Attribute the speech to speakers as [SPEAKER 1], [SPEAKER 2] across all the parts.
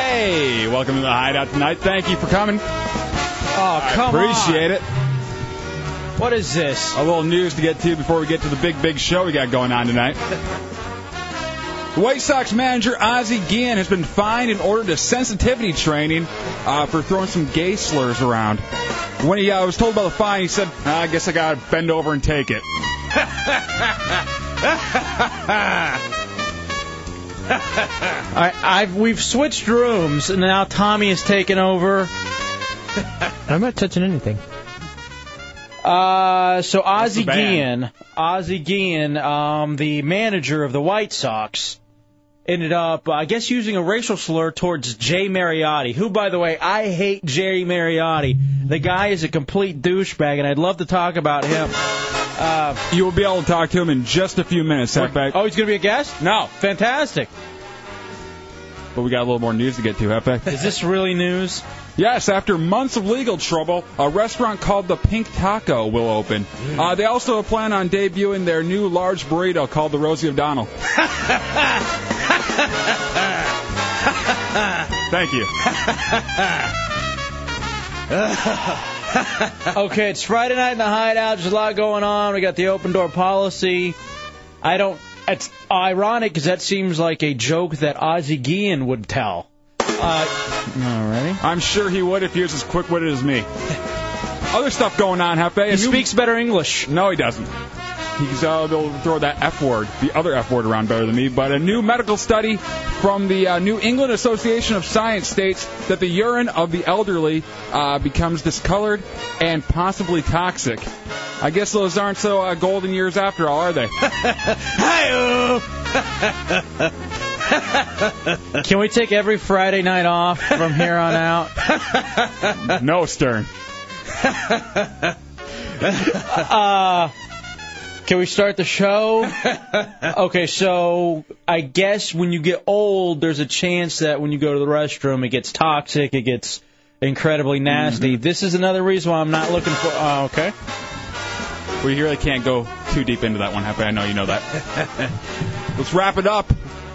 [SPEAKER 1] you. Welcome to the Hideout tonight. Thank you for coming.
[SPEAKER 2] Oh, come
[SPEAKER 1] I appreciate it.
[SPEAKER 2] What is this?
[SPEAKER 1] A little news to get to before we get to the big, big show we got going on tonight. The White Sox manager Ozzie Guillen has been fined and ordered to sensitivity training uh, for throwing some gay slurs around. When he uh, was told about the fine, he said, "I guess I gotta bend over and take it."
[SPEAKER 2] I, I've we've switched rooms, and now Tommy has taken over.
[SPEAKER 3] I'm not touching anything.
[SPEAKER 2] Uh, so Ozzie
[SPEAKER 3] the band.
[SPEAKER 2] Guillen, Ozzie Guillen, um, the manager of the White Sox, ended up, I guess, using a racial slur towards Jay Mariotti, who, by the way, I hate Jerry Mariotti. The guy is a complete douchebag, and I'd love to talk about him. Uh,
[SPEAKER 1] you will be able to talk to him in just a few minutes. That fact.
[SPEAKER 2] Oh, he's gonna be a guest?
[SPEAKER 1] No,
[SPEAKER 2] fantastic.
[SPEAKER 1] But we got a little more news to get to, Hefe.
[SPEAKER 2] Is this really news?
[SPEAKER 1] Yes, after months of legal trouble, a restaurant called the Pink Taco will open.
[SPEAKER 2] Mm.
[SPEAKER 1] Uh, they also plan on debuting their new large burrito called the Rosie O'Donnell. Thank you.
[SPEAKER 2] okay, it's Friday night in the hideout. There's a lot going on. We got the open door policy. I don't. It's ironic because that seems like a joke that Ozzie Guillen would tell. Uh, Alrighty.
[SPEAKER 1] I'm sure he would if he was as quick-witted as me. Other stuff going on, Hefe. He
[SPEAKER 2] speaks better English.
[SPEAKER 1] No, he doesn't. He's uh, able to throw that F word, the other F word, around better than me. But a new medical study from the uh, New England Association of Science states that the urine of the elderly uh, becomes discolored and possibly toxic. I guess those aren't so uh, golden years after all, are they?
[SPEAKER 2] Can we take every Friday night off from here on out?
[SPEAKER 1] no, Stern.
[SPEAKER 2] uh, can we start the show? Okay, so I guess when you get old, there's a chance that when you go to the restroom, it gets toxic, it gets incredibly nasty.
[SPEAKER 1] Mm-hmm.
[SPEAKER 2] This is another reason why I'm not looking for. Uh, okay.
[SPEAKER 1] We really can't go too deep into that one, Hefe. I know you know that. Let's wrap it up.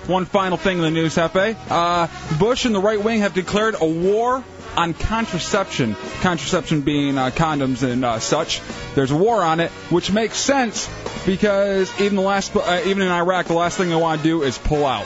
[SPEAKER 1] One final thing in the news, Hefe. Uh, Bush and the right wing have declared a war on contraception. Contraception being uh, condoms and uh, such. There's a war on it, which makes sense because even the last, uh, even in Iraq, the last thing they want to do is pull out.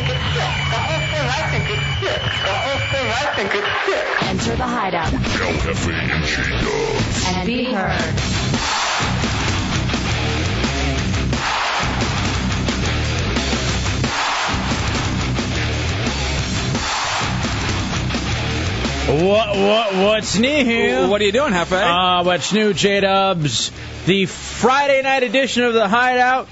[SPEAKER 4] Enter the hideout
[SPEAKER 5] Uh,
[SPEAKER 4] and be heard.
[SPEAKER 2] What what what's new?
[SPEAKER 1] What are you doing, Hefe?
[SPEAKER 2] Uh, what's new, J Dubs? The Friday night edition of the Hideout.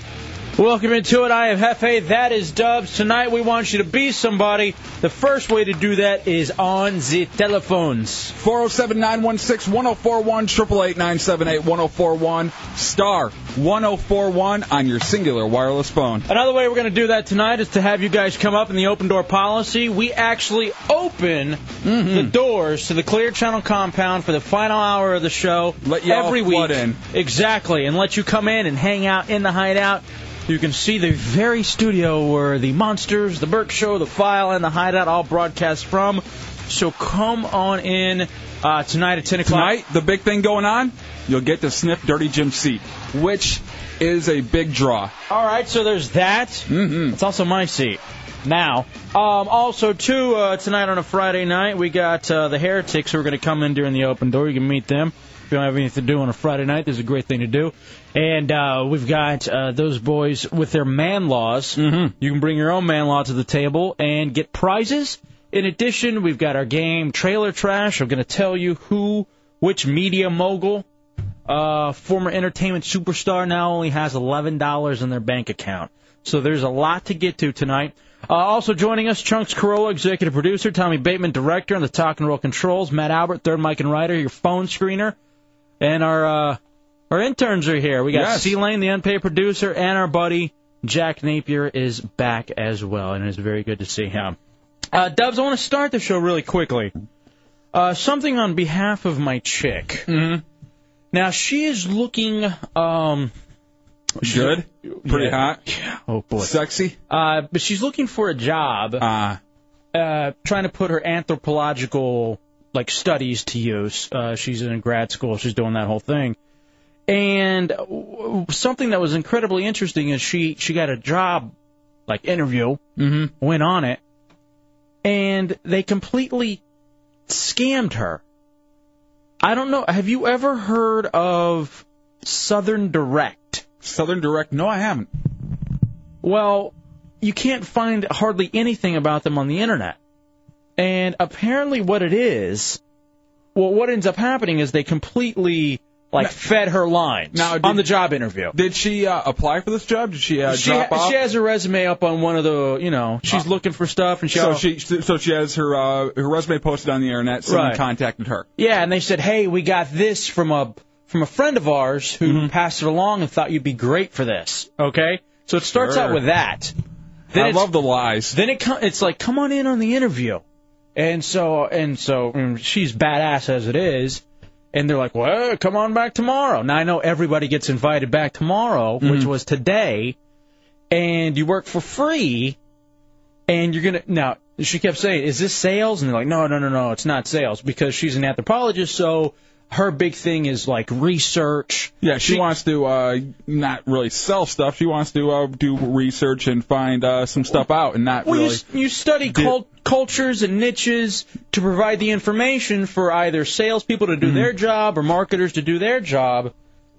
[SPEAKER 2] Welcome into it. I am Hefe. That is Dubs. Tonight we want you to be somebody. The first way to do that is on the telephones.
[SPEAKER 1] 407 916 1041 888 978 1041 star 1041 on your singular wireless phone.
[SPEAKER 2] Another way we're going to do that tonight is to have you guys come up in the open door policy. We actually open
[SPEAKER 1] Mm-hmm.
[SPEAKER 2] the doors to the Clear Channel compound for the final hour of the show let
[SPEAKER 1] y'all
[SPEAKER 2] every week.
[SPEAKER 1] flood in.
[SPEAKER 2] Exactly, and let you come in and hang out in the hideout. You can see the very studio where the Monsters, the Burke Show, the File, and the Hideout all broadcast from. So come on in uh, tonight at 10 o'clock.
[SPEAKER 1] Tonight, the big thing going on, you'll get to sniff Dirty Jim's seat, which is a big draw.
[SPEAKER 2] All right, so there's that. Mm-hmm. It's also my seat now. Um, also, too, uh, tonight on a Friday night, we got uh, the Heretics who are going to come in during the open door. You can meet them. If you don't have anything to do on a Friday night, this is a great thing to do. And uh, we've got uh, those boys with their man laws. Mm-hmm. You can bring your own man law to the table and get prizes. In addition, we've got our game Trailer Trash. I'm going to tell you who, which media mogul uh, former entertainment superstar now only has eleven dollars in their bank account. So there's a lot to get to tonight. Uh, also joining us, Chunks Corolla, executive producer, Tommy Bateman, director on the Talk and Roll Controls, Matt Albert, third mic and writer, your phone screener, and our uh, our interns are here. We got
[SPEAKER 1] Yes.
[SPEAKER 2] C Lane, the unpaid producer, and our buddy Jack Napier is back as well, and it's very good to see him. Uh, Dubs, I want to start the show really quickly. Uh, something on behalf of my chick. Mm-hmm. Now she is looking um,
[SPEAKER 1] Good? Pretty
[SPEAKER 2] Yeah.
[SPEAKER 1] hot?
[SPEAKER 2] Oh, boy.
[SPEAKER 1] Sexy?
[SPEAKER 2] Uh, but she's looking for a job.
[SPEAKER 1] Uh,
[SPEAKER 2] trying to put her anthropological like studies to use. Uh, she's in grad school. She's doing that whole thing. And w- w- something that was incredibly interesting is she she got a job like interview, mm-hmm. went on it, and they completely scammed her. I don't know. Have you ever heard of Southern Direct?
[SPEAKER 1] Southern Direct? No, I haven't.
[SPEAKER 2] Well, you can't find hardly anything about them on the internet. And apparently, what it is, well, what ends up happening is they completely like fed her lines
[SPEAKER 1] Now, did-
[SPEAKER 2] on the job interview.
[SPEAKER 1] Did she uh, apply for this job? Did she uh,
[SPEAKER 2] she,
[SPEAKER 1] drop off?
[SPEAKER 2] she has her resume up on one of the, you know, she's looking for stuff, and she,
[SPEAKER 1] so she so she has her uh, her resume posted on the internet. Someone
[SPEAKER 2] Right.
[SPEAKER 1] contacted her.
[SPEAKER 2] yeah, and they said, hey, we got this from a from a friend of ours who
[SPEAKER 1] Mm-hmm.
[SPEAKER 2] passed it along and thought you'd be great for this. Okay, so it starts out
[SPEAKER 1] Sure.
[SPEAKER 2] with that. Then
[SPEAKER 1] I
[SPEAKER 2] it's-
[SPEAKER 1] love the lies.
[SPEAKER 2] then it com- it's like come on in on the interview and so and so and she's badass as it is and they're like well come on back tomorrow now i know everybody gets invited back tomorrow which
[SPEAKER 1] Mm-hmm.
[SPEAKER 2] was today and you work for free and you're gonna now she kept saying is this sales and they're like no no no no it's not sales because she's an anthropologist so her big thing is like research
[SPEAKER 1] Yeah, she, wants to uh, not really sell stuff. She wants to uh, do research and find uh, some stuff out and not
[SPEAKER 2] Well,
[SPEAKER 1] really.
[SPEAKER 2] you, you study cult, cultures and niches to provide the information for either salespeople to do
[SPEAKER 1] Mm-hmm.
[SPEAKER 2] their job or marketers to do their job.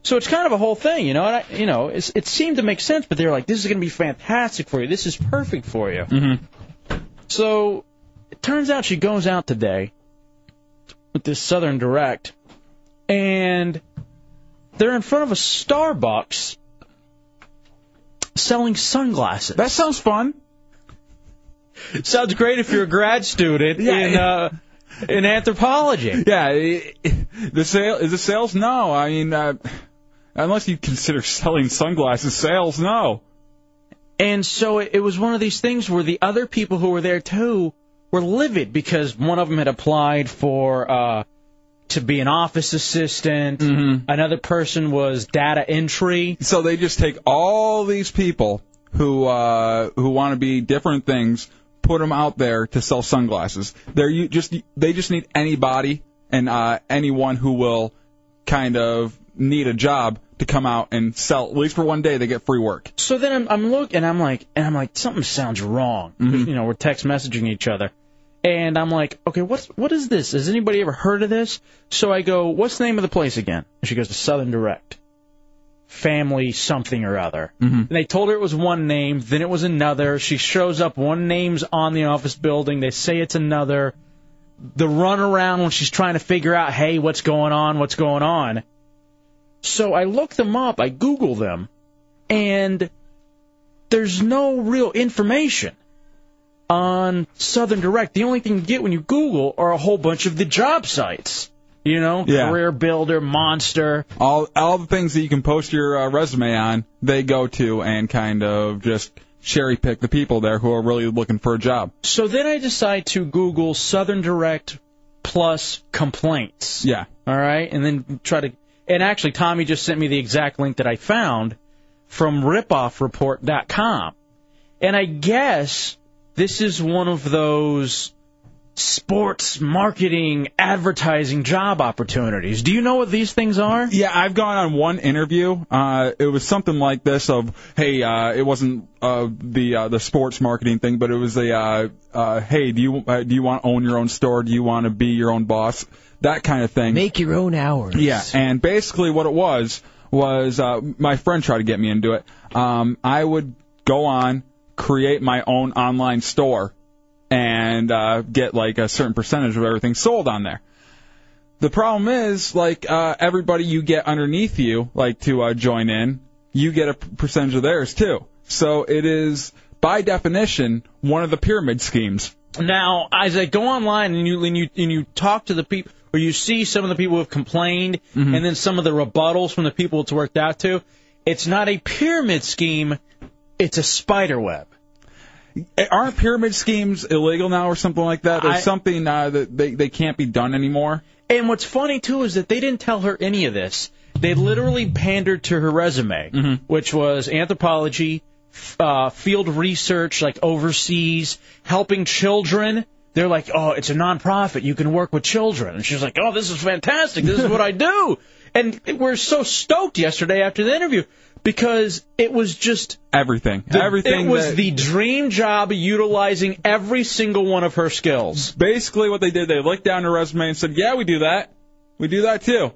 [SPEAKER 2] So it's kind of a whole thing, you know. And I, you know, it's, it seemed to make sense, but they're like, "This is going to be fantastic for you. This is perfect for you."
[SPEAKER 1] Mhm.
[SPEAKER 2] So it turns out she goes out today with this Southern Direct, and they're in front of a Starbucks selling sunglasses.
[SPEAKER 1] That sounds fun.
[SPEAKER 2] Sounds great if you're a grad student in uh, in anthropology.
[SPEAKER 1] Yeah, i- i- the sale is it sales? No, I mean, uh, unless you consider selling sunglasses sales, no.
[SPEAKER 2] And so it, it was one of these things where the other people who were there too were livid because one of them had applied for uh, to be an office assistant. Another person was data entry.
[SPEAKER 1] So they just take all these people who uh, who want to be different things, put them out there to sell sunglasses. They're you just they just need anybody and uh, anyone who will kind of need a job to come out and sell. At least for one day, they get free work.
[SPEAKER 2] So then I'm, I'm looking, and I'm like, and I'm like, something sounds wrong. You know, we're text messaging each other, and I'm like, okay, what's what is this? Has anybody ever heard of this? So I go, what's the name of the place again? And she goes to Southern Direct, family something or other. And
[SPEAKER 6] Mm-hmm.
[SPEAKER 2] they told her it was one name, then it was another. She shows up, one name's on the office building. They say it's another. The runaround when she's trying to figure out, hey, what's going on? What's going on? So I look them up. I Google them and there's no real information on Southern Direct. The only thing you get when you Google are a whole bunch of the job sites. You know,
[SPEAKER 1] Yeah.
[SPEAKER 2] Career Builder, Monster.
[SPEAKER 1] All all the things that you can post your uh, resume on, they go to and kind of just cherry pick the people there who are really looking for a job.
[SPEAKER 2] So then I decide to Google Southern Direct plus complaints.
[SPEAKER 1] Yeah.
[SPEAKER 2] All right, and then try to. And actually, Tommy just sent me the exact link that I found from ripoffreport.com. And I guess this is one of those sports marketing advertising job opportunities. Do you know what these things are?
[SPEAKER 1] Yeah, I've gone on one interview. Uh, it was something like this: of hey, uh, it wasn't uh, the uh, the sports marketing thing, but it was a uh, uh, hey, do you uh, do you want to own your own store? Do you want to be your own boss? That kind of thing.
[SPEAKER 3] Make your own hours.
[SPEAKER 1] Yeah, and basically what it was was uh, my friend tried to get me into it. Um, I would go on, create my own online store, and uh, get like a certain percentage of everything sold on there. The problem is like uh, everybody you get underneath you, like to uh, join in, you get a p- percentage of theirs too. So it is, by definition, one of the pyramid schemes.
[SPEAKER 2] Now, as I go online and you and you and you talk to the people, or you see some of the people who have complained, and then some of the rebuttals from the people it's worked out to, it's not a pyramid scheme, it's a spider web.
[SPEAKER 1] Aren't pyramid schemes illegal now or something like that? There's
[SPEAKER 2] I-
[SPEAKER 1] something uh, that they, they can't be done anymore.
[SPEAKER 2] And what's funny too is that they didn't tell her any of this. They literally pandered to her resume,
[SPEAKER 1] Mm-hmm.
[SPEAKER 2] which was anthropology, f- uh, field research, like overseas, helping children. They're like, oh, it's a nonprofit. You can work with children. And she's like, oh, this is fantastic. This is what I do. And we're so stoked yesterday after the interview because it was just
[SPEAKER 1] Everything. Everything.
[SPEAKER 2] It was
[SPEAKER 1] that-
[SPEAKER 2] the dream job, utilizing every single one of her skills.
[SPEAKER 1] basically what they did, they looked down her resume and said, "Yeah, we do that. We do that too.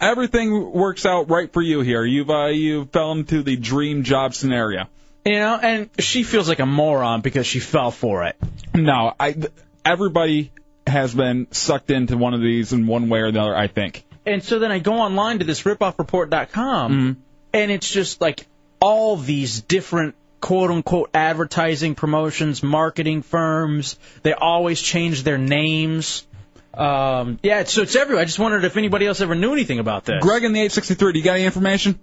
[SPEAKER 1] Everything works out right for you here. You've uh, you fell into the dream job scenario."
[SPEAKER 2] You know, and she feels like a moron because she fell for it.
[SPEAKER 1] No, I. th- Everybody has been sucked into one of these in one way or the other. I think.
[SPEAKER 2] And so then I go online to this ripoffreport.com,
[SPEAKER 1] Mm-hmm.
[SPEAKER 2] and it's just like all these different quote unquote advertising promotions, marketing firms. They always change their names. Um, yeah, so it's everywhere. I just wondered if anybody else ever knew anything about this.
[SPEAKER 1] Greg in the 863. Do you got any information?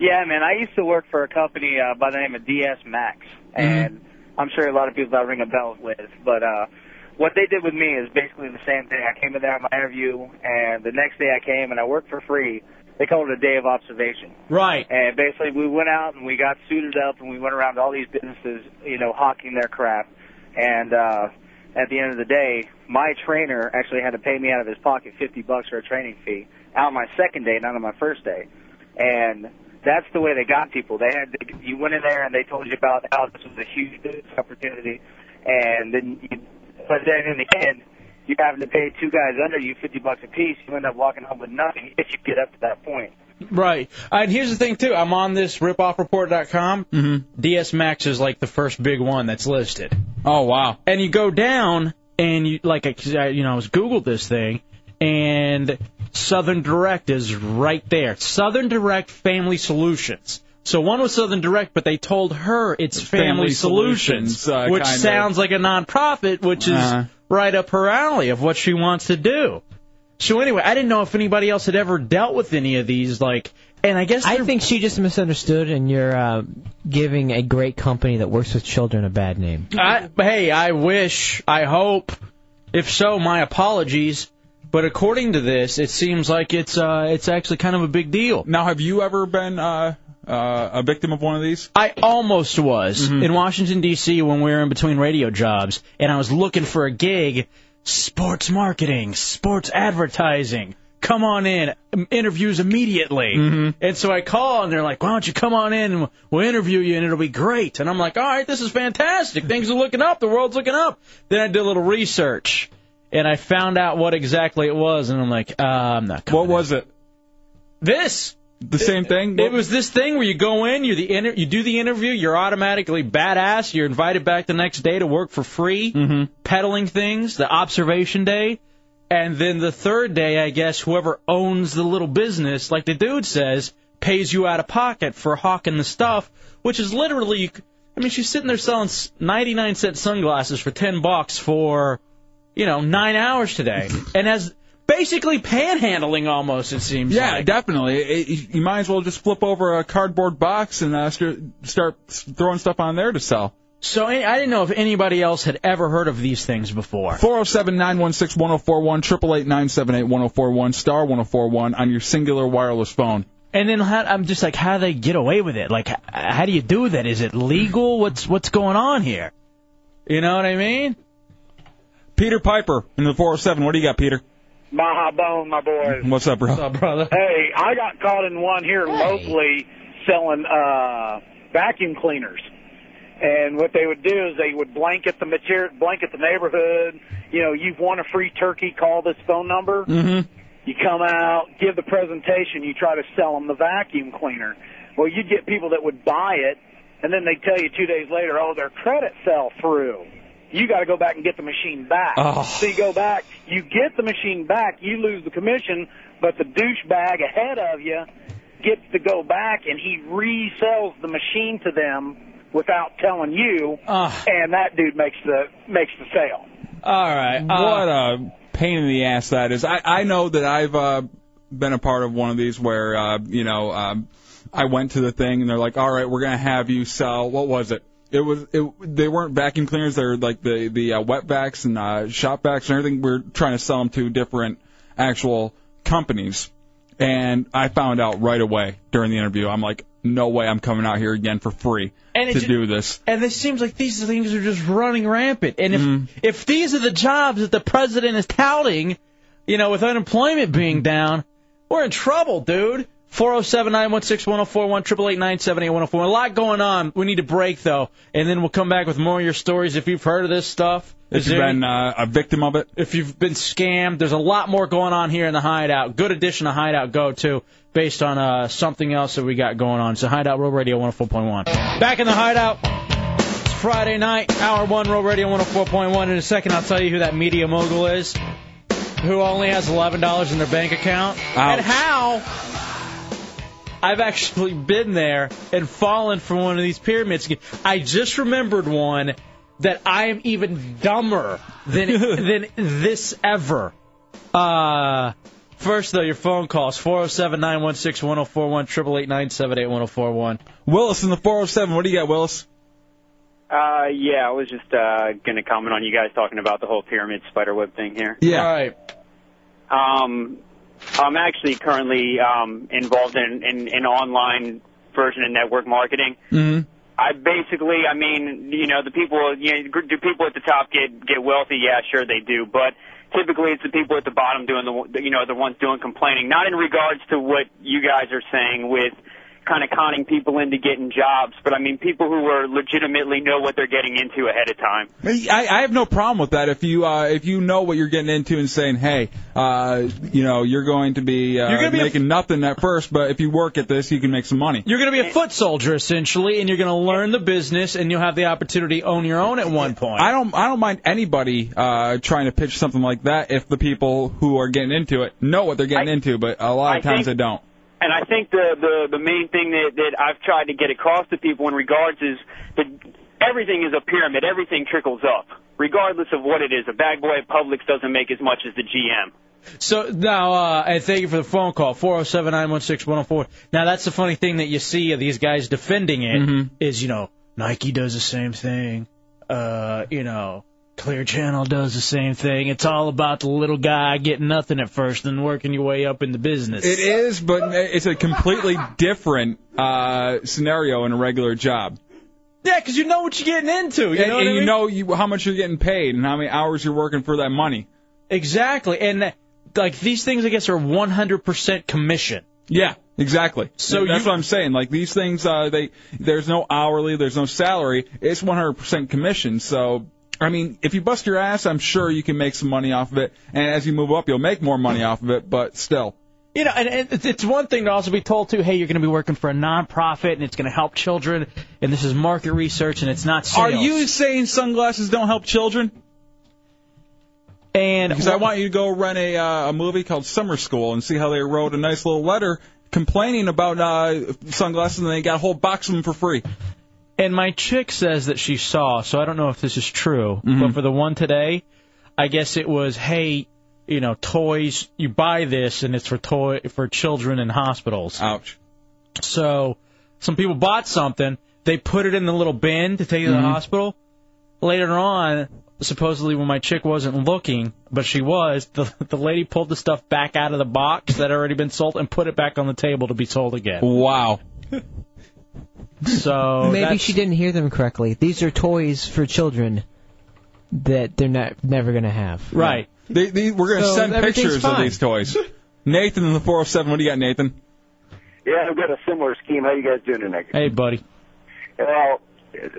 [SPEAKER 7] Yeah, man. I used to work for a company uh, by the name of DS Max, and I'm sure a lot of people that ring a bell with. But uh, what they did with me is basically the same thing. I came in there on my interview, and the next day I came and I worked for free. They called it a day of observation.
[SPEAKER 2] Right.
[SPEAKER 7] And basically, we went out and we got suited up and we went around to all these businesses, you know, hawking their crap. And uh, at the end of the day, my trainer actually had to pay me out of his pocket 50 bucks for a training fee out on my second day, not on my first day. And that's the way they got people. They had they, you went in there and they told you about how this was a huge business opportunity, and then you, but then in the end, you having to pay two guys under you 50 bucks a piece. You end up walking home with nothing if you get up to that point.
[SPEAKER 2] Right. And here's the thing, too. I'm on this ripoffreport.com. Mm-hmm. DS Max is like the first big one that's listed.
[SPEAKER 1] Oh, wow.
[SPEAKER 2] And you go down, and you, like, I, you know, I was Googled this thing, and Southern Direct is right there. Southern Direct Family Solutions. So one was Southern Direct, but they told her it's Family,
[SPEAKER 1] Family
[SPEAKER 2] Solutions,
[SPEAKER 1] Solutions, uh,
[SPEAKER 2] which
[SPEAKER 1] kinda.
[SPEAKER 2] sounds like a nonprofit, which is
[SPEAKER 1] Uh-huh.
[SPEAKER 2] right up her alley of what she wants to do. So anyway, I didn't know if anybody else had ever dealt with any of these, like, and I guess
[SPEAKER 3] I
[SPEAKER 2] they're-
[SPEAKER 3] think she just misunderstood, and you're uh, giving a great company that works with children a bad name.
[SPEAKER 2] I, hey, I wish, I hope. If so, my apologies. But according to this, it seems like it's uh, it's actually kind of a big deal.
[SPEAKER 1] Now, have you ever been uh, uh, a victim of one of these? Mm-hmm.
[SPEAKER 2] I almost was in Washington D.C. when we were in between radio jobs, and I was looking for a gig, sports marketing, sports advertising. Come on in, um, interviews immediately.
[SPEAKER 1] Mm-hmm.
[SPEAKER 2] And so I call, and they're like, "Why don't you come on in? and We'll interview you, and it'll be great." And I'm like, "All right, this is fantastic. Things are looking up. The world's looking up." Then I did a little research, and I found out what exactly it was, and I'm like, uh, "I'm not coming."
[SPEAKER 1] What was it?
[SPEAKER 2] This
[SPEAKER 1] The same thing?
[SPEAKER 2] it was this thing where you go in, you the inter- you do the interview, you're automatically badass. You're invited back the next day to work for free,
[SPEAKER 1] Mm-hmm.
[SPEAKER 2] peddling things. The observation day, and then the third day, I guess whoever owns the little business, like the dude says, pays you out of pocket for hawking the stuff, which is literally. I mean, she's sitting there selling s- 99 cent sunglasses for 10 bucks for, you know, nine hours today, and has basically panhandling almost. It seems.
[SPEAKER 1] Yeah,
[SPEAKER 2] like.
[SPEAKER 1] definitely. It- it- you might as well just flip over a cardboard box and uh, st- start throwing stuff on there to sell.
[SPEAKER 2] So any- I didn't know if anybody else had ever heard of these things before.
[SPEAKER 1] 407 916 1041, 888 978 1041, star 1041 on your singular wireless phone.
[SPEAKER 2] And then how, I'm just like, how do they get away with it? Like, h- how do you do that? Is it legal? What's what's going on here? You know what I mean?
[SPEAKER 1] Peter Piper in the 407. What do you got, Peter?
[SPEAKER 8] Maha Bone, my boys.
[SPEAKER 1] What's up, bro?
[SPEAKER 2] What's up, brother?
[SPEAKER 8] Hey, I got caught in one here locally selling uh, vacuum cleaners. And what they would do is they would blanket the material, blanket the neighborhood. You know, you've won a free turkey. Call this phone number.
[SPEAKER 1] Mm-hmm.
[SPEAKER 8] You come out, give the presentation. You try to sell them the vacuum cleaner. Well, you'd get people that would buy it, and then they tell you two days later, oh, their credit fell through. You got to go back and get the machine back.
[SPEAKER 1] Oh.
[SPEAKER 8] So you go back, you get the machine back, you lose the commission, but the douchebag ahead of you gets to go back and he resells the machine to them
[SPEAKER 9] without telling you, and that dude makes the makes the sale.
[SPEAKER 1] All right.
[SPEAKER 2] uh,
[SPEAKER 1] what a pain in the ass that is. I, I know that I've uh, been a part of one of these where, uh, you know, um, I went to the thing and they're like, all right, we're going to have you sell, what was it? It was it. They weren't vacuum cleaners. They're like the the uh, wet backs and uh, shop backs and everything. We are trying to sell them to different actual companies, and I found out right away during the interview. I'm like, no way, I'm coming out here again for free
[SPEAKER 2] And it
[SPEAKER 1] to
[SPEAKER 2] ju-
[SPEAKER 1] do this.
[SPEAKER 2] And it seems like these things are just running rampant. And if if these are the jobs that the president is touting, you know, with unemployment being down, we're in trouble, dude. 407 916 1041 A lot going on. We need a break, though. And then we'll come back with more of your stories if you've heard of this stuff.
[SPEAKER 1] If
[SPEAKER 2] Is
[SPEAKER 1] you've
[SPEAKER 2] there any-
[SPEAKER 1] been uh, a victim of it,
[SPEAKER 2] if you've been scammed, there's a lot more going on here in the Hideout. Good edition of Hideout Go too, based on uh, something else that we got going on. So Hideout Road Radio 104.1. Back in the Hideout. It's Friday night, hour one, oh Road Radio 104.1. In a second, I'll tell you who that media mogul is, who only has $11 in their bank account, and how I've actually been there and fallen for one of these pyramids. I just remembered one that I am even dumber than than this ever. Uh, first though, your phone calls 407 916 1041 888 978 1041.
[SPEAKER 1] Willis in the 407. What do you got, Willis?
[SPEAKER 5] Uh, yeah, I was just uh, going to comment on you guys talking about the whole pyramid spiderweb thing here.
[SPEAKER 1] Yeah. All
[SPEAKER 2] right.
[SPEAKER 5] Um, I'm actually currently um, involved in an in, in online version of network marketing.
[SPEAKER 1] Mm-hmm.
[SPEAKER 5] I basically, I mean, you know, the people, you know, do people at the top get get wealthy? Yeah, sure they do, but typically it's the people at the bottom doing the, you know, the ones doing complaining. Not in regards to what you guys are saying with kind of conning people into getting jobs, but I mean people who are legitimately know what they're getting into ahead of time.
[SPEAKER 1] I, I have no problem with that if you uh, if you know what you're getting into and saying hey uh, you know you're going to be, uh,
[SPEAKER 2] You're gonna be a-
[SPEAKER 1] making nothing at first but if you work at this you can make some money.
[SPEAKER 2] You're going to be a foot soldier essentially, and you're going to learn the business, and you'll have the opportunity to own your own at one point.
[SPEAKER 1] I don't I don't mind anybody uh, trying to pitch something like that if the people who are getting into it know what they're getting into but a lot of
[SPEAKER 5] I
[SPEAKER 1] times
[SPEAKER 5] think-
[SPEAKER 1] they don't.
[SPEAKER 5] And I think the, the, the main thing that, that I've tried to get across to people in regards is that everything is a pyramid. Everything trickles up, regardless of what it is. A bag boy at Publix doesn't make as much as the GM.
[SPEAKER 2] So now, uh, and thank you for the phone call, 407 916 104. Now, that's the funny thing that you see of these guys defending it is you know, Nike does the same thing, uh, you know, Clear Channel does the same thing. It's all about the little guy getting nothing at first and working your way up in the business.
[SPEAKER 1] It is but it's a completely different uh, scenario in a regular job.
[SPEAKER 2] Yeah, 'cause you know what you're getting into. You
[SPEAKER 1] and,
[SPEAKER 2] know what
[SPEAKER 1] and
[SPEAKER 2] I
[SPEAKER 1] you
[SPEAKER 2] mean?
[SPEAKER 1] know you, how much you're getting paid and how many hours you're working for that money.
[SPEAKER 2] Exactly. And, like, these things, I guess, are 100% commission.
[SPEAKER 1] Yeah, exactly.
[SPEAKER 2] So
[SPEAKER 1] that's
[SPEAKER 2] you-
[SPEAKER 1] what I'm saying. Like these things, uh, they there's no hourly, there's no salary. It's 100% commission. So I mean, if you bust your ass, I'm sure you can make some money off of it. And as you move up, you'll make more money off of it. But still,
[SPEAKER 2] You know, and- and it's- it's one thing to also be told to, hey, you're going to be working for a nonprofit and it's going to help children, and this is market research and it's not
[SPEAKER 1] are
[SPEAKER 2] sales.
[SPEAKER 1] you saying sunglasses don't help children?
[SPEAKER 2] And
[SPEAKER 1] because I want you to go rent a uh, a movie called Summer School and see how they wrote a nice little letter complaining about uh, sunglasses and they got a whole box of them for free.
[SPEAKER 2] And my chick says that she saw, so I don't know if this is true,
[SPEAKER 1] Mm-hmm.
[SPEAKER 2] but for the one today, I guess it was, hey, you know, toys, you buy this and it's for toy for children in hospitals.
[SPEAKER 1] Ouch.
[SPEAKER 2] So some people bought something, they put it in the little bin to take it to
[SPEAKER 1] Mm-hmm.
[SPEAKER 2] the hospital. Later on, supposedly when my chick wasn't looking, but she was, the the lady pulled the stuff back out of the box that had already been sold and put it back on the table to be sold again.
[SPEAKER 1] Wow.
[SPEAKER 2] So
[SPEAKER 3] Maybe
[SPEAKER 2] Oh, that's-
[SPEAKER 3] she didn't hear them correctly. These are toys for children that they're not never gonna have.
[SPEAKER 2] right.
[SPEAKER 1] They, they, we're going to
[SPEAKER 3] So
[SPEAKER 1] send
[SPEAKER 3] everything's
[SPEAKER 1] pictures of
[SPEAKER 3] fine.
[SPEAKER 1] these toys. Nathan in the 407, what do you got, Nathan?
[SPEAKER 10] Yeah, I've got a similar scheme. How you guys doing tonight?
[SPEAKER 2] Hey, buddy.
[SPEAKER 10] Well,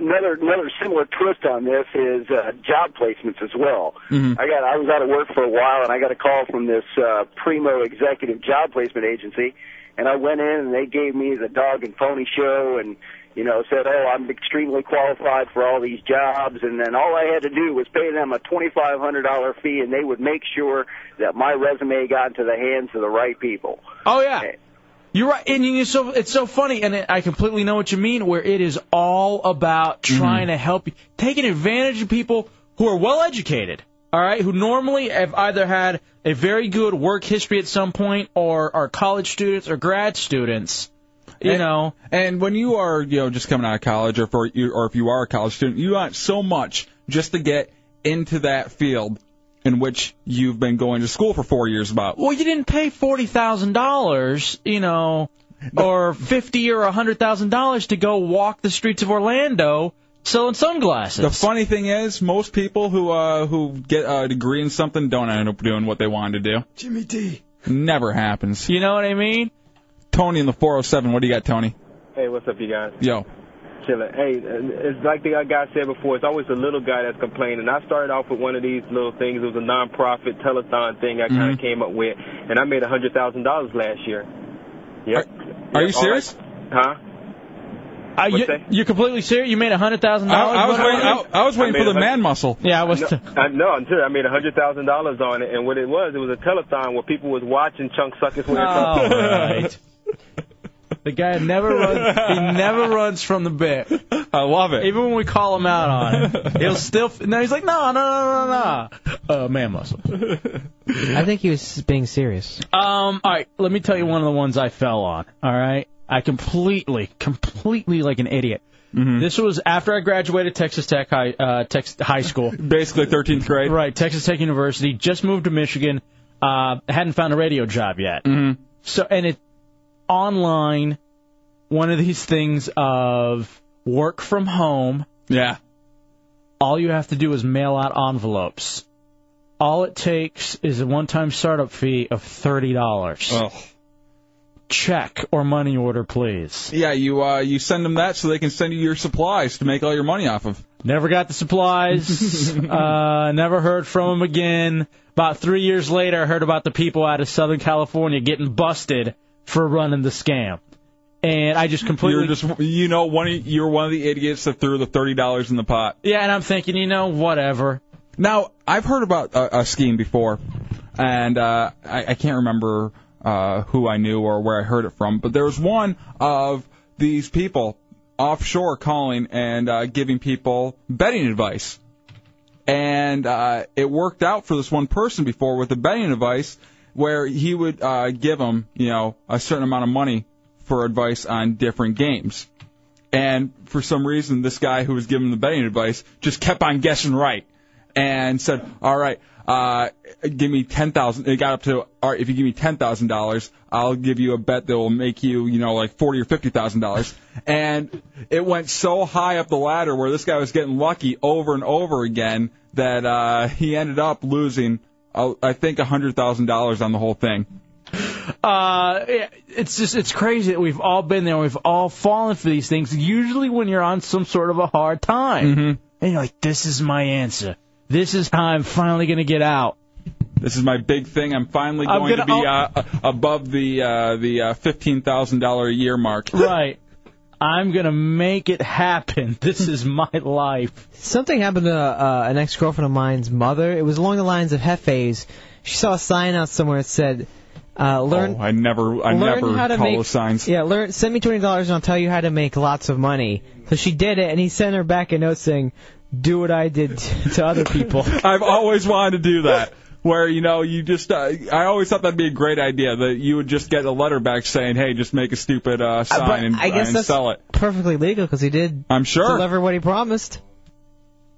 [SPEAKER 10] another another similar twist on this is uh, job placements as well.
[SPEAKER 11] Mhm.
[SPEAKER 10] I got I was out of work for a while, and I got a call from this uh, primo executive job placement agency, and I went in and they gave me the dog and pony show and. You know, said, "Oh, I'm extremely qualified for all these jobs," and then all I had to do was pay them a twenty-five hundred dollar fee, and they would make sure that my resume got into the hands of the right people.
[SPEAKER 2] Oh yeah. You're right, and you- it's so it's so funny, and it, I completely know what you mean. Where it is all about trying to help, you, taking advantage of people who are well educated, all right, who normally have either had a very good work history at some point, or are college students or grad students. You
[SPEAKER 1] And-
[SPEAKER 2] know,
[SPEAKER 1] And when you are, you know, just coming out of college, or for you, or if you are a college student, you want so much just to get into that field in which you've been going to school for four years about.
[SPEAKER 2] well, you didn't pay forty thousand dollars, you know, or fifty or a hundred thousand dollars to go walk the streets of Orlando selling sunglasses.
[SPEAKER 1] The funny thing is, most people who uh, who get a degree in something don't end up doing what they wanted to do.
[SPEAKER 2] Jimmy D.
[SPEAKER 1] Never happens.
[SPEAKER 2] You know what I mean?
[SPEAKER 1] Tony in the 407. What do you got, Tony?
[SPEAKER 11] Hey, what's up, you guys?
[SPEAKER 1] Yo.
[SPEAKER 11] Chilling. Hey, uh, it's like the guy said before. It's always the little guy that's complaining. I started off with one of these little things. It was a non-profit telethon thing I kind of
[SPEAKER 1] Mhm.
[SPEAKER 11] came up with, and I made a hundred thousand dollars last year. Yep.
[SPEAKER 1] Are you
[SPEAKER 11] Yep, all
[SPEAKER 1] serious?
[SPEAKER 11] right. Huh?
[SPEAKER 2] Are Uh, you, you're completely serious? You made a hundred thousand dollars?
[SPEAKER 11] I- I was waiting- I- I was waiting I made for the a hundred- man
[SPEAKER 1] muscle.
[SPEAKER 2] Yeah, I was.
[SPEAKER 11] No, I, no, I'm serious. I made a hundred thousand dollars on it, and what it was, it was a telethon where people was watching chunk suckers. when they-
[SPEAKER 2] All
[SPEAKER 1] Oh,
[SPEAKER 2] right. The guy never runs. He never runs from the bit.
[SPEAKER 1] I love it.
[SPEAKER 2] Even when we call him out on it, he'll still. No, he's like, no, no, no, no, no. Uh, man muscle.
[SPEAKER 3] I think he was being serious.
[SPEAKER 2] Um, all right, let me tell you one of the ones I fell on. All right, I completely, completely like an idiot.
[SPEAKER 1] Mm-hmm.
[SPEAKER 2] This was after I graduated Texas Tech High, uh, Tex high School.
[SPEAKER 1] Basically, 13th grade.
[SPEAKER 2] Right, Texas Tech University. Just moved to Michigan. Uh, hadn't found a radio job yet.
[SPEAKER 1] Mm-hmm.
[SPEAKER 2] So, and it online, one of these things of work from home.
[SPEAKER 1] Yeah.
[SPEAKER 2] All you have to do is mail out envelopes. All it takes is a one-time startup fee of thirty dollars. Check or money order, please.
[SPEAKER 1] Yeah, you uh, you send them that so they can send you your supplies to make all your money off of.
[SPEAKER 2] Never got the supplies. uh, never heard from him again. About three years later, I heard about the people out of Southern California getting busted for running the scam, and I just completely
[SPEAKER 1] You're just you know one of, you're one of the idiots that threw the thirty dollars in the pot.
[SPEAKER 2] Yeah, and I'm thinking, you know, whatever.
[SPEAKER 1] Now I've heard about a, a scheme before, and uh, I, I can't remember uh, who I knew or where I heard it from, but there was one of these people offshore calling and uh, giving people betting advice, and uh, it worked out for this one person before with the betting advice where he would uh, give them you know a certain amount of money for advice on different games. And for some reason, this guy who was giving the betting advice just kept on guessing right and said, "All right, uh, give me ten thousand. It got up to, "All right, if you give me ten thousand dollars, I'll give you a bet that will make you, you know, like forty or fifty thousand dollars." And it went so high up the ladder where this guy was getting lucky over and over again that uh, he ended up losing, uh, I think, a hundred thousand dollars on the whole thing.
[SPEAKER 2] Uh, yeah, it's just it's crazy that we've all been there. We've all fallen for these things. Usually when you're on some sort of a hard time, and you're like, "This is my answer. This is how I'm finally gonna get out."
[SPEAKER 1] This is my big thing. I'm finally
[SPEAKER 2] I'm
[SPEAKER 1] going to be
[SPEAKER 2] gonna-
[SPEAKER 1] uh, a- above the uh, the uh, fifteen thousand dollar a year mark.
[SPEAKER 2] Right. I'm gonna make it happen. This is my life.
[SPEAKER 3] Something happened to uh, an ex girlfriend of mine's mother. It was along the lines of Hefe's. She saw a sign out somewhere that said, uh, "Learn
[SPEAKER 1] Oh, I never, I
[SPEAKER 3] learn
[SPEAKER 1] never
[SPEAKER 3] how to
[SPEAKER 1] follow
[SPEAKER 3] make,
[SPEAKER 1] signs.
[SPEAKER 3] Yeah, learn. Send me twenty dollars and I'll tell you how to make lots of money." So she did it, and he sent her back a note saying, "Do what I did t- to other people."
[SPEAKER 1] I've always wanted to do that. Where you know you just, uh, I always thought that'd be a great idea that you would just get a letter back saying, "Hey, just make a stupid uh,
[SPEAKER 3] Uh, but
[SPEAKER 1] sign and,
[SPEAKER 3] I guess
[SPEAKER 1] and
[SPEAKER 3] that's
[SPEAKER 1] sell it."
[SPEAKER 3] perfectly legal because he did
[SPEAKER 1] I'm sure.
[SPEAKER 3] deliver what he promised.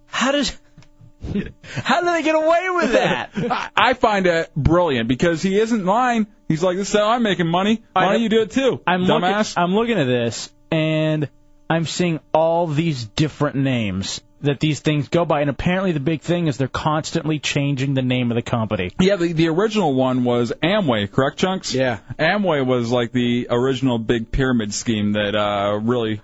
[SPEAKER 2] How does? How did they get away with that?
[SPEAKER 1] I, I find it brilliant because he isn't lying. He's like, "This is how I'm making money. Why don't you do it too,
[SPEAKER 2] I'm looking,
[SPEAKER 1] dumbass?"
[SPEAKER 2] I'm looking at this, and I'm seeing all these different names that these things go by, and apparently the big thing is they're constantly changing the name of the company.
[SPEAKER 1] yeah, the, the original one was Amway, correct, Chunks? Yeah. Amway was like the original big pyramid scheme that uh, really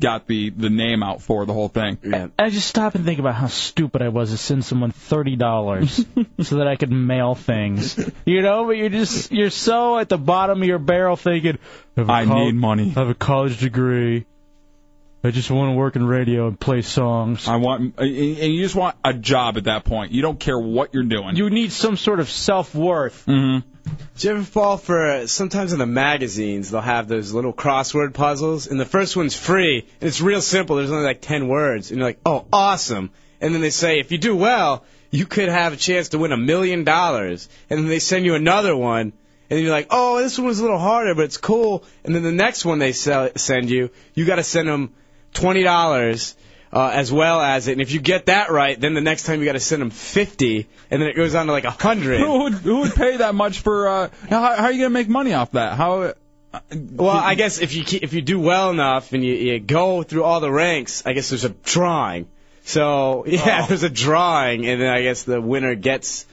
[SPEAKER 1] got the, the name out for the whole thing.
[SPEAKER 2] I just stop and think about how stupid I was to send someone thirty dollars so that I could mail things. You know, but you're just you're so at the bottom of your barrel thinking,
[SPEAKER 1] I need money.
[SPEAKER 2] I have a college degree. I just want to work in radio and play songs.
[SPEAKER 1] I want, and and you just want a job at that point. You don't care what you're doing.
[SPEAKER 2] You need some sort of self worth.
[SPEAKER 1] Mm-hmm.
[SPEAKER 12] Did you ever fall for? Sometimes in the magazines they'll have those little crossword puzzles, and the first one's free and it's real simple. There's only like ten words, and you're like, oh, awesome. And then they say, if you do well, you could have a chance to win a million dollars. And then they send you another one, and then you're like, oh, this one was a little harder, but it's cool. And then the next one they sell, send you, you got to send them twenty dollars uh, as well as it. And if you get that right, then the next time you got to send them fifty, and then it goes on to like a hundred.
[SPEAKER 1] Who would who would pay that much for? Uh, how, how are you gonna make money off that? How?
[SPEAKER 12] Well, I guess if you keep, if you do well enough and you, you go through all the ranks, I guess there's a drawing. So
[SPEAKER 2] Oh.
[SPEAKER 12] yeah, there's a drawing, and then I guess the winner gets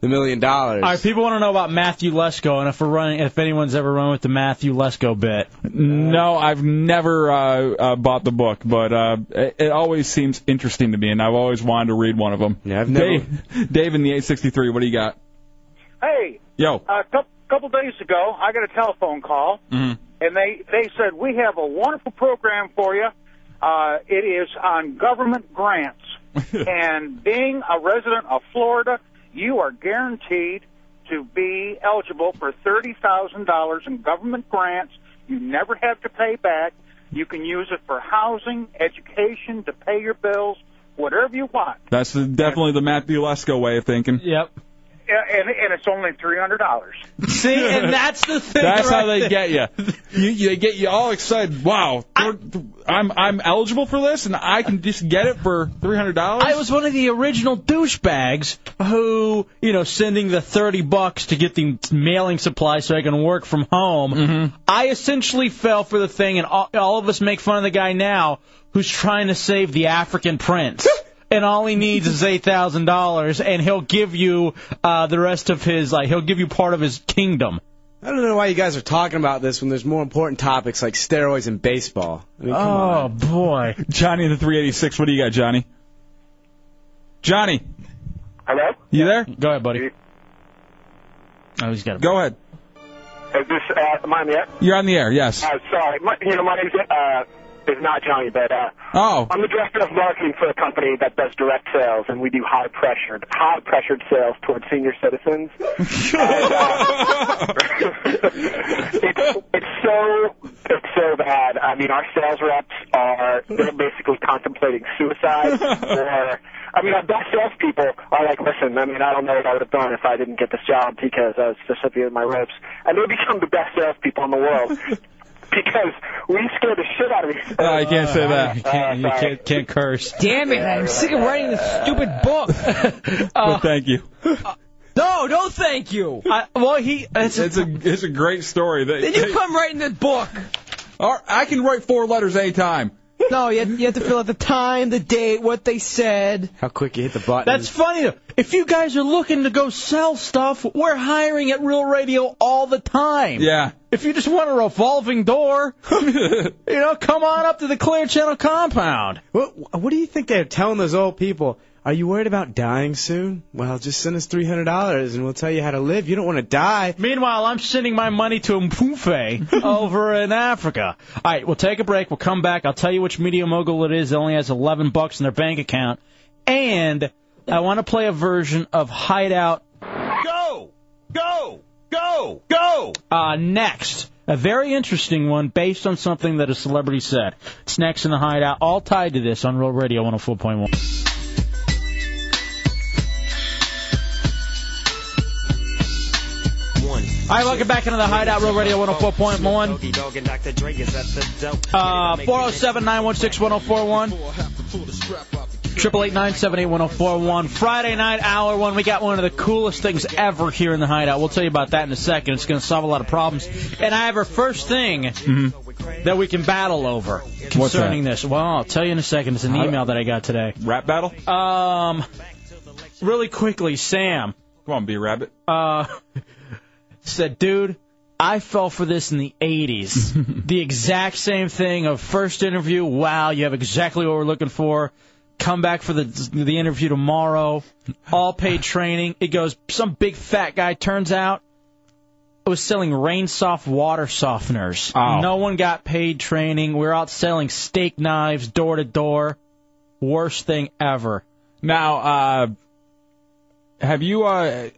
[SPEAKER 12] the million dollars.
[SPEAKER 2] All right, people want to know about Matthew Lesko and if we're running, if anyone's ever run with the Matthew Lesko bit.
[SPEAKER 1] No, I've never uh, uh, bought the book, but uh, it, it always seems interesting to me, and I've always wanted to read one of them. Yeah, I've
[SPEAKER 12] never-
[SPEAKER 1] Dave, Dave in the 863, what do you got?
[SPEAKER 13] Hey,
[SPEAKER 1] Yo.
[SPEAKER 13] a couple, couple days ago, I got a telephone call,
[SPEAKER 1] Mm.
[SPEAKER 13] and they they said we have a wonderful program for you. Uh, it is on government grants, and being a resident of Florida, you are guaranteed to be eligible for thirty thousand dollars in government grants. You never have to pay back. You can use it for housing, education, to pay your bills, whatever you want.
[SPEAKER 1] That's the, definitely the Matthew Lesko way of thinking.
[SPEAKER 2] Yep.
[SPEAKER 13] A- And, and it's only three hundred dollars.
[SPEAKER 2] See, and that's the thing.
[SPEAKER 1] That's how
[SPEAKER 2] right
[SPEAKER 1] they
[SPEAKER 2] there.
[SPEAKER 1] get you. you. you- They get you all excited. Wow, they're- I'm I'm eligible for this, and I can just get it for three hundred dollars.
[SPEAKER 2] I was one of the original douchebags who, you know, sending the 30 bucks to get the mailing supply so I can work from home.
[SPEAKER 1] Mm-hmm.
[SPEAKER 2] I essentially fell for the thing, and all, all of us make fun of the guy now who's trying to save the African prince. And all he needs is eight thousand dollars, and he'll give you uh, the rest of his like he'll give you part of his kingdom.
[SPEAKER 12] I don't know why you guys are talking about this when there's more important topics like steroids and baseball. I mean, come on.
[SPEAKER 2] Oh boy,
[SPEAKER 1] Johnny in the 386. What do you got, Johnny? Johnny,
[SPEAKER 8] Hello?
[SPEAKER 1] you there?
[SPEAKER 2] Go ahead, buddy. Oh, he's got.
[SPEAKER 1] Go ahead.
[SPEAKER 8] Is this, uh, am I on the air?
[SPEAKER 1] You're on the air. Yes.
[SPEAKER 8] Uh, sorry, my, you know, my name's, uh, is not Johnny, but, uh,
[SPEAKER 1] Oh.
[SPEAKER 8] I'm the director of marketing for a company that does direct sales, and we do high pressured, high pressured sales towards senior citizens. And, uh, it's, it's so, it's so bad. I mean, our sales reps are, they're basically contemplating suicide, or, I mean, our best salespeople are like, listen, I mean, I don't know what I would have done if I didn't get this job because I was just at the end of my ropes. And they become the best salespeople in the world because we scare the shit out of these.
[SPEAKER 1] Uh, I can't say that.
[SPEAKER 2] You can't, you can't, can't curse.
[SPEAKER 3] Damn it! I'm sick of writing this stupid book.
[SPEAKER 1] well, thank you.
[SPEAKER 3] No, no, thank you.
[SPEAKER 2] I, well, he.
[SPEAKER 1] It's, a it's a great story. They,
[SPEAKER 3] Then you come writing this book.
[SPEAKER 1] All right, I can write four letters at a time.
[SPEAKER 3] No, you have, you have to fill out the time, the date, what they said.
[SPEAKER 12] How quick you hit the button.
[SPEAKER 2] That's funny. though. If you guys are looking to go sell stuff, we're hiring at Real Radio all the time.
[SPEAKER 1] Yeah.
[SPEAKER 2] If you just want a revolving door, you know, come on up to the Clear Channel compound.
[SPEAKER 12] What What do you think they're telling those old people? Are you worried about dying soon? Well, just send us three hundred dollars and we'll tell you how to live. You don't want to die.
[SPEAKER 2] Meanwhile, I'm sending my money to Mpufe over in Africa. All right, we'll take a break. We'll come back. I'll tell you which media mogul it is that only has 11 bucks in their bank account. And I want to play a version of Hideout
[SPEAKER 14] Go! Go! Go! Go!
[SPEAKER 2] Uh, next, a very interesting one based on something that a celebrity said. It's next in the hideout, all tied to this on Real Radio 104.1.
[SPEAKER 15] One.
[SPEAKER 2] All right, welcome back into the hideout, Real Radio 104.1. Uh, 407 916 oh Triple eight nine seven eight one zero four one. Friday night hour one. We got one of the coolest things ever here in the hideout. We'll tell you about that in a second. It's going to solve a lot of problems. And I have our first thing that we can battle over concerning this. Well, I'll tell you in a second. It's an email that I got today.
[SPEAKER 1] Rap battle.
[SPEAKER 2] Um, really quickly, Sam.
[SPEAKER 1] Come on, be rabbit.
[SPEAKER 2] Uh, said, dude, I fell for this in the 80s. the exact same thing of first interview. Wow, you have exactly what we're looking for. Come back for the the interview tomorrow. All paid training. It goes. Some big fat guy turns out it was selling rain soft water softeners. No one got paid training. We're out selling steak knives door to door. Worst thing ever.
[SPEAKER 1] Now, uh, Have you? Uh,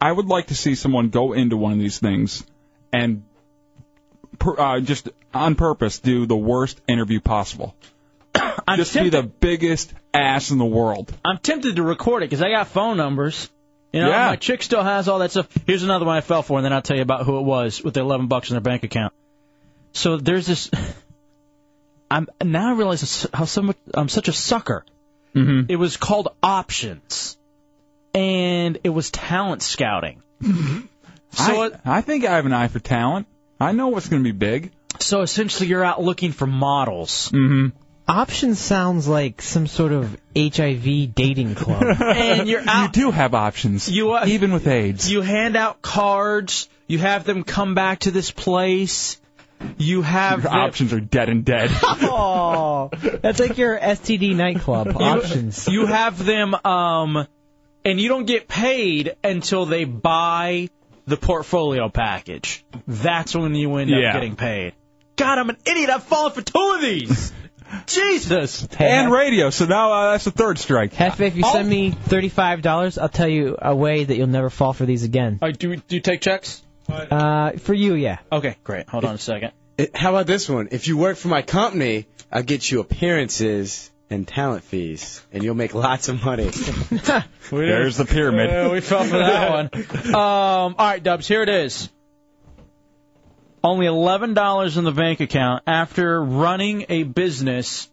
[SPEAKER 1] I would like to see someone go into one of these things and per, uh, just on purpose do the worst interview possible. just be the biggest ass in the world.
[SPEAKER 2] I'm tempted to record it because I got phone numbers. You know,
[SPEAKER 1] Yeah.
[SPEAKER 2] my chick still has all that stuff. Here's another one I fell for, and then I'll tell you about who it was with the 11 bucks in their bank account. So there's this. I'm now I realize how so much I'm such a sucker. Mm-hmm. It was called options, and it was talent scouting.
[SPEAKER 1] So I, I think I have an eye for talent. I know what's going to be big.
[SPEAKER 2] So essentially, you're out looking for models.
[SPEAKER 1] Mm-hmm.
[SPEAKER 3] Option sounds like some sort of HIV dating club.
[SPEAKER 2] and you're out.
[SPEAKER 1] You do have options.
[SPEAKER 2] You uh,
[SPEAKER 1] even with AIDS.
[SPEAKER 2] You hand out cards. You have them come back to this place. You have
[SPEAKER 1] Your
[SPEAKER 2] them-
[SPEAKER 1] options are dead and dead.
[SPEAKER 3] oh, that's like your STD nightclub
[SPEAKER 2] You-
[SPEAKER 3] options.
[SPEAKER 2] You have them, um, and you don't get paid until they buy the portfolio package. That's when you end
[SPEAKER 1] Yeah.
[SPEAKER 2] up getting paid. God, I'm an idiot. I've fallen for two of these. Jesus.
[SPEAKER 1] and radio. So now uh, that's the third strike.
[SPEAKER 3] Hefe, if you send me thirty-five dollars, I'll tell you a way that you'll never fall for these again.
[SPEAKER 2] Uh, do, do you take checks?
[SPEAKER 3] Uh, for you, yeah.
[SPEAKER 2] Okay, great. Hold on a second.
[SPEAKER 12] It- how about this one? If you work for my company, I'll get you appearances and talent fees, and you'll make lots of money.
[SPEAKER 1] There's the pyramid.
[SPEAKER 2] Uh, we fell for that one. Um, all right, Dubs, here it is. Only $11 in the bank account after running a business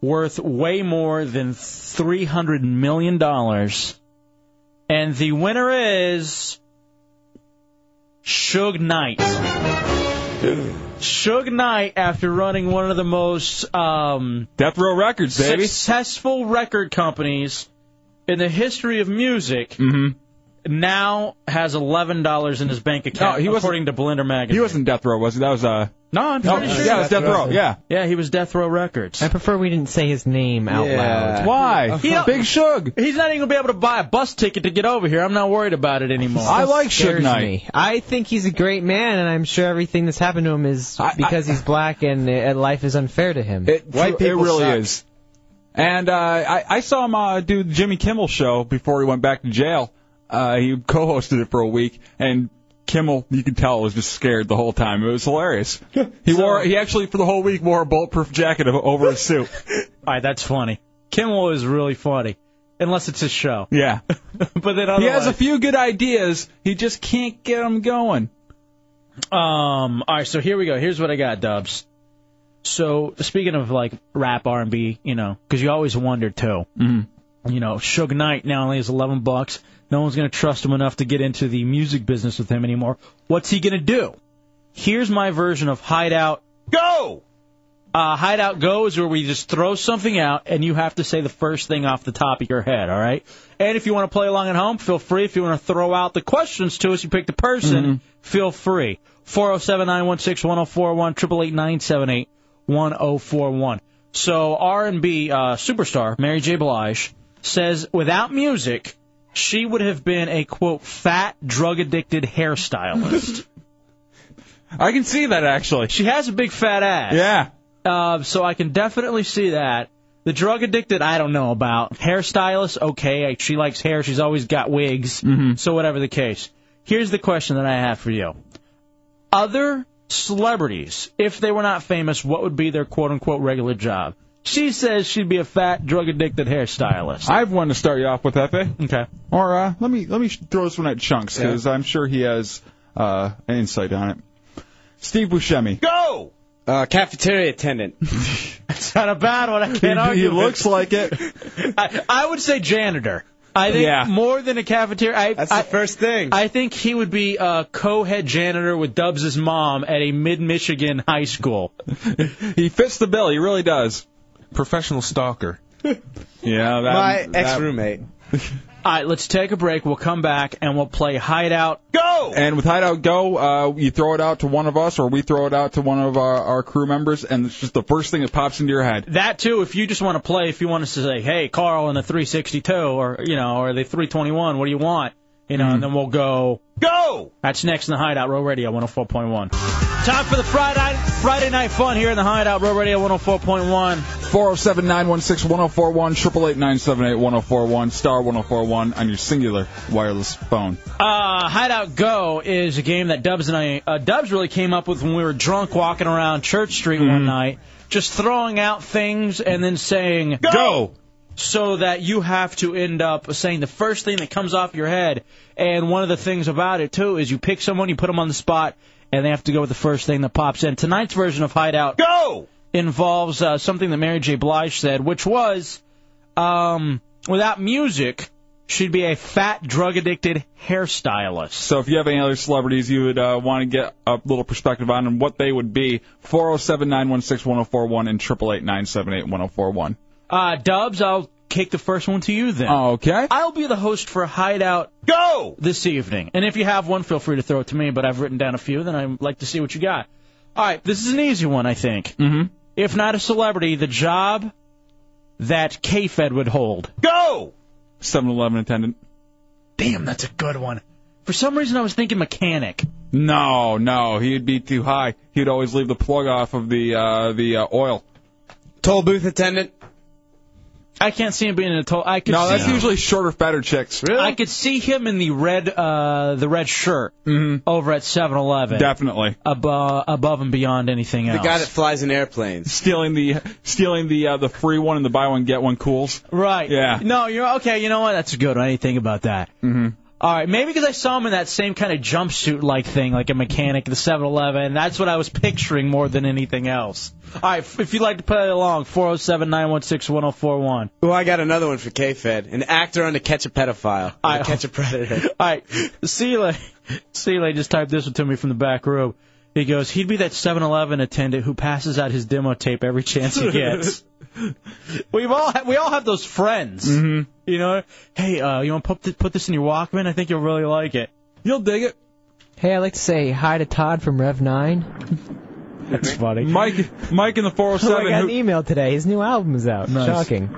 [SPEAKER 2] worth way more than $300 million. And the winner is. Suge Knight. Suge Knight, after running one of the most um,
[SPEAKER 1] Death Row Records, baby.
[SPEAKER 2] successful record companies in the history of music,
[SPEAKER 1] Mm-hmm.
[SPEAKER 2] now has eleven dollars in his bank account,
[SPEAKER 1] No, he wasn't-
[SPEAKER 2] Uh, according to Blender Magazine.
[SPEAKER 1] He wasn't death row, was he? That was uh.
[SPEAKER 2] No, I'm
[SPEAKER 1] No,
[SPEAKER 2] pretty sure.
[SPEAKER 1] yeah, it was Death Row. Yeah.
[SPEAKER 2] yeah, he was Death Row Records.
[SPEAKER 3] I prefer we didn't say his name out loud.
[SPEAKER 1] Why?
[SPEAKER 2] He don't-
[SPEAKER 1] Big Suge.
[SPEAKER 2] He's not even gonna be able to buy a bus ticket to get over here. I'm not worried about it anymore.
[SPEAKER 3] That scares me. I think he's a great man, and I'm sure everything that's happened to him is because he's black and, uh, and life is unfair to him.
[SPEAKER 1] It really is. And uh, I, I saw him uh, do the Jimmy Kimmel show before he went back to jail. Uh, he co-hosted it for a week, and Kimmel, you could tell, was just scared the whole time. It was hilarious. He wore, he actually for the whole week wore a bulletproof jacket o- over his suit.
[SPEAKER 2] All right, that's funny. Kimmel is really funny, unless it's his show.
[SPEAKER 1] Yeah.
[SPEAKER 2] but then
[SPEAKER 1] He has
[SPEAKER 2] otherwise-
[SPEAKER 1] a few good ideas. He just can't get them going.
[SPEAKER 2] Um. All right. So here we go. Here's what I got, Dubs. So speaking of like rap R and B, you know, 'cause you always wonder too. Mm.
[SPEAKER 1] Mm-hmm.
[SPEAKER 2] You know, Suge Knight now only has 11 bucks. No one's gonna trust him enough to get into the music business with him anymore. What's he gonna do? Here's my version of Hideout Go. Uh, Hideout Go is where we just throw something out and you have to say the first thing off the top of your head. All right. And if you want to play along at home, feel free. If you want to throw out the questions to us, you pick the person. Feel free. 407 916 1041 888 978 1041. So R&B uh, superstar Mary J. Blige says without music, she would have been a quote fat drug addicted hairstylist.
[SPEAKER 1] I can see that actually.
[SPEAKER 2] She has a big fat ass.
[SPEAKER 1] Yeah.
[SPEAKER 2] Uh, so I can definitely see that. The drug addicted, I don't know about. Hairstylist, okay. like, She likes hair. She's always got wigs.
[SPEAKER 1] Mm-hmm.
[SPEAKER 2] So whatever the case. Here's the question that I have for you. Other celebrities, if they were not famous, what would be their quote unquote regular job? She says she'd be a fat, drug addicted hairstylist.
[SPEAKER 1] I have one to start you off with, Efe.
[SPEAKER 2] Okay.
[SPEAKER 1] Or uh, let me let me sh- throw this one at Chunks because I'm sure he has uh, an insight on it. Steve Buscemi.
[SPEAKER 14] Go.
[SPEAKER 12] Uh, cafeteria attendant.
[SPEAKER 2] It's not a bad one. I
[SPEAKER 1] He,
[SPEAKER 2] can't argue.
[SPEAKER 1] he
[SPEAKER 2] with.
[SPEAKER 1] looks like it.
[SPEAKER 2] I, I would say janitor. I think
[SPEAKER 1] Yeah.
[SPEAKER 2] more than a cafeteria. I, That's
[SPEAKER 12] the
[SPEAKER 2] first thing. I think he would be a co-head janitor with Dubs' mom at a mid-Michigan high school.
[SPEAKER 1] he fits the bill. He really does.
[SPEAKER 14] Professional stalker.
[SPEAKER 1] Yeah. That,
[SPEAKER 12] My
[SPEAKER 1] that-
[SPEAKER 12] ex roommate.
[SPEAKER 2] All right, let's take a break. We'll come back and we'll play Hideout.
[SPEAKER 14] Go.
[SPEAKER 1] And with Hideout Go, uh, you throw it out to one of us, or we throw it out to one of our, our crew members, and it's just the first thing that pops into your head.
[SPEAKER 2] That too, if you just want to play, if you want us to say, "Hey, Carl in the 362," or you know, or the 321, what do you want? You know, and then we'll go. Mm-hmm. Go! That's next in the Hideout Row Radio 104.1. Time for the Friday Friday night fun here in the Hideout Row Radio 104.1.
[SPEAKER 1] 407 916 1041, 888 978 1041, star 1041 on your singular wireless phone.
[SPEAKER 2] Uh, Hideout Go is a game that Dubs and I, uh, Dubs really came up with when we were drunk walking around Church Street one night, just throwing out things and then saying go, so that you have to end up saying the first thing that comes off your head. And one of the things about it too is you pick someone, you put them on the spot, and they have to go with the first thing that pops in. Tonight's version of Hideout Go involves uh, something that Mary J. Blige said, which was, um, without music, she'd be a fat, drug addicted hairstylist.
[SPEAKER 1] So if you have any other celebrities you would uh, want to get a little perspective on and what they would be, 407 916 1041 and 888 978 1041.
[SPEAKER 2] Uh, Dubs, I'll kick the first one to you then.
[SPEAKER 1] Okay.
[SPEAKER 2] I'll be the host for Hideout Go this evening. And if you have one, feel free to throw it to me, but I've written down a few, then I'd like to see what you got. All right, this is an easy one, I think.
[SPEAKER 1] Mm-hmm.
[SPEAKER 2] If not a celebrity, the job that K-Fed would hold. Go!
[SPEAKER 1] 7 Eleven attendant.
[SPEAKER 2] Damn, that's a good one. For some reason, I was thinking mechanic.
[SPEAKER 1] No, no, he'd be too high. He'd always leave the plug off of the uh, the uh, oil.
[SPEAKER 12] Toll booth attendant.
[SPEAKER 2] I can't see him being in a toll. I could
[SPEAKER 1] No, that's
[SPEAKER 2] see-
[SPEAKER 1] usually shorter, fatter chicks.
[SPEAKER 2] I could see him in the red, uh, the red shirt over at 7-Eleven.
[SPEAKER 1] Mm-hmm. Definitely.
[SPEAKER 2] Above, above and beyond anything
[SPEAKER 12] The
[SPEAKER 2] else.
[SPEAKER 12] guy that flies in airplanes.
[SPEAKER 1] Stealing the stealing the uh, the free one and the buy one get one cools.
[SPEAKER 2] Right.
[SPEAKER 1] Yeah.
[SPEAKER 2] No, you're okay. You know what? That's good. I didn't think about that.
[SPEAKER 1] Mm-hmm.
[SPEAKER 2] All right, maybe because I saw him in that same kind of jumpsuit-like thing, like a mechanic at the 7-Eleven. That's what I was picturing more than anything else. All right, f- if you'd like to play along, 407-916-1041.
[SPEAKER 12] Well, I got another one for K-Fed. An actor on to catch a pedophile. Or to catch a predator.
[SPEAKER 2] All right, Seeley, Seeley just typed this one to me from the back room. He goes, he'd be that 7-Eleven attendant who passes out his demo tape every chance he gets. We've all ha- we all have those friends, Mm-hmm. you know. Hey, uh, you want to put th- put this in your Walkman? I think you'll really like it. You'll dig it.
[SPEAKER 3] Hey, I'd like to say hi to Todd from Rev Nine.
[SPEAKER 2] That's funny.
[SPEAKER 1] Mike Mike in the
[SPEAKER 3] Oh, I
[SPEAKER 1] 407.
[SPEAKER 3] got an
[SPEAKER 1] who-
[SPEAKER 3] email today. His new album is out.
[SPEAKER 1] Nice.
[SPEAKER 3] Shocking.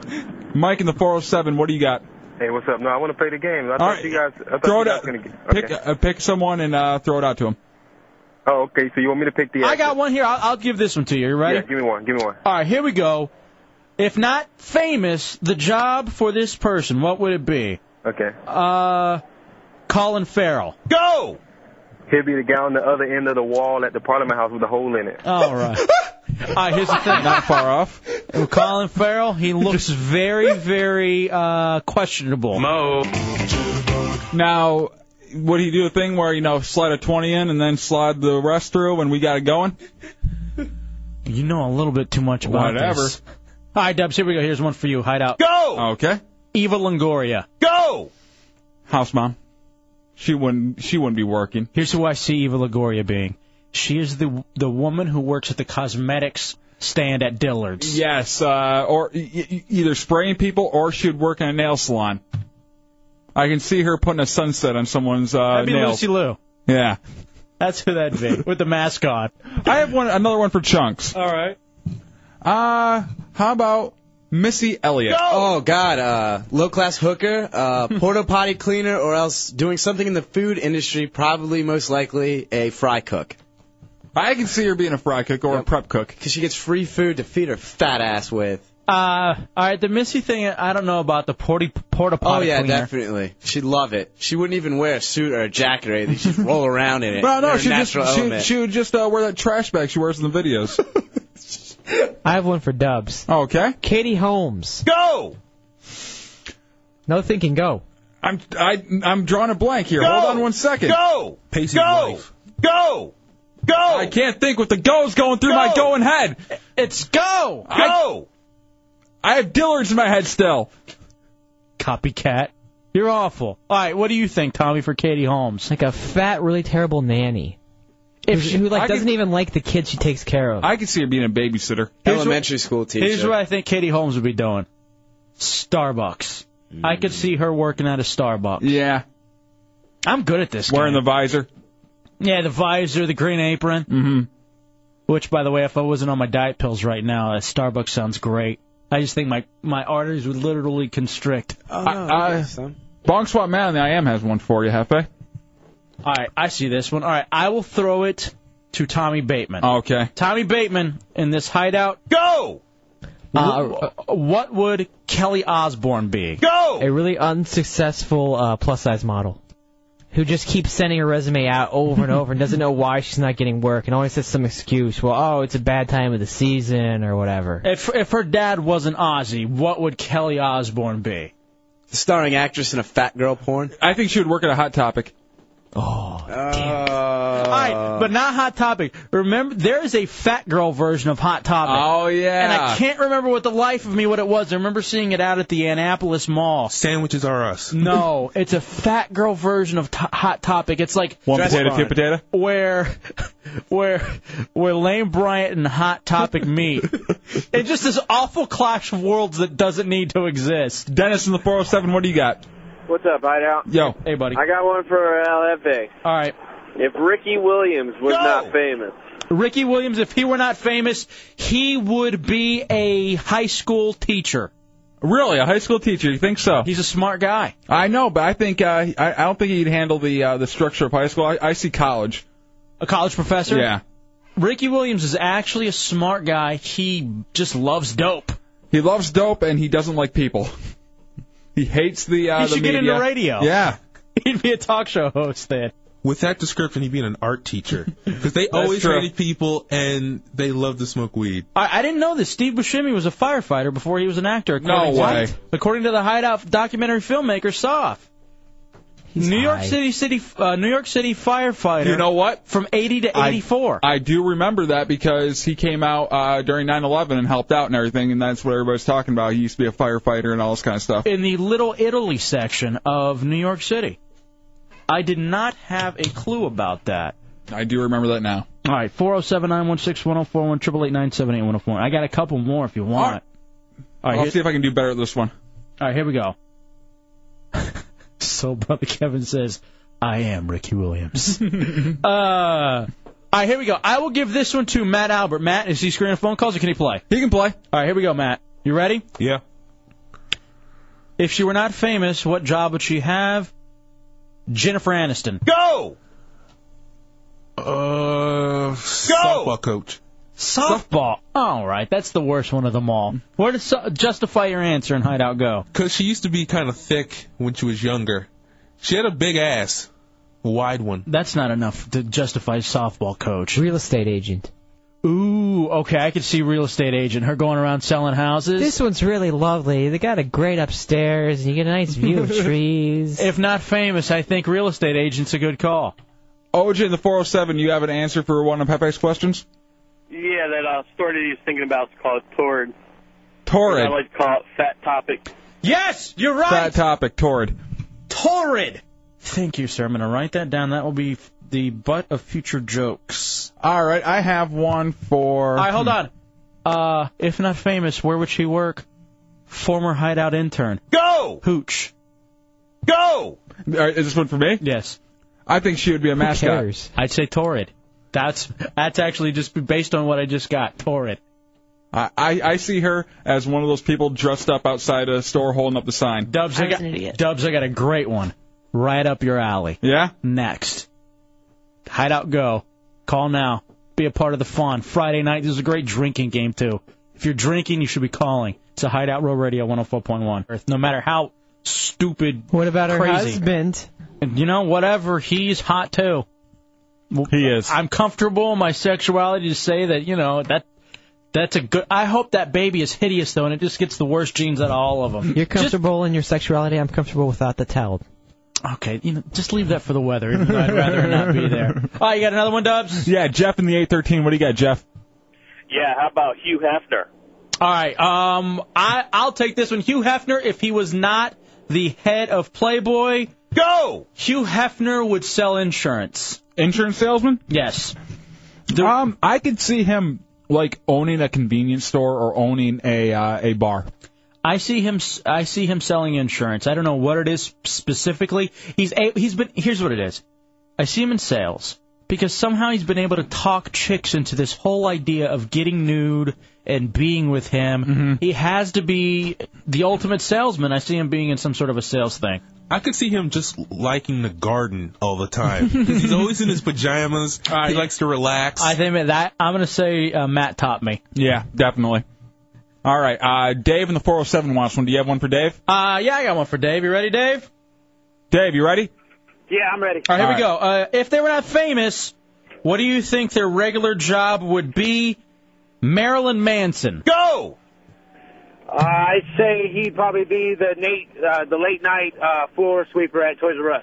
[SPEAKER 1] Mike in the 407. What do you got?
[SPEAKER 11] Hey, what's up? No, I want to play the game. I
[SPEAKER 1] All
[SPEAKER 11] thought
[SPEAKER 1] right.
[SPEAKER 11] you guys. I thought
[SPEAKER 1] Throw
[SPEAKER 11] you
[SPEAKER 1] it
[SPEAKER 11] guys
[SPEAKER 1] out.
[SPEAKER 11] Gonna, get- okay.
[SPEAKER 1] Pick uh, pick someone and uh, throw it out to him.
[SPEAKER 11] Oh, okay. So you want me to pick the? uh,
[SPEAKER 2] I got one here. I'll, I'll give this one to you. You ready?
[SPEAKER 11] Yeah, give me one. Give me one.
[SPEAKER 2] All right, here we go. If not famous, the job for this person, what would it be?
[SPEAKER 11] Okay.
[SPEAKER 2] Uh, Colin Farrell. Go.
[SPEAKER 11] He'll be the guy on the other end of the wall at the Parliament House with a hole in it.
[SPEAKER 2] All right. All right, here's the thing. Not far off. Colin Farrell, he looks very, very uh, questionable.
[SPEAKER 1] Mo. Now, would he do a thing where you know slide a 20 in and then slide the rest through and we got it going?
[SPEAKER 2] You know a little bit too much about
[SPEAKER 1] Whatever.
[SPEAKER 2] this. All right, Dubs, here we go. Here's one for you. Hideout. Go!
[SPEAKER 1] Okay.
[SPEAKER 2] Eva Longoria. Go!
[SPEAKER 1] House mom. She wouldn't. She wouldn't be working.
[SPEAKER 2] Here's who I see Eva Longoria being. She is the the woman who works at the cosmetics stand at Dillard's.
[SPEAKER 1] Yes, uh, or e- e- either spraying people or she'd work in a nail salon. I can see her putting a sunset on someone's uh,
[SPEAKER 2] That'd be
[SPEAKER 1] nails.
[SPEAKER 2] Lucy Liu.
[SPEAKER 1] Yeah.
[SPEAKER 2] That's who that'd be, with the mask on.
[SPEAKER 1] I have one. Another one for chunks.
[SPEAKER 2] All right.
[SPEAKER 1] Uh, how about Missy Elliott?
[SPEAKER 12] Oh God, uh, low class hooker, uh, porta potty cleaner, or else doing something in the food industry. Probably most likely a fry cook.
[SPEAKER 1] I can see her being a fry cook or a prep cook
[SPEAKER 12] because she gets free food to feed her fat ass with.
[SPEAKER 2] Uh, all right. The Missy thing, I don't know about the porty, porta
[SPEAKER 12] Oh
[SPEAKER 2] potty
[SPEAKER 12] yeah,
[SPEAKER 2] cleaner.
[SPEAKER 12] definitely. She'd love it. She wouldn't even wear a suit or a jacket or anything. She'd just roll around in it.
[SPEAKER 1] Well,
[SPEAKER 12] in
[SPEAKER 1] no,
[SPEAKER 12] her
[SPEAKER 1] she just
[SPEAKER 12] natural
[SPEAKER 1] she,
[SPEAKER 12] element.
[SPEAKER 1] she would just uh, wear that trash bag she wears in the videos.
[SPEAKER 3] I have one for Dubs.
[SPEAKER 1] Oh, Okay.
[SPEAKER 3] Katie Holmes.
[SPEAKER 2] Go.
[SPEAKER 3] No thinking. Go.
[SPEAKER 1] I'm I, I'm drawing a blank here.
[SPEAKER 3] Go!
[SPEAKER 1] Hold on one second.
[SPEAKER 3] Go!
[SPEAKER 1] Pacey's
[SPEAKER 3] Go!
[SPEAKER 1] wife.
[SPEAKER 2] Go. Go. I
[SPEAKER 1] can't think with the go's going through my going head.
[SPEAKER 2] It's go.
[SPEAKER 1] Go. I, have Dillard's in my head still.
[SPEAKER 2] Copycat. You're awful. All right. What do you think, Tommy, for Katie Holmes?
[SPEAKER 3] Like a fat, really terrible nanny. If she, who like
[SPEAKER 1] I could-
[SPEAKER 3] doesn't even like the kid she takes care of.
[SPEAKER 1] I can see her being a babysitter.
[SPEAKER 2] Here's Elementary
[SPEAKER 12] what- school
[SPEAKER 2] Here's what I think Katie Holmes would be doing. Starbucks. I could see her working at a Starbucks.
[SPEAKER 1] Yeah.
[SPEAKER 2] I'm good at this.
[SPEAKER 1] Wearing
[SPEAKER 2] game.
[SPEAKER 1] the visor.
[SPEAKER 2] Yeah, the visor, the green apron.
[SPEAKER 1] Mm-hmm.
[SPEAKER 2] Which, by the way, if I wasn't on my diet pills right now, that Starbucks sounds great. I just think my my arteries would literally constrict.
[SPEAKER 12] Oh, no,
[SPEAKER 1] I-
[SPEAKER 12] I
[SPEAKER 1] I-
[SPEAKER 12] guess so.
[SPEAKER 1] Bong Swap Man on the IM has one for you, Hefe.
[SPEAKER 2] All right, I see this one. All right, I will throw it to Tommy Bateman.
[SPEAKER 1] Oh, Okay.
[SPEAKER 2] Tommy Bateman in this hideout. Go. Uh, what would Kelly Osborne be?
[SPEAKER 3] Go! A really unsuccessful uh, plus size model who just keeps sending her resume out over and over and doesn't know why she's not getting work and always has some excuse. Well, oh, it's a bad time of the season or whatever.
[SPEAKER 2] If if her dad wasn't Ozzy, what would Kelly Osborne be?
[SPEAKER 12] Starring actress in a fat girl porn.
[SPEAKER 1] I think she would work at a Hot Topic.
[SPEAKER 3] Oh,
[SPEAKER 2] All
[SPEAKER 1] Uh,
[SPEAKER 2] right, but not Hot Topic. Remember, there is a fat girl version of Hot Topic.
[SPEAKER 1] Oh, yeah.
[SPEAKER 2] And I can't remember what the life of me what it was. I remember seeing it out at the Annapolis Mall.
[SPEAKER 14] Sandwiches are us.
[SPEAKER 2] No, it's a fat girl version of to- Hot Topic. It's like
[SPEAKER 1] One potato, two potato?
[SPEAKER 2] Where, where, where Lane Bryant and Hot Topic meet. it's just this awful clash of worlds that doesn't need to exist.
[SPEAKER 1] Dennis in the 407, what do you got?
[SPEAKER 16] What's up, Hideout?
[SPEAKER 1] Yo.
[SPEAKER 2] Hey, buddy.
[SPEAKER 16] I got one for LFA.
[SPEAKER 2] All right.
[SPEAKER 16] If Ricky Williams was not famous,
[SPEAKER 2] Ricky Williams, if he were not famous, he would be a high school teacher.
[SPEAKER 1] Really, a high school teacher? You think so?
[SPEAKER 2] He's a smart guy.
[SPEAKER 1] I know, but I think uh, I, I don't think he'd handle the uh, the structure of high school. I, I see college.
[SPEAKER 2] A college professor?
[SPEAKER 1] Yeah.
[SPEAKER 2] Ricky Williams is actually a smart guy. He just loves dope.
[SPEAKER 1] He loves dope and he doesn't like people. He hates the. Uh,
[SPEAKER 2] he
[SPEAKER 1] the
[SPEAKER 2] should get
[SPEAKER 1] media.
[SPEAKER 2] into radio.
[SPEAKER 1] Yeah.
[SPEAKER 2] He'd be a talk show host then.
[SPEAKER 14] With that description, he'd be an art teacher. Because they
[SPEAKER 2] That's
[SPEAKER 14] always
[SPEAKER 2] true.
[SPEAKER 14] hated people and they love to smoke weed.
[SPEAKER 2] I, I didn't know this. Steve Buscemi was a firefighter before he was an actor. According
[SPEAKER 14] No way.
[SPEAKER 2] To, according to the Hideout documentary filmmaker Soft. New York
[SPEAKER 1] high.
[SPEAKER 2] City city uh, New York City firefighter.
[SPEAKER 1] You know what?
[SPEAKER 2] From 80 to 84.
[SPEAKER 1] I, I do remember that because he came out uh, during 9/11 and helped out and everything, and that's what everybody's talking about. He used to be a firefighter and all this kind of stuff.
[SPEAKER 2] in the Little Italy section of New York City. I did not have a clue about that.
[SPEAKER 1] I do remember that now.
[SPEAKER 2] All right, four zero seven nine one six one zero four one triple eight nine seven eight one zero four. I got a couple more if you want. All right,
[SPEAKER 1] I'll
[SPEAKER 2] here-
[SPEAKER 1] see if I can do better at this one.
[SPEAKER 2] All right, here we go. so, brother Kevin says, "I am Ricky Williams." uh, all right, here we go. I will give this one to Matt Albert. Matt, is he screening phone calls or can he play?
[SPEAKER 1] He can play.
[SPEAKER 2] All right, here we go, Matt. You ready?
[SPEAKER 14] Yeah.
[SPEAKER 2] If she were not famous, what job would she have? Jennifer Aniston.
[SPEAKER 14] Go. Uh, softball coach.
[SPEAKER 2] Softball. All right, that's the worst one of them all. Where does so- justify your answer and hideout go?
[SPEAKER 14] Because she used to be kind of thick when she was younger. She had a big ass, a wide one.
[SPEAKER 2] That's not enough to justify softball coach.
[SPEAKER 3] Real estate agent.
[SPEAKER 2] Ooh, okay, I could see real estate agent. Her going around selling houses.
[SPEAKER 3] This one's really lovely. They got a great upstairs, and you get a nice view of trees.
[SPEAKER 2] If not famous, I think real estate agent's a good call.
[SPEAKER 1] OJ in the 407, you have an answer for one of Pepe's questions?
[SPEAKER 17] Yeah, that uh, store that he's thinking about is called Torrid.
[SPEAKER 1] Torrid.
[SPEAKER 17] I like to call it Fat Topic.
[SPEAKER 2] Yes, you're right.
[SPEAKER 1] Fat topic, torrid.
[SPEAKER 2] Torrid. Thank you, sir. I'm going to write that down. That will be f- the butt of future jokes.
[SPEAKER 1] All right, I have one for.
[SPEAKER 2] All right, hold on. Uh, if not famous, where would she work? Former hideout intern. Go! Hooch. Go!
[SPEAKER 1] All right, is this one for me?
[SPEAKER 2] Yes.
[SPEAKER 1] I think she would be a mascot.
[SPEAKER 2] I'd say torrid. That's that's actually just based on what I just got. Torrid.
[SPEAKER 1] I, I, I see her as one of those people dressed up outside a store holding up the sign.
[SPEAKER 2] Dubs, I got, Dubs, I got a great one. Right up your alley.
[SPEAKER 1] Yeah?
[SPEAKER 2] Next. Hideout Go. Call now. Be a part of the fun. Friday night, this is a great drinking game, too. If you're drinking, you should be calling. It's a Hideout Row Radio 104.1. Earth, No matter how stupid,
[SPEAKER 3] What about her
[SPEAKER 2] crazy.
[SPEAKER 3] husband?
[SPEAKER 2] And you know, whatever, he's hot too. He is. I'm comfortable in my sexuality to say that, you know, that that's a good I hope that baby is hideous though and it just gets the worst genes out of all of them.
[SPEAKER 3] You're comfortable in your sexuality. I'm comfortable without the towel.
[SPEAKER 2] Okay, you know, just leave that for the weather. Even though I'd rather it not be there. Oh, you got another one, Dubs?
[SPEAKER 1] Yeah, Jeff in the 813. What do you got, Jeff?
[SPEAKER 17] Yeah, how about Hugh Hefner?
[SPEAKER 2] All right. Um, I I'll take this one. Hugh Hefner, if he was not the head of Playboy, go. Hugh Hefner would sell insurance.
[SPEAKER 1] Insurance salesman?
[SPEAKER 2] Yes.
[SPEAKER 1] um, I could see him like owning a convenience store or owning a uh, a bar.
[SPEAKER 2] I see him. s- I see him selling insurance. I don't know what it is specifically. He's a, he's been. Here's what it is. I see him in sales. because somehow he's been able to talk chicks into this whole idea of getting nude and being with him.
[SPEAKER 14] Mm-hmm.
[SPEAKER 2] He has to be the ultimate salesman. I see him being in some sort of a sales thing.
[SPEAKER 14] I could see him just liking the garden all the time. 'Cause he's always in his pajamas. he likes to relax.
[SPEAKER 2] I think that I'm going to say uh, Matt topped me.
[SPEAKER 1] Yeah, definitely. All right, uh, Dave in the 407 wants one. Do you have one for Dave?
[SPEAKER 2] Uh, yeah, I got one for Dave. You ready, Dave?
[SPEAKER 1] Dave, you ready?
[SPEAKER 13] Yeah, I'm ready.
[SPEAKER 2] All right, here we go. Uh, if they were not famous, what do you think their regular job would be? Marilyn Manson.
[SPEAKER 14] Go!
[SPEAKER 13] Uh, I'd say he'd probably be the Nate, uh, the late night uh, floor sweeper at Toys R Us.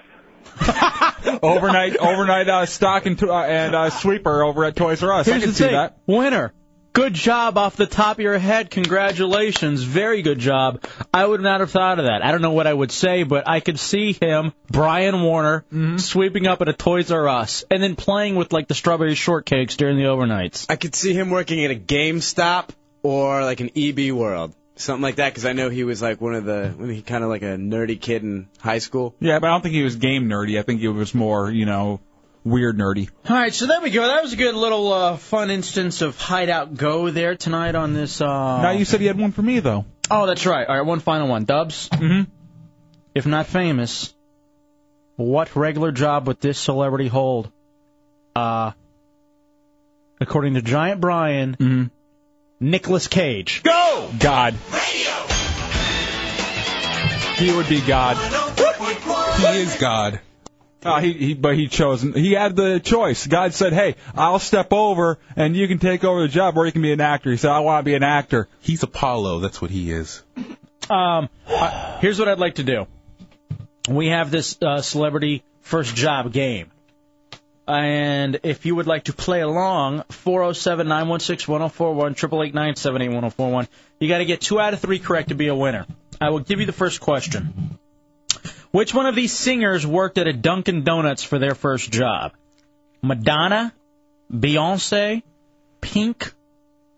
[SPEAKER 1] overnight, overnight uh, stock and, to- uh, and uh, sweeper over at Toys R Us. I
[SPEAKER 2] Here's
[SPEAKER 1] can
[SPEAKER 2] the
[SPEAKER 1] see
[SPEAKER 2] thing.
[SPEAKER 1] that.
[SPEAKER 2] Oh, Winner. Good job off the top of your head. Congratulations. Very good job. I would not have thought of that. I don't know what I would say, but I could see him, Brian Warner, sweeping up at a Toys R Us and then playing with like the strawberry shortcakes during the overnights.
[SPEAKER 12] I could see him working at a GameStop or like an EB World, something like that, because I know he was like one of the, when he kind of like a nerdy kid in high school.
[SPEAKER 1] Yeah, but I don't think he was game nerdy. I think he was more, you know, weird nerdy.
[SPEAKER 2] All right, so there we go. That was a good little uh, fun instance of Hideout Go there tonight on this. Uh...
[SPEAKER 1] Now you said he had one for me though.
[SPEAKER 2] Oh, that's right. All right, one final one. Dubs.
[SPEAKER 1] Mm-hmm.
[SPEAKER 2] If not famous, what regular job would this celebrity hold? Uh, according to Giant Brian, Nicholas Cage.
[SPEAKER 1] Mm-hmm. Go! God. He would be God.
[SPEAKER 14] He is God.
[SPEAKER 1] Uh, he, he, but he chose. He had the choice. God said, "Hey, I'll step over, and you can take over the job, or you can be an actor." He said, "I want to be an actor."
[SPEAKER 14] He's Apollo. That's what he is.
[SPEAKER 2] Um, I- here's what I'd like to do. We have this uh, celebrity first job game, and if you would like to play along, 407-916-1041, triple eight nine seven eight one zero four one. You got to get two out of three correct to be a winner. I will give you the first question. Which one of these singers worked at a Dunkin' Donuts for their first job? Madonna, Beyonce, Pink,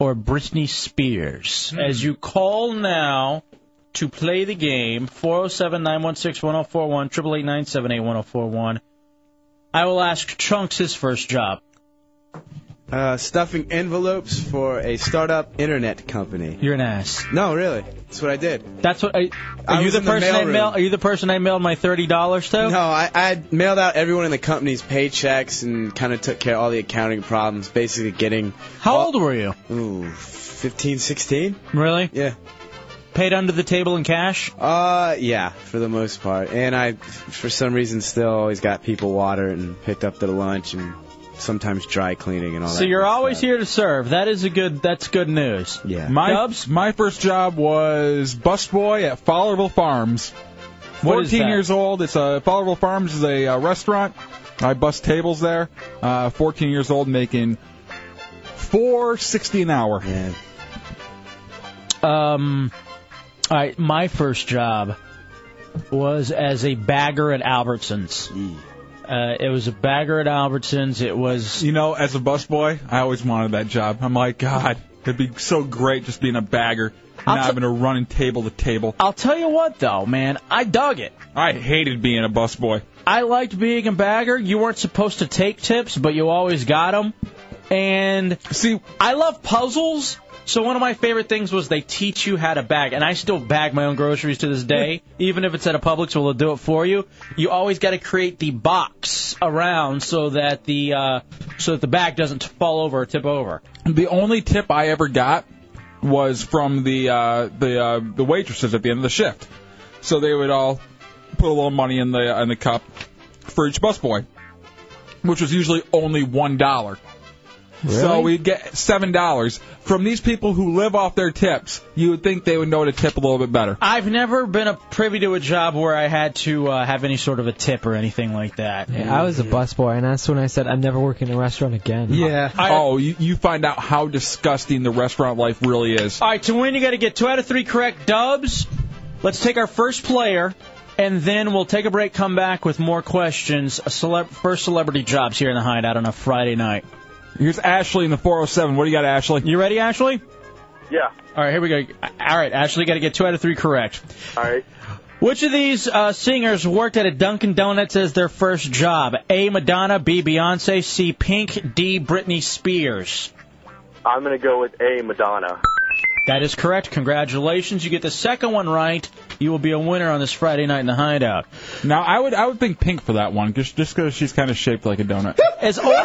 [SPEAKER 2] or Britney Spears? As you call now to play the game, 407 916 1041, 888 978 1041. I will ask Chunks his first job.
[SPEAKER 12] Uh, stuffing envelopes for a startup internet company.
[SPEAKER 2] You're an ass.
[SPEAKER 12] No, really. That's what I did.
[SPEAKER 2] That's what I.
[SPEAKER 12] I
[SPEAKER 2] Are you
[SPEAKER 12] was
[SPEAKER 2] the
[SPEAKER 12] in the
[SPEAKER 2] person I
[SPEAKER 12] mailroom.
[SPEAKER 2] mail? Are you the person I mailed my thirty dollars to?
[SPEAKER 12] No, I, I mailed out everyone in the company's paychecks and kind of took care of all the accounting problems, basically getting.
[SPEAKER 2] How old were you?
[SPEAKER 12] Ooh, 15, 16?
[SPEAKER 2] Really?
[SPEAKER 12] Yeah.
[SPEAKER 2] Paid under the table in cash?
[SPEAKER 12] Uh, yeah, for the most part. And I, for some reason, still always got people water and picked up their lunch and sometimes dry cleaning and all
[SPEAKER 2] So
[SPEAKER 12] that.
[SPEAKER 2] you're always here to serve. That is a good. That's good news.
[SPEAKER 12] Yeah.
[SPEAKER 1] My
[SPEAKER 2] Dubs?
[SPEAKER 1] my first job was busboy at Fowlerville Farms.
[SPEAKER 2] What is
[SPEAKER 1] 14
[SPEAKER 2] that?
[SPEAKER 1] years old. It's a Fowlerville Farms is a uh, restaurant. I bust tables there. Uh, 14 years old, making 460 an hour.
[SPEAKER 12] Yeah.
[SPEAKER 2] Um, all right, my first job was as a bagger at Albertsons. Uh, it was a bagger at Albertsons. It was
[SPEAKER 1] You know, as a busboy, I always wanted that job. I'm like, God, it'd be so great just being a bagger, not having to run table to table.
[SPEAKER 2] I'll tell you what, though, man, I dug it.
[SPEAKER 1] I hated being a busboy.
[SPEAKER 2] I liked being a bagger. You weren't supposed to take tips, but you always got 'em. And
[SPEAKER 1] see,
[SPEAKER 2] I love puzzles. So one of my favorite things was they teach you how to bag, and I still bag my own groceries to this day. even if it's at a Publix, well, they'll do it for you. You always got to create the box around so that the uh, so that the bag doesn't fall over or tip over.
[SPEAKER 1] The only tip I ever got was from the uh, the uh, the waitresses at the end of the shift. So they would all put a little money in the in the cup for each busboy, which was usually only one dollar. So
[SPEAKER 2] Really?
[SPEAKER 1] we'd get seven dollars from these people who live off their tips. You would think they would know to tip a little bit better.
[SPEAKER 2] I've never been a privy to a job where I had to uh, have any sort of a tip or anything like that.
[SPEAKER 3] I was a busboy, and that's when I said I'm never working in a restaurant again.
[SPEAKER 1] oh, you, you find out how disgusting the restaurant life really is.
[SPEAKER 2] All right, to win, you got to get two out of three correct dubs. Let's take our first player, and then we'll take a break, come back with more questions. A celeb- first celebrity jobs here in the hideout on a Friday night.
[SPEAKER 1] Here's Ashley in the 407. What do you got, Ashley?
[SPEAKER 2] You ready, Ashley?
[SPEAKER 17] Yeah.
[SPEAKER 2] All right, here we go. All right, Ashley, got to get two out of three correct.
[SPEAKER 17] All right.
[SPEAKER 2] Which of these uh, singers worked at a Dunkin' Donuts as their first job? A. Madonna, B. Beyonce, C. Pink, D. Britney Spears.
[SPEAKER 18] I'm gonna go with A. Madonna.
[SPEAKER 2] That is correct. Congratulations. You get the second one right. You will be a winner on this Friday night in the Hideout.
[SPEAKER 1] Now, I would I would think pink for that one, just just 'cause she's kind of shaped like a donut.
[SPEAKER 2] As old,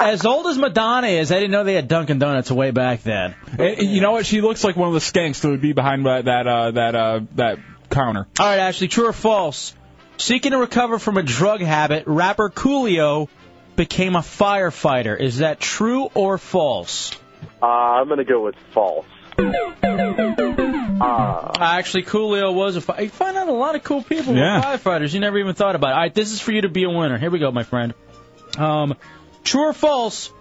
[SPEAKER 2] as old as Madonna is, I didn't know they had Dunkin' Donuts way back then.
[SPEAKER 1] And- and Eh, you know what? She looks like one of the skanks that would be behind that that uh, that uh, that counter.
[SPEAKER 2] All right, Ashley, true or false? Seeking to recover from a drug habit, rapper Coolio became a firefighter. Is that true or false?
[SPEAKER 18] Uh, I'm gonna go with false.
[SPEAKER 2] Uh, Actually, Coolio was a fi- You find out a lot of cool people
[SPEAKER 18] Yeah.
[SPEAKER 2] were firefighters. You never even thought about it. All right, this is for you to be a winner. Here we go, my friend. Um, true or false?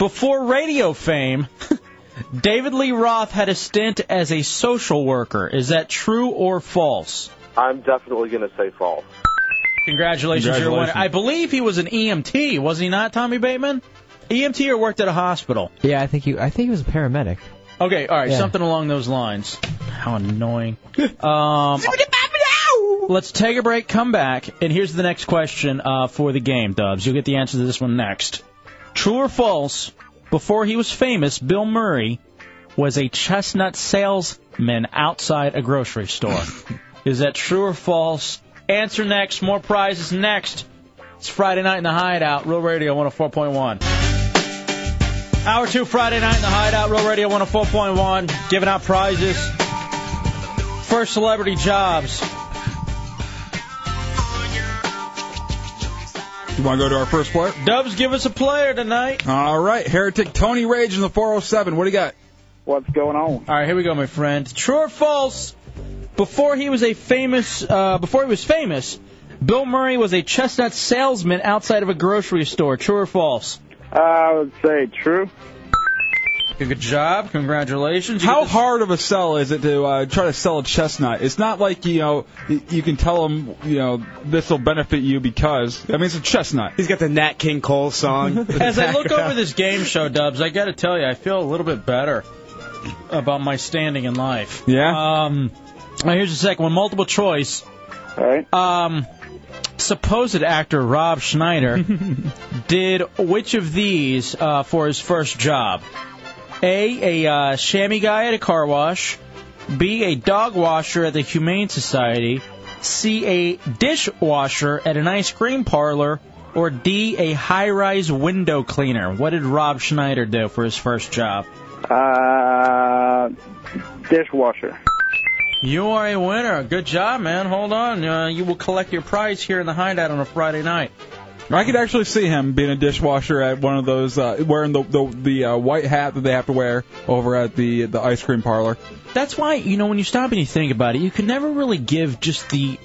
[SPEAKER 2] Before radio fame, David Lee Roth had a stint as a social worker. Is that true or false?
[SPEAKER 18] I'm definitely gonna say false.
[SPEAKER 2] Congratulations, you're a winner. I believe he was an EMT, was he not, Tommy Bateman? EMT or worked at a hospital?
[SPEAKER 3] Yeah, I think you. I think he was a paramedic.
[SPEAKER 2] Okay, all right,
[SPEAKER 3] Yeah.
[SPEAKER 2] something along those lines. How annoying. um, let's take a break, come back, and here's the next question uh, for the game, Dubs. You'll get the answer to this one next. True or false? Before he was famous, Bill Murray was a chestnut salesman outside a grocery store. Is that true or false? Answer next. More prizes next. It's Friday night in the Hideout, Real Radio 104.1. Hour two, Friday night in the Hideout, Real Radio 104.1, giving out prizes. First celebrity jobs.
[SPEAKER 1] You want to go to our first player?
[SPEAKER 2] Dubs, give us a player tonight.
[SPEAKER 1] All right, heretic Tony Rage in the 407. What do you got?
[SPEAKER 2] What's going on? All right, here we go, my friend. True or false? Before he was a famous, uh, before he was famous, Bill Murray was a chestnut salesman outside of a grocery store. True or false?
[SPEAKER 16] Uh,
[SPEAKER 13] I would say true.
[SPEAKER 2] Good job, congratulations.
[SPEAKER 1] How hard of a sell is it to uh, try to sell a chestnut? It's not like you know y- you can tell them you know this will benefit you because I mean it's a chestnut.
[SPEAKER 12] He's got the Nat King Cole song.
[SPEAKER 2] As I look over this game show, Dubs, I got to tell you, I feel a little bit better about my standing in life. Yeah. Um, now here's the second one: multiple choice. All right. Um, supposed actor Rob Schneider did which of these uh, for his first job? A. A uh, chamois guy at a car wash. B. A dog washer at the Humane Society. C. A dishwasher at an ice cream parlor. Or D. A high rise window cleaner. What did Rob Schneider do for his first job?
[SPEAKER 13] Uh, dishwasher.
[SPEAKER 2] You are a winner. Good job, man. Hold on. Uh, you will collect your prize here in the hideout on a Friday night.
[SPEAKER 1] I could actually see him being a dishwasher at one of those uh, wearing the the, the uh, white hat that they have to wear over at the the ice cream parlor.
[SPEAKER 2] That's why, you know, when you stop and you think about it, you can never really give just the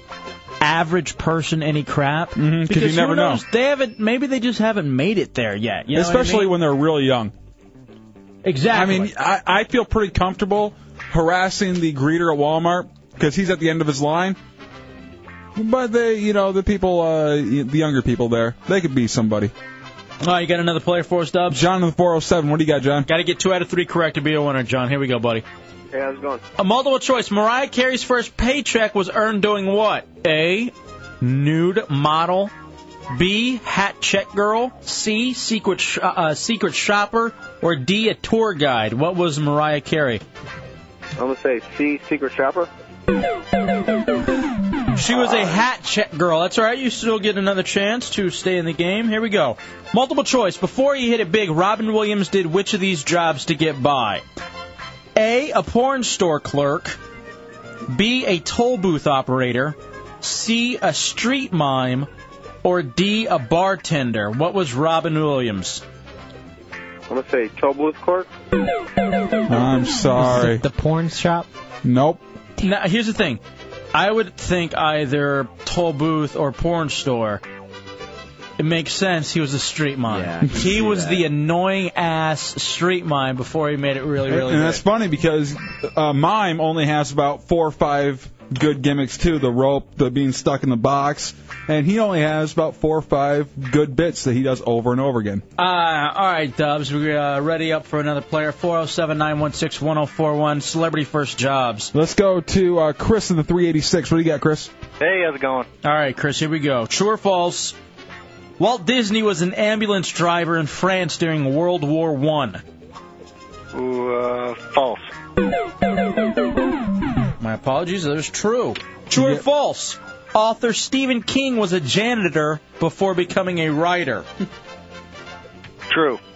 [SPEAKER 2] average person any crap. Mm-hmm,
[SPEAKER 1] 'cause you never know.
[SPEAKER 2] They haven't, maybe they just haven't made it there yet. You know what I
[SPEAKER 1] Especially
[SPEAKER 2] mean?
[SPEAKER 1] when they're real young.
[SPEAKER 2] Exactly.
[SPEAKER 1] I mean, I, I feel pretty comfortable harassing the greeter at Walmart because he's at the end of his line. But they, you know, the people, uh, the younger people there, they could be somebody.
[SPEAKER 2] All right, you got another player for us, Dub?
[SPEAKER 1] John in the 407. What do you got, John?
[SPEAKER 2] Got to get two out of three correct to be a winner, John. Here we go, buddy.
[SPEAKER 16] Hey, how's it going?
[SPEAKER 2] A multiple choice. Mariah Carey's first paycheck was earned doing what? A. Nude model. B. Hat check girl. C. Secret sh- uh, secret shopper. Or D. A tour guide. What was Mariah Carey?
[SPEAKER 16] I'm gonna say C, Secret Shopper.
[SPEAKER 2] She was a hat check girl. That's all right. You still get another chance to stay in the game. Here we go. Multiple choice. Before he hit it big, Robin Williams did which of these jobs to get by? A. A porn store clerk. B. A toll booth operator. C. A street mime. Or D. A bartender. What was Robin Williams?
[SPEAKER 16] I'm gonna say Toll Booth Court.
[SPEAKER 1] I'm sorry.
[SPEAKER 3] The porn shop.
[SPEAKER 1] Nope.
[SPEAKER 2] Now, here's the thing. I would think either toll booth or porn store. It makes sense. He was a street mime. he was the annoying ass street mime before he made it really, really
[SPEAKER 1] and
[SPEAKER 2] good.
[SPEAKER 1] that's funny because uh, mime only has about four or five good gimmicks too. The rope, the being stuck in the box, and he only has about four or five good bits that he does over and over again.
[SPEAKER 2] Uh, all right, Dubs, we're uh, ready up for another player. 407 916 1041, Celebrity First Jobs.
[SPEAKER 1] Let's go to uh, Chris in the 386. What do you got, Chris?
[SPEAKER 2] Hey, how's it going? All right, Chris, here we go. True or false? Walt Disney was an ambulance driver in France during World War One.
[SPEAKER 16] Ooh, uh, false.
[SPEAKER 2] My apologies, that was true. True or false? Author Stephen King was a janitor before becoming a writer.
[SPEAKER 16] True.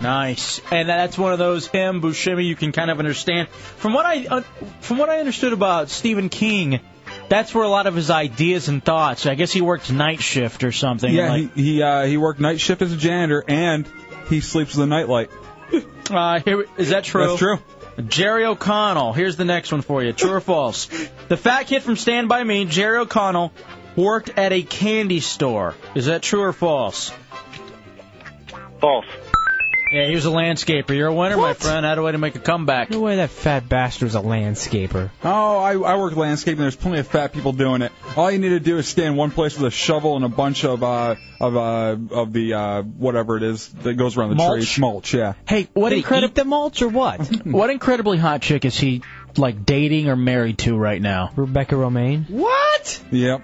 [SPEAKER 2] Nice, and that's one of those him Buscemi you can kind of understand. From what I uh, from what I understood about Stephen King, that's where a lot of his ideas and thoughts. I guess he worked night shift or something.
[SPEAKER 1] yeah,
[SPEAKER 2] like-
[SPEAKER 1] he he, uh, he worked night shift as a janitor, and he sleeps with a nightlight.
[SPEAKER 2] Uh, here, is that true?
[SPEAKER 1] That's true.
[SPEAKER 2] Jerry O'Connell. Here's the next one for you. True or false? The fat kid from Stand By Me, Jerry O'Connell, worked at a candy store. Is that true or false?
[SPEAKER 16] False.
[SPEAKER 2] Yeah, he was a landscaper. You're a winner, my friend. Had a way to make a comeback.
[SPEAKER 3] No way that fat bastard was a landscaper.
[SPEAKER 1] Oh, I, I work landscaping. There's plenty of fat people doing it. All you need to do is stay in one place with a shovel and a bunch of uh, of uh, of the uh, whatever it is that goes around the
[SPEAKER 2] Mulch?
[SPEAKER 1] trees, mulch. Yeah.
[SPEAKER 2] Hey, what
[SPEAKER 1] Did he
[SPEAKER 2] incredible
[SPEAKER 1] eat
[SPEAKER 3] the mulch or what?
[SPEAKER 2] what incredibly hot chick is he like dating or married to right now?
[SPEAKER 3] Rebecca Romaine.
[SPEAKER 2] What?
[SPEAKER 1] Yep.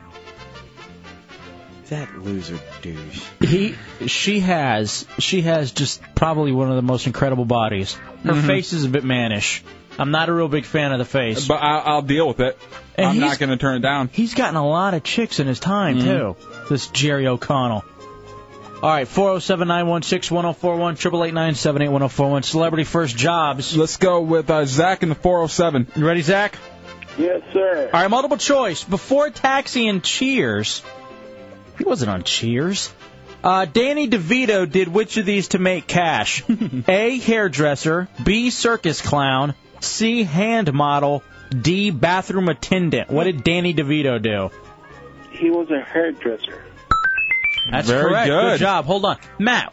[SPEAKER 12] That loser douche.
[SPEAKER 2] He, she has, she has just probably one of the most incredible bodies. Her
[SPEAKER 1] Mhm.
[SPEAKER 2] face is a bit mannish. I'm not a real big fan of the face.
[SPEAKER 1] But I, I'll deal with it.
[SPEAKER 2] And
[SPEAKER 1] I'm not
[SPEAKER 2] he's-
[SPEAKER 1] going to turn it down.
[SPEAKER 2] He's gotten a lot of chicks in his time
[SPEAKER 1] Mhm.
[SPEAKER 2] too. This Jerry O'Connell. All right, four zero seven nine one six one zero four one triple eight nine seven eight one zero four one. Celebrity first jobs.
[SPEAKER 1] Let's go with uh, Zach in the 407.
[SPEAKER 2] You ready, Zach?
[SPEAKER 16] Yes, sir.
[SPEAKER 2] All right, multiple choice. Before Taxi and Cheers, he wasn't on Cheers. Uh, Danny DeVito did which of these to make cash? A. Hairdresser. B. Circus clown. C. Hand model. D. Bathroom attendant. What did Danny DeVito do?
[SPEAKER 16] He was a hairdresser.
[SPEAKER 2] That's
[SPEAKER 16] Very
[SPEAKER 2] correct.
[SPEAKER 16] good.
[SPEAKER 2] job. Hold on, Matt.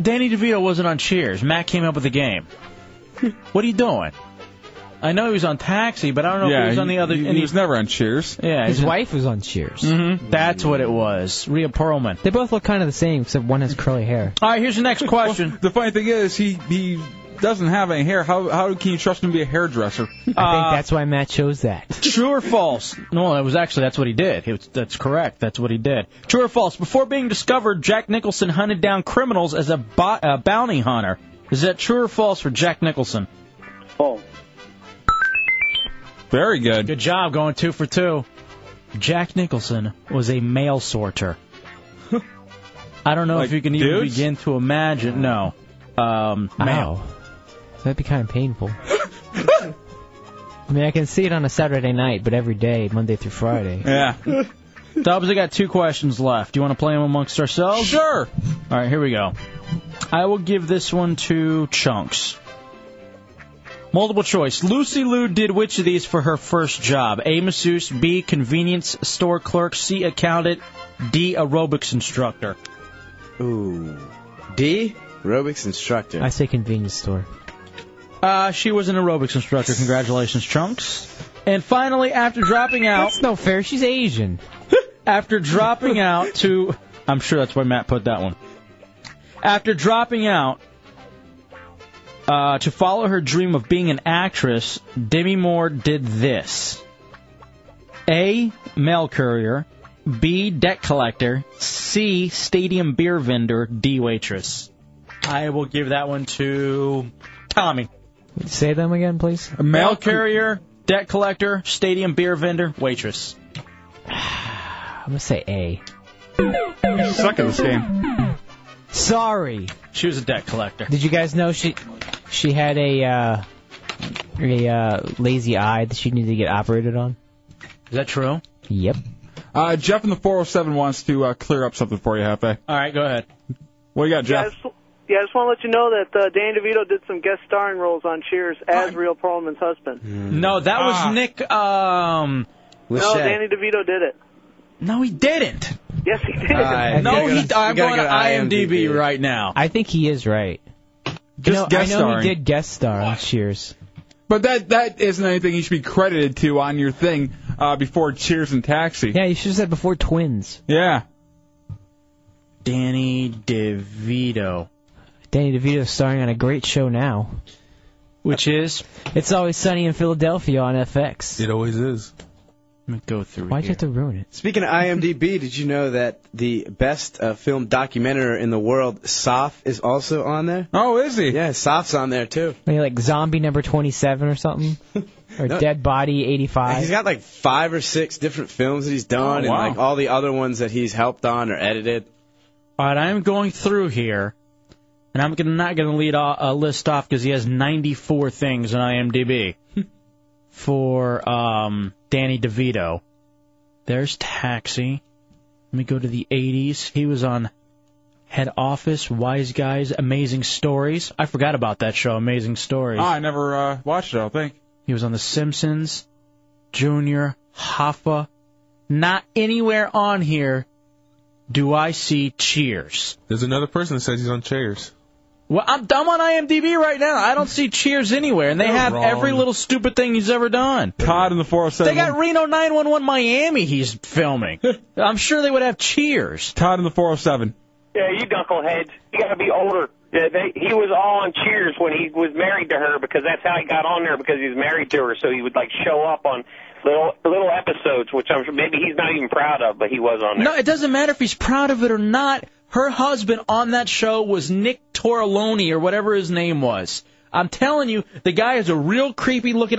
[SPEAKER 2] Danny DeVito wasn't on Cheers. Matt came up with the game. What are you doing? I know he was on Taxi, but I don't know if
[SPEAKER 1] yeah,
[SPEAKER 2] he was on the other.
[SPEAKER 1] He,
[SPEAKER 2] and
[SPEAKER 1] he was never on Cheers.
[SPEAKER 2] Yeah,
[SPEAKER 3] His
[SPEAKER 2] he's-
[SPEAKER 3] wife was on Cheers.
[SPEAKER 1] Mm-hmm.
[SPEAKER 2] Mhm. That's what it was. Rhea Perlman.
[SPEAKER 3] They both look kind of the same, except one has curly hair.
[SPEAKER 2] All right, here's the next question.
[SPEAKER 1] The funny thing is, he he doesn't have any hair. How how can you trust him to be a hairdresser?
[SPEAKER 3] I
[SPEAKER 2] Uh,
[SPEAKER 3] think that's why Matt chose that.
[SPEAKER 2] True or false? No, that was actually that's what he did. He was, that's correct. That's what he did. True or false? Before being discovered, Jack Nicholson hunted down criminals as a, bo- a bounty hunter. Is that true or false for Jack Nicholson?
[SPEAKER 12] Oh.
[SPEAKER 16] False.
[SPEAKER 1] Very good.
[SPEAKER 2] Good job going two for two. Jack Nicholson was a mail sorter. I don't know
[SPEAKER 3] Like
[SPEAKER 2] if you can even
[SPEAKER 3] dudes?
[SPEAKER 2] begin to imagine. No, um, mail.
[SPEAKER 3] That'd be kind of painful. I mean, I can see it on a Saturday night, but every day, Monday through Friday.
[SPEAKER 1] Yeah.
[SPEAKER 2] Dubs, I got two questions left. Do you want to play them amongst ourselves?
[SPEAKER 1] Sure.
[SPEAKER 2] All right, here we go. I will give this one to Chunks. Multiple choice. Lucy Lou did which of these for her first job? A masseuse, B convenience store clerk, C accountant, D aerobics instructor.
[SPEAKER 12] Ooh. D. Aerobics instructor.
[SPEAKER 3] I say convenience store.
[SPEAKER 2] Uh, she was an aerobics instructor. Congratulations, Chunks. And finally, after dropping out,
[SPEAKER 3] That's no fair. She's Asian.
[SPEAKER 2] after dropping out to, I'm sure that's why Matt put that one. After dropping out uh, to follow her dream of being an actress, Demi Moore did this: A. Mail courier, B. Debt collector, C. Stadium beer vendor, D. Waitress. I will give that one to Tommy.
[SPEAKER 3] Say them again, please.
[SPEAKER 2] Mail carrier, debt collector, stadium beer vendor, waitress.
[SPEAKER 3] I'm gonna say A.
[SPEAKER 1] You suck at this game.
[SPEAKER 3] Sorry.
[SPEAKER 2] She was a debt collector.
[SPEAKER 3] Did you guys know she she had a uh, a uh, lazy eye that she needed to get operated on?
[SPEAKER 2] Is that true?
[SPEAKER 3] Yep.
[SPEAKER 1] Uh, Jeff in the 407 wants to uh, clear up something for you, Hefe.
[SPEAKER 2] All right, go ahead.
[SPEAKER 1] What do you got,
[SPEAKER 16] Yeah, I
[SPEAKER 1] Jeff?
[SPEAKER 16] just, yeah, I just want to let you know that uh, Danny DeVito did some guest starring roles on Cheers as Real Perlman's husband.
[SPEAKER 2] No, that was
[SPEAKER 16] Ah.
[SPEAKER 2] Nick. Um,
[SPEAKER 16] No, Danny DeVito did it.
[SPEAKER 2] No, he didn't.
[SPEAKER 16] Yes, he did.
[SPEAKER 2] no, he, I'm going to IMDb, right now.
[SPEAKER 3] I think he is right. You
[SPEAKER 2] Just
[SPEAKER 3] know,
[SPEAKER 2] guest
[SPEAKER 3] I know
[SPEAKER 2] starring.
[SPEAKER 3] he did guest star on Cheers.
[SPEAKER 1] But that that isn't anything you should be credited to on your thing uh, before Cheers and Taxi.
[SPEAKER 3] Yeah, you should have said before Twins.
[SPEAKER 1] Yeah.
[SPEAKER 2] Danny DeVito.
[SPEAKER 3] Danny DeVito starring on a great show now.
[SPEAKER 2] Which is?
[SPEAKER 3] It's Always Sunny in Philadelphia on FX.
[SPEAKER 14] It always is.
[SPEAKER 2] Let me go through
[SPEAKER 3] Why'd you have to ruin it?
[SPEAKER 12] Speaking of IMDb, did you know that the best uh, film documentary in the world, Soph, is also on there?
[SPEAKER 1] Oh, is he?
[SPEAKER 12] Yeah, Soph's on there too.
[SPEAKER 3] Maybe like Zombie number 27 or something? or
[SPEAKER 12] No.
[SPEAKER 3] Dead Body 85?
[SPEAKER 12] He's got like five or six different films that he's done,
[SPEAKER 3] Oh, wow.
[SPEAKER 12] and like all the other ones that he's helped on or edited.
[SPEAKER 2] All right, I'm going through here, and I'm gonna, not going to lead a, a list off because he has 94 things on IMDb. For um, Danny DeVito, there's Taxi. Let me go to the 80s. He was on Head Office, Wise Guys, Amazing Stories. I forgot about that show, Amazing Stories.
[SPEAKER 1] Ah, I never uh, watched it. I don't think.
[SPEAKER 2] He was on The Simpsons, Junior, Hoffa. Not anywhere on here do I see Cheers.
[SPEAKER 14] There's another person that says he's on Cheers.
[SPEAKER 2] Well, I'm, I'm on IMDb right now. I don't see Cheers anywhere, and they
[SPEAKER 14] You're
[SPEAKER 2] have
[SPEAKER 14] wrong.
[SPEAKER 2] every little stupid thing he's ever done.
[SPEAKER 1] Todd in the 407.
[SPEAKER 2] They got Reno 911 Miami he's filming. I'm sure they would have Cheers.
[SPEAKER 1] Todd in the 407.
[SPEAKER 19] Yeah, you knuckleheads. You got to be older. Yeah, they, he was on Cheers when he was married to her because that's how he got on there because he was married to her. So he would like show up on little little episodes, which I'm sure maybe he's not even proud of, but he was on there.
[SPEAKER 2] No, it doesn't matter if he's proud of it or not. Her husband on that show was Nick Torloni or whatever his name was. I'm telling you, the guy is a real creepy looking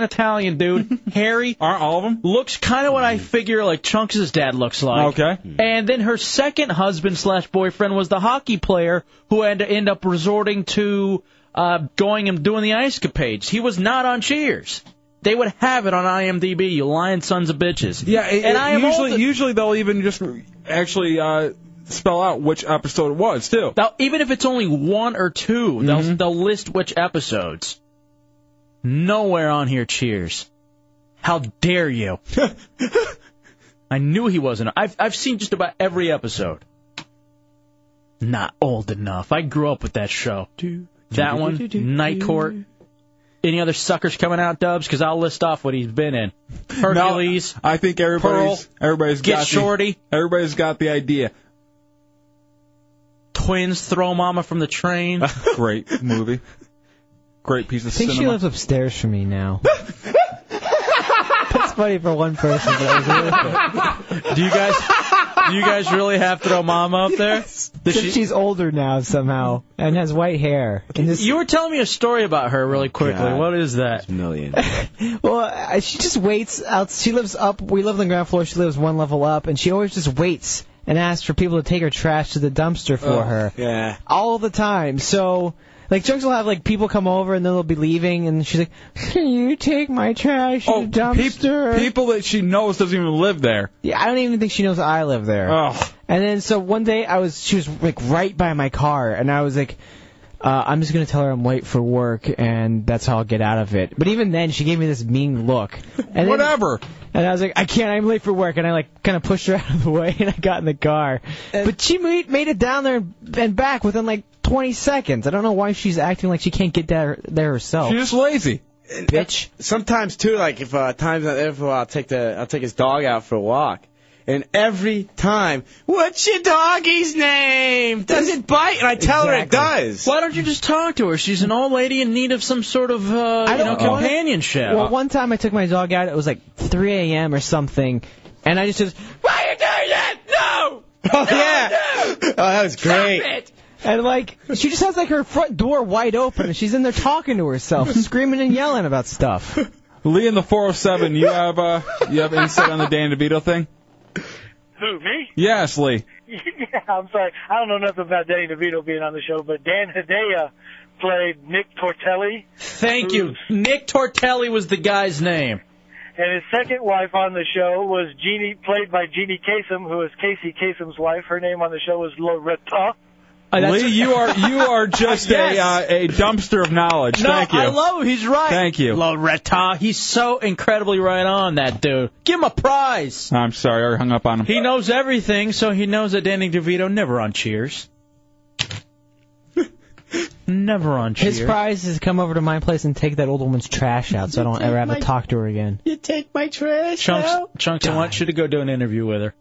[SPEAKER 2] Italian dude. Hairy.
[SPEAKER 1] Aren't all of them?
[SPEAKER 2] Looks kind of what
[SPEAKER 19] Mm-hmm.
[SPEAKER 2] I figure like Chunks' dad looks like.
[SPEAKER 1] Okay.
[SPEAKER 2] And then her second husband slash boyfriend was the hockey player who had to end up resorting to uh, going and doing the ice capades. He was not on Cheers. They would have it on IMDb, you lying sons of bitches.
[SPEAKER 1] Yeah, it- it-
[SPEAKER 2] and I am
[SPEAKER 1] usually
[SPEAKER 2] old-
[SPEAKER 1] usually they'll even just actually uh, spell out which episode it was too.
[SPEAKER 2] Now, even if it's only one or 2 they they'll
[SPEAKER 1] Mm-hmm.
[SPEAKER 2] they'll list which episodes. Nowhere on here, Cheers. How dare you? I knew he wasn't. I've I've seen just about every episode. Not old enough. I grew up with that show. That one, Night Court. Any other suckers coming out, Dubs? Because I'll list off what he's been in. Hercules.
[SPEAKER 1] I think everybody's
[SPEAKER 2] Pearl.
[SPEAKER 1] everybody's
[SPEAKER 2] Get
[SPEAKER 1] got
[SPEAKER 2] Shorty.
[SPEAKER 1] The, everybody's got the idea.
[SPEAKER 2] Twins. Throw Mama from the train.
[SPEAKER 1] Great movie. Great piece
[SPEAKER 3] I
[SPEAKER 1] of
[SPEAKER 3] think she
[SPEAKER 1] cinema.
[SPEAKER 3] lives upstairs from me now. That's funny for one person, but I was worth it.
[SPEAKER 2] Do you guys do you guys really have to throw Mama up there? Does
[SPEAKER 3] Except
[SPEAKER 2] she-
[SPEAKER 3] she's older now somehow and has white hair. And this,
[SPEAKER 2] You were telling me a story about her
[SPEAKER 1] Oh,
[SPEAKER 2] really quickly.
[SPEAKER 3] God.
[SPEAKER 2] What is that?
[SPEAKER 12] Million.
[SPEAKER 3] well, I- she just waits out. She lives up. We live on the ground floor. She lives one level up, and she always just waits and asks for people to take her trash to the dumpster for
[SPEAKER 12] Oh,
[SPEAKER 3] her
[SPEAKER 12] Yeah.
[SPEAKER 3] all the time. So. Like Junks will have like people come over and then they'll be leaving and she's like, "Can you take my trash to the dumpster?"
[SPEAKER 1] People that she knows doesn't even live there.
[SPEAKER 3] Yeah, I don't even think she knows I live there.
[SPEAKER 1] Oh.
[SPEAKER 3] And then so one day I was she was like right by my car and I was like uh, I'm just gonna tell her I'm late for work and that's how I'll get out of it. But even then she gave me this mean look. And then-
[SPEAKER 1] Whatever.
[SPEAKER 3] and I was like I can't I'm late for work and I like kind of pushed her out of the way and I got in the car. but she made, made it down there and, and back within like 20 seconds. I don't know why she's acting like she can't get there there herself.
[SPEAKER 1] She's just lazy.
[SPEAKER 3] Oh, Bitch.
[SPEAKER 12] uh, Sometimes too, like if uh, time's not there for a while, I'll take the I'll take his dog out for a walk. And every time, what's your doggie's name? Does it bite? And I tell her it does.
[SPEAKER 2] Why don't you just talk to her? She's an old lady in need of some sort of uh, you know
[SPEAKER 3] don't want it.
[SPEAKER 2] companionship.
[SPEAKER 3] Well, one time I took my dog out. It was like 3 a.m. or something, and I just just, why are you doing that? No!
[SPEAKER 12] Oh yeah. Oh, that was great.
[SPEAKER 3] And like, she just has like her front door wide open, and she's in there talking to herself, screaming and yelling about stuff.
[SPEAKER 1] Lee in the 407. You have uh you have insight on the Dan DeVito thing?
[SPEAKER 20] Who, me?
[SPEAKER 1] Yes, Lee.
[SPEAKER 20] yeah, I'm sorry. I don't know nothing about Danny DeVito being on the show, but Dan Hedaya played Nick Tortelli,
[SPEAKER 2] Thank you. Nick Tortelli was the guy's name.
[SPEAKER 20] and his second wife on the show was Jeannie, played by Jeannie Kasem, who is Casey Kasem's wife. Her name on the show is Loretta.
[SPEAKER 1] Lee, you are you are just
[SPEAKER 2] Oh, Yes.
[SPEAKER 1] a uh, a dumpster of knowledge.
[SPEAKER 2] No,
[SPEAKER 1] Thank you.
[SPEAKER 2] I love him. He's right.
[SPEAKER 1] Thank you.
[SPEAKER 2] Loretta. He's so incredibly right on that dude. Give him a prize.
[SPEAKER 1] I'm sorry, I already hung up on him.
[SPEAKER 2] He knows everything, so he knows that Danny DeVito never on Cheers. Never on cheer.
[SPEAKER 3] His prize is come over to my place and take that old woman's trash out, so I don't ever have to talk to her again.
[SPEAKER 12] You take my trash
[SPEAKER 2] Chunks, Chunks, I want you to go do an interview with her.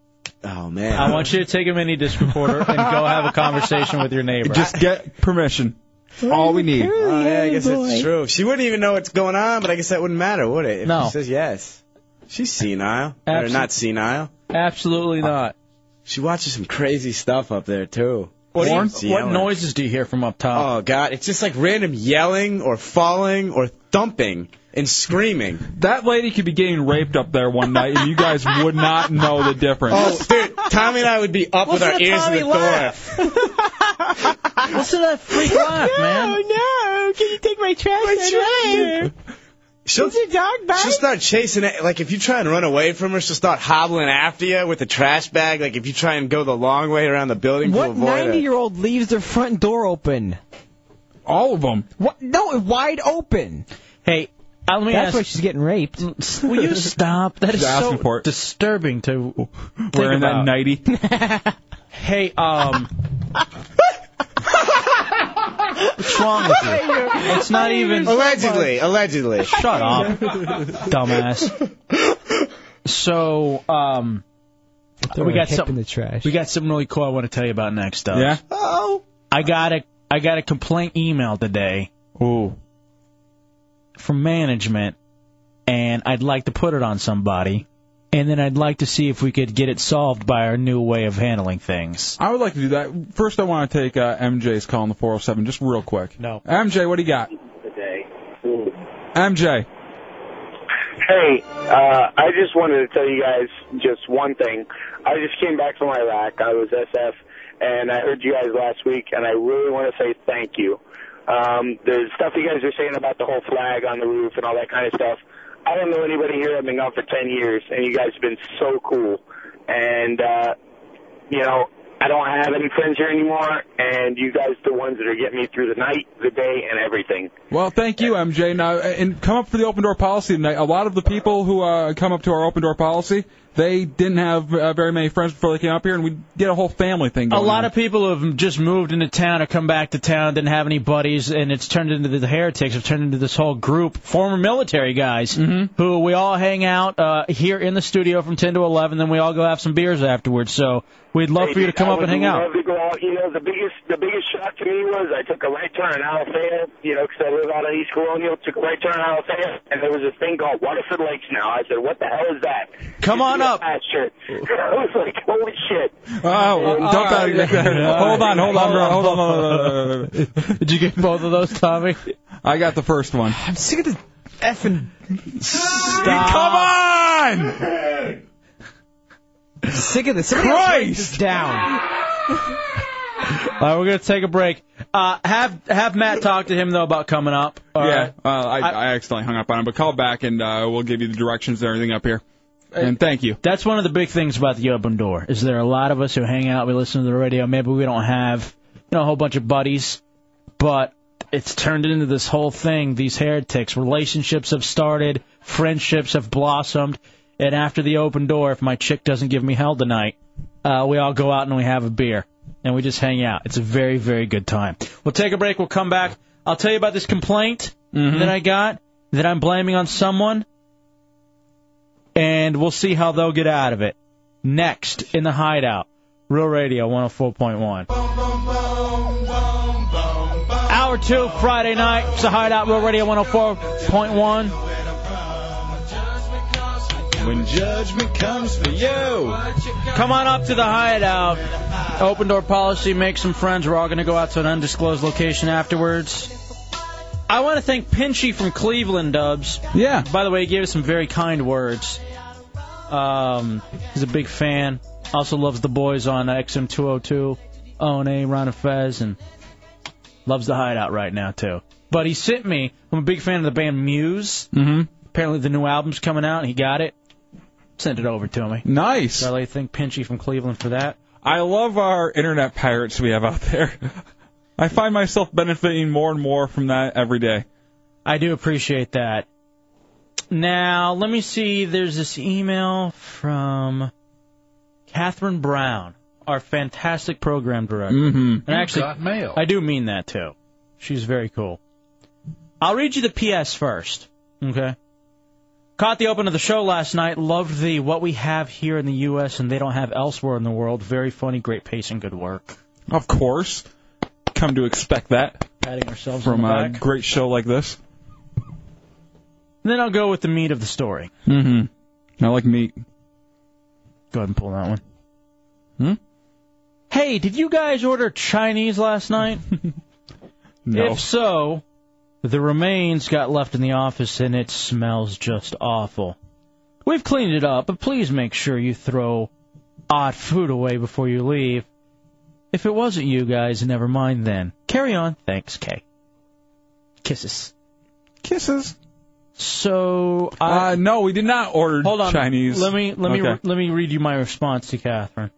[SPEAKER 12] Oh man.
[SPEAKER 2] I want you to take a mini disc recorder and go have a conversation with your neighbor.
[SPEAKER 1] Just get permission. All we need.
[SPEAKER 12] Oh, yeah, I guess that's true. She wouldn't even know what's going on, but I guess that wouldn't matter, would it? If
[SPEAKER 2] No.
[SPEAKER 12] She says yes. She's senile.
[SPEAKER 2] Absol-
[SPEAKER 12] Or not senile.
[SPEAKER 2] Absolutely not.
[SPEAKER 12] She watches some crazy stuff up there too.
[SPEAKER 2] What,
[SPEAKER 12] Warren?
[SPEAKER 2] do you- what noises do you hear from up top?
[SPEAKER 12] Oh god, it's just like random yelling or falling or thumping and screaming.
[SPEAKER 1] That lady could be getting raped up there one night, and you guys would not know the difference.
[SPEAKER 12] Oh, dude, Tommy and I would be up with our
[SPEAKER 1] Listen to
[SPEAKER 12] ears
[SPEAKER 1] Tommy
[SPEAKER 12] in the
[SPEAKER 1] laugh.
[SPEAKER 12] door.
[SPEAKER 2] Listen to that freak laugh, man.
[SPEAKER 12] no! Can you take my trash?
[SPEAKER 3] My
[SPEAKER 12] She'll, she'll start chasing it. Like, if you try and run away from her, she'll start hobbling after you with the trash bag. Like, if you try and go the long way around the building to
[SPEAKER 3] What
[SPEAKER 12] avoid her.
[SPEAKER 3] ninety-year-old leaves their front door open?
[SPEAKER 1] All of them.
[SPEAKER 3] What? No, wide open.
[SPEAKER 2] Hey, uh, let me
[SPEAKER 3] That's
[SPEAKER 2] ask-
[SPEAKER 3] why she's getting raped.
[SPEAKER 2] Will you stop? That is
[SPEAKER 1] Josh
[SPEAKER 2] so
[SPEAKER 1] report.
[SPEAKER 2] disturbing to think
[SPEAKER 1] Wearing that
[SPEAKER 2] about.
[SPEAKER 1] nighty.
[SPEAKER 2] Hey, um. What's wrong with you? It's not even.
[SPEAKER 12] Allegedly, allegedly.
[SPEAKER 2] Shut up, dumbass. So, um.
[SPEAKER 3] we
[SPEAKER 2] We got
[SPEAKER 3] in
[SPEAKER 2] some.
[SPEAKER 3] the trash.
[SPEAKER 2] We got something really cool I want to tell you about next, though.
[SPEAKER 1] Yeah?
[SPEAKER 12] Oh.
[SPEAKER 2] I got a I got a complaint email today.
[SPEAKER 1] Ooh.
[SPEAKER 2] From management, and I'd like to put it on somebody, and then I'd like to see if we could get it solved by our new way of handling things.
[SPEAKER 1] I would like to do that. First, I want to take uh, MJ's call on the 407 just real quick.
[SPEAKER 2] No.
[SPEAKER 1] MJ, what do you got?
[SPEAKER 18] Today.
[SPEAKER 1] MJ.
[SPEAKER 18] Hey, uh, I just wanted to tell you guys just one thing. I just came back from Iraq. I was SF, and I heard you guys last week, and I really want to say thank you. Um, the stuff you guys are saying about the whole flag on the roof and all that kind of stuff. I don't know anybody here. I've been gone for 10 years, and you guys have been so cool. And, uh, you know, I don't have any friends here anymore, and you guys are the ones that are getting me through the night, the day, and everything.
[SPEAKER 1] Well, thank you, MJ. Now, and come up for the open door policy tonight. A lot of the people who uh, come up to our open door policy, they didn't have uh, very many friends before they came up here, and we did a whole family thing.
[SPEAKER 2] A
[SPEAKER 1] Going
[SPEAKER 2] lot of people have just moved into town or come back to town, didn't have any buddies, and it's turned into the heretics. Have turned into this whole group, former military guys, who we all hang out uh, here in the studio from 10 to 11, then we all go have some beers afterwards. So we'd love for you to come
[SPEAKER 18] I
[SPEAKER 2] up and
[SPEAKER 18] would
[SPEAKER 2] hang out.
[SPEAKER 18] love to go out. You know, the biggest the biggest shock to me was I took a right turn on Alafaya, you know, 'cause I live out on East Colonial. Took a right turn on Alafaya, and there was this thing called Waterford Lakes. Now I said, "What the hell is that?"
[SPEAKER 2] Come on up.
[SPEAKER 18] Pasture. I was like, "Holy shit!"
[SPEAKER 1] Oh,
[SPEAKER 18] And- uh,
[SPEAKER 1] dump out of there. Hold on, hold on, bro. Hold on. Hold on, hold on.
[SPEAKER 2] Did you get both of those, Tommy?
[SPEAKER 1] I got the first one.
[SPEAKER 3] I'm sick of this effing.
[SPEAKER 1] Come on!
[SPEAKER 3] I'm sick of this. Somebody else write this
[SPEAKER 1] Christ!
[SPEAKER 3] down.
[SPEAKER 2] All right, we're gonna take a break. Uh, have have Matt talk to him though about coming up. All
[SPEAKER 1] yeah,
[SPEAKER 2] right.
[SPEAKER 1] uh, I,
[SPEAKER 2] I-
[SPEAKER 1] I accidentally hung up on him, but call back and uh, we'll give you the directions and everything up here. And thank you.
[SPEAKER 2] That's one of the big things about the open door is there are a lot of us who hang out, we listen to the radio, maybe we don't have you know a whole bunch of buddies, but it's turned into this whole thing. These heretics, relationships have started, friendships have blossomed, and after the open door, if my chick doesn't give me hell tonight, uh, we all go out and we have a beer and we just hang out. It's a very very good time. We'll take a break. We'll come back. I'll tell you about this complaint that I got that I'm blaming on someone and we'll see how they'll get out of it. Next in the hideout, Real Radio 104.1. Hour two, Friday night. It's the hideout, Real Radio 104.1.
[SPEAKER 1] When
[SPEAKER 12] judgment comes for you.
[SPEAKER 2] Come on up to the hideout. Open door policy, make some friends. We're all going to go out to an undisclosed location afterwards. I want to thank Pinchy from Cleveland Dubs.
[SPEAKER 1] Yeah.
[SPEAKER 2] By the way, he gave us some very kind words. Um, he's a big fan. Also loves the boys on XM202, O&A, Ron oh and Fez, and loves the hideout right now, too. But he sent me, I'm a big fan of the band Muse.
[SPEAKER 1] Mm-hmm.
[SPEAKER 2] Apparently the new album's coming out, and he got it. Sent it over to me.
[SPEAKER 1] Nice.
[SPEAKER 2] So I like to thank Pinchy from Cleveland for that.
[SPEAKER 1] I love our internet pirates we have out there. I find myself benefiting more and more from that every day.
[SPEAKER 2] I do appreciate that. Now, let me see. There's this email from Catherine Brown, our fantastic program director.
[SPEAKER 1] Mm-hmm.
[SPEAKER 2] And actually,
[SPEAKER 21] got mail.
[SPEAKER 2] I do mean that too. She's very cool. I'll read you the PS first. Okay. Caught the open of the show last night. Loved the what we have here in the U.S. and they don't have elsewhere in the world. Very funny, great pacing, good work.
[SPEAKER 1] Of course. Come to expect that
[SPEAKER 2] Patting ourselves
[SPEAKER 1] from
[SPEAKER 2] on the
[SPEAKER 1] a
[SPEAKER 2] back.
[SPEAKER 1] great show like this.
[SPEAKER 2] Then I'll go with the meat of the story.
[SPEAKER 1] Mm hmm. I like meat.
[SPEAKER 2] Go ahead and pull that one. Hey, did you guys order Chinese last night?
[SPEAKER 1] No.
[SPEAKER 2] If so, the remains got left in the office and it smells just awful. We've cleaned it up, but please make sure you throw odd food away before you leave. If it wasn't you guys, never mind then. Carry on. Thanks, Kay. Kisses.
[SPEAKER 1] Kisses.
[SPEAKER 2] So I
[SPEAKER 1] uh, no, we did not order
[SPEAKER 2] hold on.
[SPEAKER 1] Chinese.
[SPEAKER 2] Um, Let me let me
[SPEAKER 1] Okay.
[SPEAKER 2] let me read you my response to Catherine.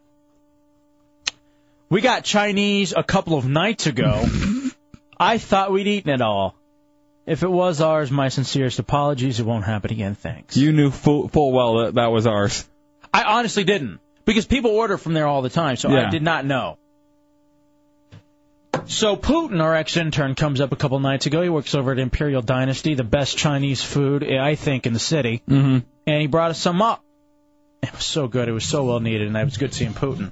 [SPEAKER 2] We got Chinese a couple of nights ago. I thought we'd eaten it all. If it was ours, my sincerest apologies. It won't happen again. Thanks.
[SPEAKER 1] You knew full, full well that that was ours.
[SPEAKER 2] I honestly didn't because people order from there all the time, so
[SPEAKER 1] Yeah.
[SPEAKER 2] I did not know. So Putin, our ex-intern, comes up a couple nights ago. He works over at Imperial Dynasty, the best Chinese food I think in the city,
[SPEAKER 1] Mm-hmm.
[SPEAKER 2] and he brought us some up. It was so good. It was so well needed, and it was good seeing Putin.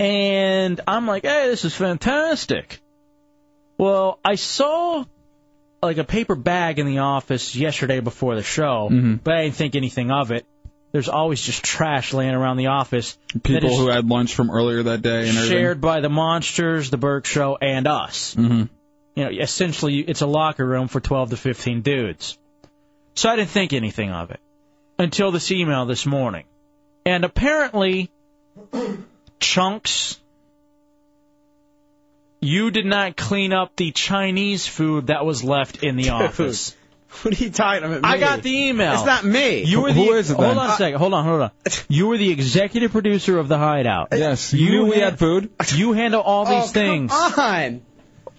[SPEAKER 2] And I'm like, hey, this is fantastic. Well, I saw like a paper bag in the office yesterday before the show,
[SPEAKER 1] Mm-hmm.
[SPEAKER 2] but I didn't think anything of it. There's always just trash laying around the office. that
[SPEAKER 1] People
[SPEAKER 2] is
[SPEAKER 1] who had lunch from earlier that day and everything.
[SPEAKER 2] shared by the monsters, the Burke Show, and us.
[SPEAKER 1] Mhm.
[SPEAKER 2] You know, essentially, it's a locker room for 12 to 15 dudes. So I didn't think anything of it until this email this morning, and apparently, chunks. You did not clean up the Chinese food that was left in the office.
[SPEAKER 12] What are you talking about?
[SPEAKER 2] I
[SPEAKER 12] me?
[SPEAKER 2] got the email.
[SPEAKER 12] It's not me.
[SPEAKER 2] You were the, Hold on
[SPEAKER 12] Uh,
[SPEAKER 2] a second. Hold on. Hold on. You were the executive producer of the Hideout.
[SPEAKER 1] Yes, you knew we had food.
[SPEAKER 2] You handle all
[SPEAKER 12] oh,
[SPEAKER 2] these things.
[SPEAKER 12] Come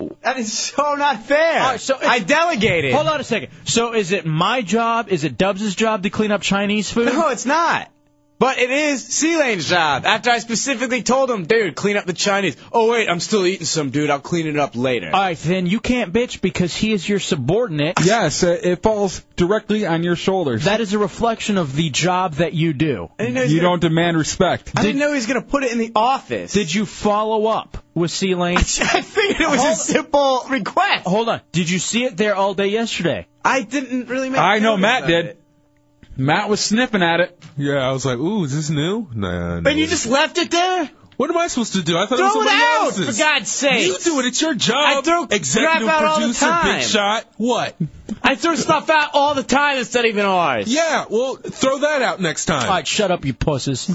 [SPEAKER 12] on. That is so not fair. I delegated.
[SPEAKER 2] Hold on a second. So is it my job? Is it Dubs' job to clean up Chinese food?
[SPEAKER 12] No, it's not. But it is Sea Lane's job. After I specifically told him, dude, clean up the Chinese. Oh wait, I'm still eating some, dude. I'll clean it up later.
[SPEAKER 2] All right, then you can't bitch because he is your subordinate.
[SPEAKER 1] Yes, uh, it falls directly on your shoulders.
[SPEAKER 2] That is a reflection of the job that you do.
[SPEAKER 1] You don't demand respect.
[SPEAKER 12] I didn't know he was gonna put it in the office.
[SPEAKER 2] Did you follow up with Sea Lane?
[SPEAKER 12] I figured it was a simple request.
[SPEAKER 2] Hold on. Did you see it there all day yesterday?
[SPEAKER 12] I didn't really make.
[SPEAKER 1] I know
[SPEAKER 12] notice
[SPEAKER 1] Matt
[SPEAKER 12] of
[SPEAKER 1] did.
[SPEAKER 12] it.
[SPEAKER 1] Matt was sniffing at it.
[SPEAKER 14] Yeah, I was like, ooh, is this new? Nah, no.
[SPEAKER 12] But you just left it there.
[SPEAKER 14] What am I supposed to do? I thought it was
[SPEAKER 12] Throw it
[SPEAKER 14] somebody
[SPEAKER 12] out,
[SPEAKER 14] else's.
[SPEAKER 12] for God's sake.
[SPEAKER 14] You do it. It's your job.
[SPEAKER 12] I throw
[SPEAKER 14] Executive
[SPEAKER 12] crap out all the
[SPEAKER 14] producer,
[SPEAKER 12] time.
[SPEAKER 14] big shot. What?
[SPEAKER 12] I throw stuff out all the time that's not even ours.
[SPEAKER 14] Yeah, well, throw that out next time.
[SPEAKER 2] All right, shut up, you pusses.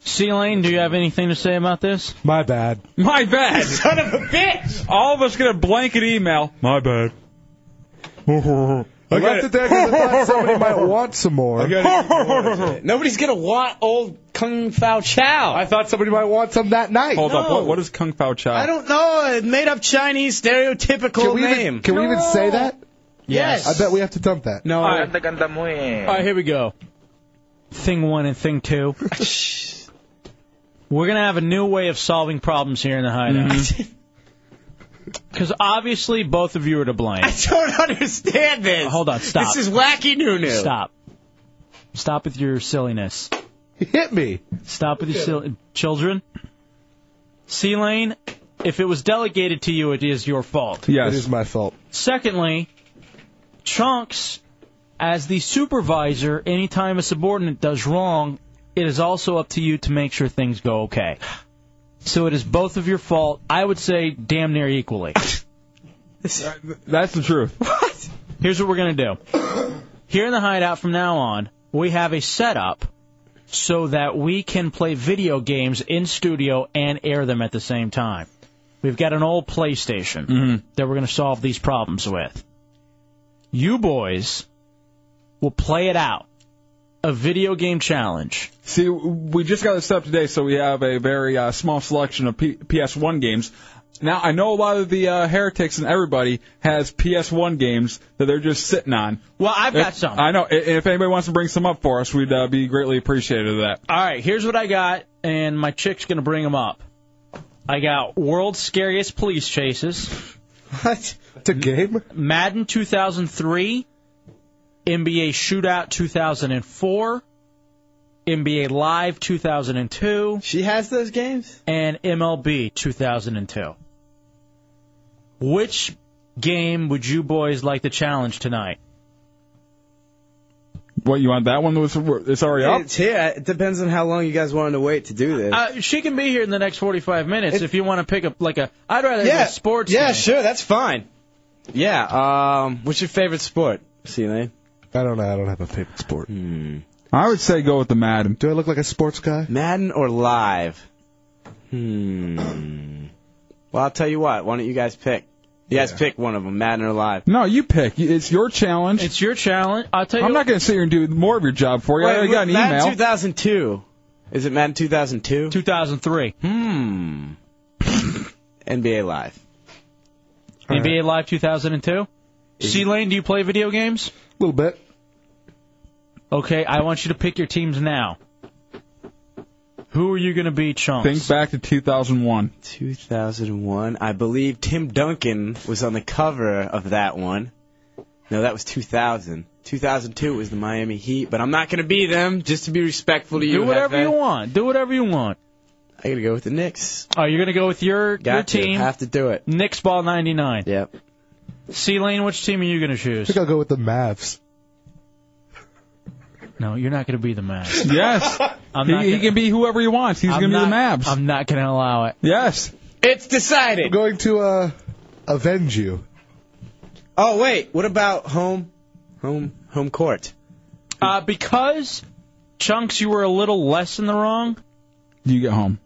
[SPEAKER 2] Sea Lane, do you have anything to say about this?
[SPEAKER 8] My bad.
[SPEAKER 1] My bad.
[SPEAKER 12] Son of a bitch.
[SPEAKER 1] All of us get a blanket email. My bad.
[SPEAKER 8] I left it there because I thought somebody might want some more.
[SPEAKER 12] Nobody's gonna want old Kung Fao Chow.
[SPEAKER 8] I thought somebody might want some that night.
[SPEAKER 1] Hold up. What, what is Kung Pao Chow?
[SPEAKER 12] I don't know. A made up Chinese stereotypical
[SPEAKER 8] Oh. Can we
[SPEAKER 12] name.
[SPEAKER 8] even, can we even say that?
[SPEAKER 12] Yes.
[SPEAKER 8] I bet we have to dump that.
[SPEAKER 12] No.
[SPEAKER 2] Ah, All right, here we go. Thing one and thing two. We're gonna have a new way of solving problems here in the hideout.
[SPEAKER 14] Mm-hmm.
[SPEAKER 2] Because obviously both of you are to blame.
[SPEAKER 12] I don't understand this.
[SPEAKER 2] Hold on, stop.
[SPEAKER 12] This is wacky new new.
[SPEAKER 2] Stop. Stop with your silliness.
[SPEAKER 8] Hit me.
[SPEAKER 2] Stop with your silly children. C lane, if it was delegated to you, it is your fault.
[SPEAKER 8] It
[SPEAKER 1] Yes.
[SPEAKER 8] is my fault.
[SPEAKER 2] Secondly, Chunks, as the supervisor, anytime a subordinate does wrong, it is also up to you to make sure things go okay. So it is both of your fault. I would say damn near equally.
[SPEAKER 1] That's the truth.
[SPEAKER 2] Here's what we're going to do. Here in the hideout from now on, we have a setup so that we can play video games in studio and air them at the same time. We've got an old PlayStation that we're going to solve these problems with. You boys will play it out. A video game challenge.
[SPEAKER 1] See, we just got this up today, so we have a very uh, small selection of P- PS1 games. Now, I know a lot of the uh, heretics and everybody has PS1 games that they're just sitting on.
[SPEAKER 2] Well, I've got
[SPEAKER 1] If-
[SPEAKER 2] some.
[SPEAKER 1] I know. I- If anybody wants to bring some up for us, we'd uh, be greatly appreciative of that.
[SPEAKER 2] All right, here's what I got, and my chick's going to bring them up. I got World's Scariest Police Chases.
[SPEAKER 12] What? It's a game?
[SPEAKER 2] Madden 2003, NBA Shootout 2004, NBA Live 2002.
[SPEAKER 12] She has those games?
[SPEAKER 2] And MLB 2002. Which game would you boys like to challenge tonight?
[SPEAKER 1] What you want? That one was it's already up.
[SPEAKER 12] It's here. It depends on how long you guys wanted to wait to do this.
[SPEAKER 2] Uh, she can be here in the next 45 minutes if you want to pick up like a. I'd rather
[SPEAKER 12] yeah.
[SPEAKER 2] do a sports.
[SPEAKER 12] Yeah,
[SPEAKER 2] game.
[SPEAKER 12] sure. That's fine. Yeah. Um. What's your favorite sport? Hmm. See you later.
[SPEAKER 1] I don't know. I don't have a favorite sport. I would say go with the Madden. Do I look like a sports guy?
[SPEAKER 12] Madden or live? Hmm. Well, I'll tell you what. Why don't you guys pick? You guys pick one of them, Madden or live.
[SPEAKER 1] No, you pick. It's your challenge.
[SPEAKER 2] It's your challenge. I'll tell you.
[SPEAKER 1] I'm not going to sit here and do more of your job for you. I already got an
[SPEAKER 12] Madden
[SPEAKER 1] email.
[SPEAKER 12] 2002. Is it Madden 2002?
[SPEAKER 2] 2003.
[SPEAKER 12] Hmm. NBA Live.
[SPEAKER 2] NBA Live 2002. C Lane, do you play video games?
[SPEAKER 12] A little bit.
[SPEAKER 2] Okay, I want you to pick your teams now. Who are you going to be, Chunks?
[SPEAKER 1] Think back to 2001.
[SPEAKER 12] 2001. I believe Tim Duncan was on the cover of that one. No, that was 2000. 2002 was the Miami Heat, but I'm not going to be them just to be respectful to you.
[SPEAKER 2] do whatever
[SPEAKER 12] Hefe.
[SPEAKER 2] you want. Do whatever you want.
[SPEAKER 12] I gotta go with the Knicks.
[SPEAKER 2] Oh, you're gonna go with your
[SPEAKER 12] Got
[SPEAKER 2] your
[SPEAKER 12] to.
[SPEAKER 2] team.
[SPEAKER 12] Have to do it.
[SPEAKER 2] Knicks ball 99.
[SPEAKER 12] Yep.
[SPEAKER 2] C Lane, which team are you gonna choose?
[SPEAKER 8] I'll go with the Mavs.
[SPEAKER 2] No, you're not gonna be the Mavs.
[SPEAKER 1] Yes.
[SPEAKER 2] I'm
[SPEAKER 1] he,
[SPEAKER 2] not
[SPEAKER 1] he
[SPEAKER 2] gonna-
[SPEAKER 1] can be whoever he wants. He's
[SPEAKER 2] I'm
[SPEAKER 1] going to be the
[SPEAKER 2] not-
[SPEAKER 1] Mavs.
[SPEAKER 2] I'm not gonna allow it.
[SPEAKER 1] Yes.
[SPEAKER 12] It's decided.
[SPEAKER 8] I'm going to uh, avenge you.
[SPEAKER 12] Oh wait, what about home, home, home court?
[SPEAKER 2] Uh, because Chunks, you were a little less in the wrong.
[SPEAKER 1] You get home.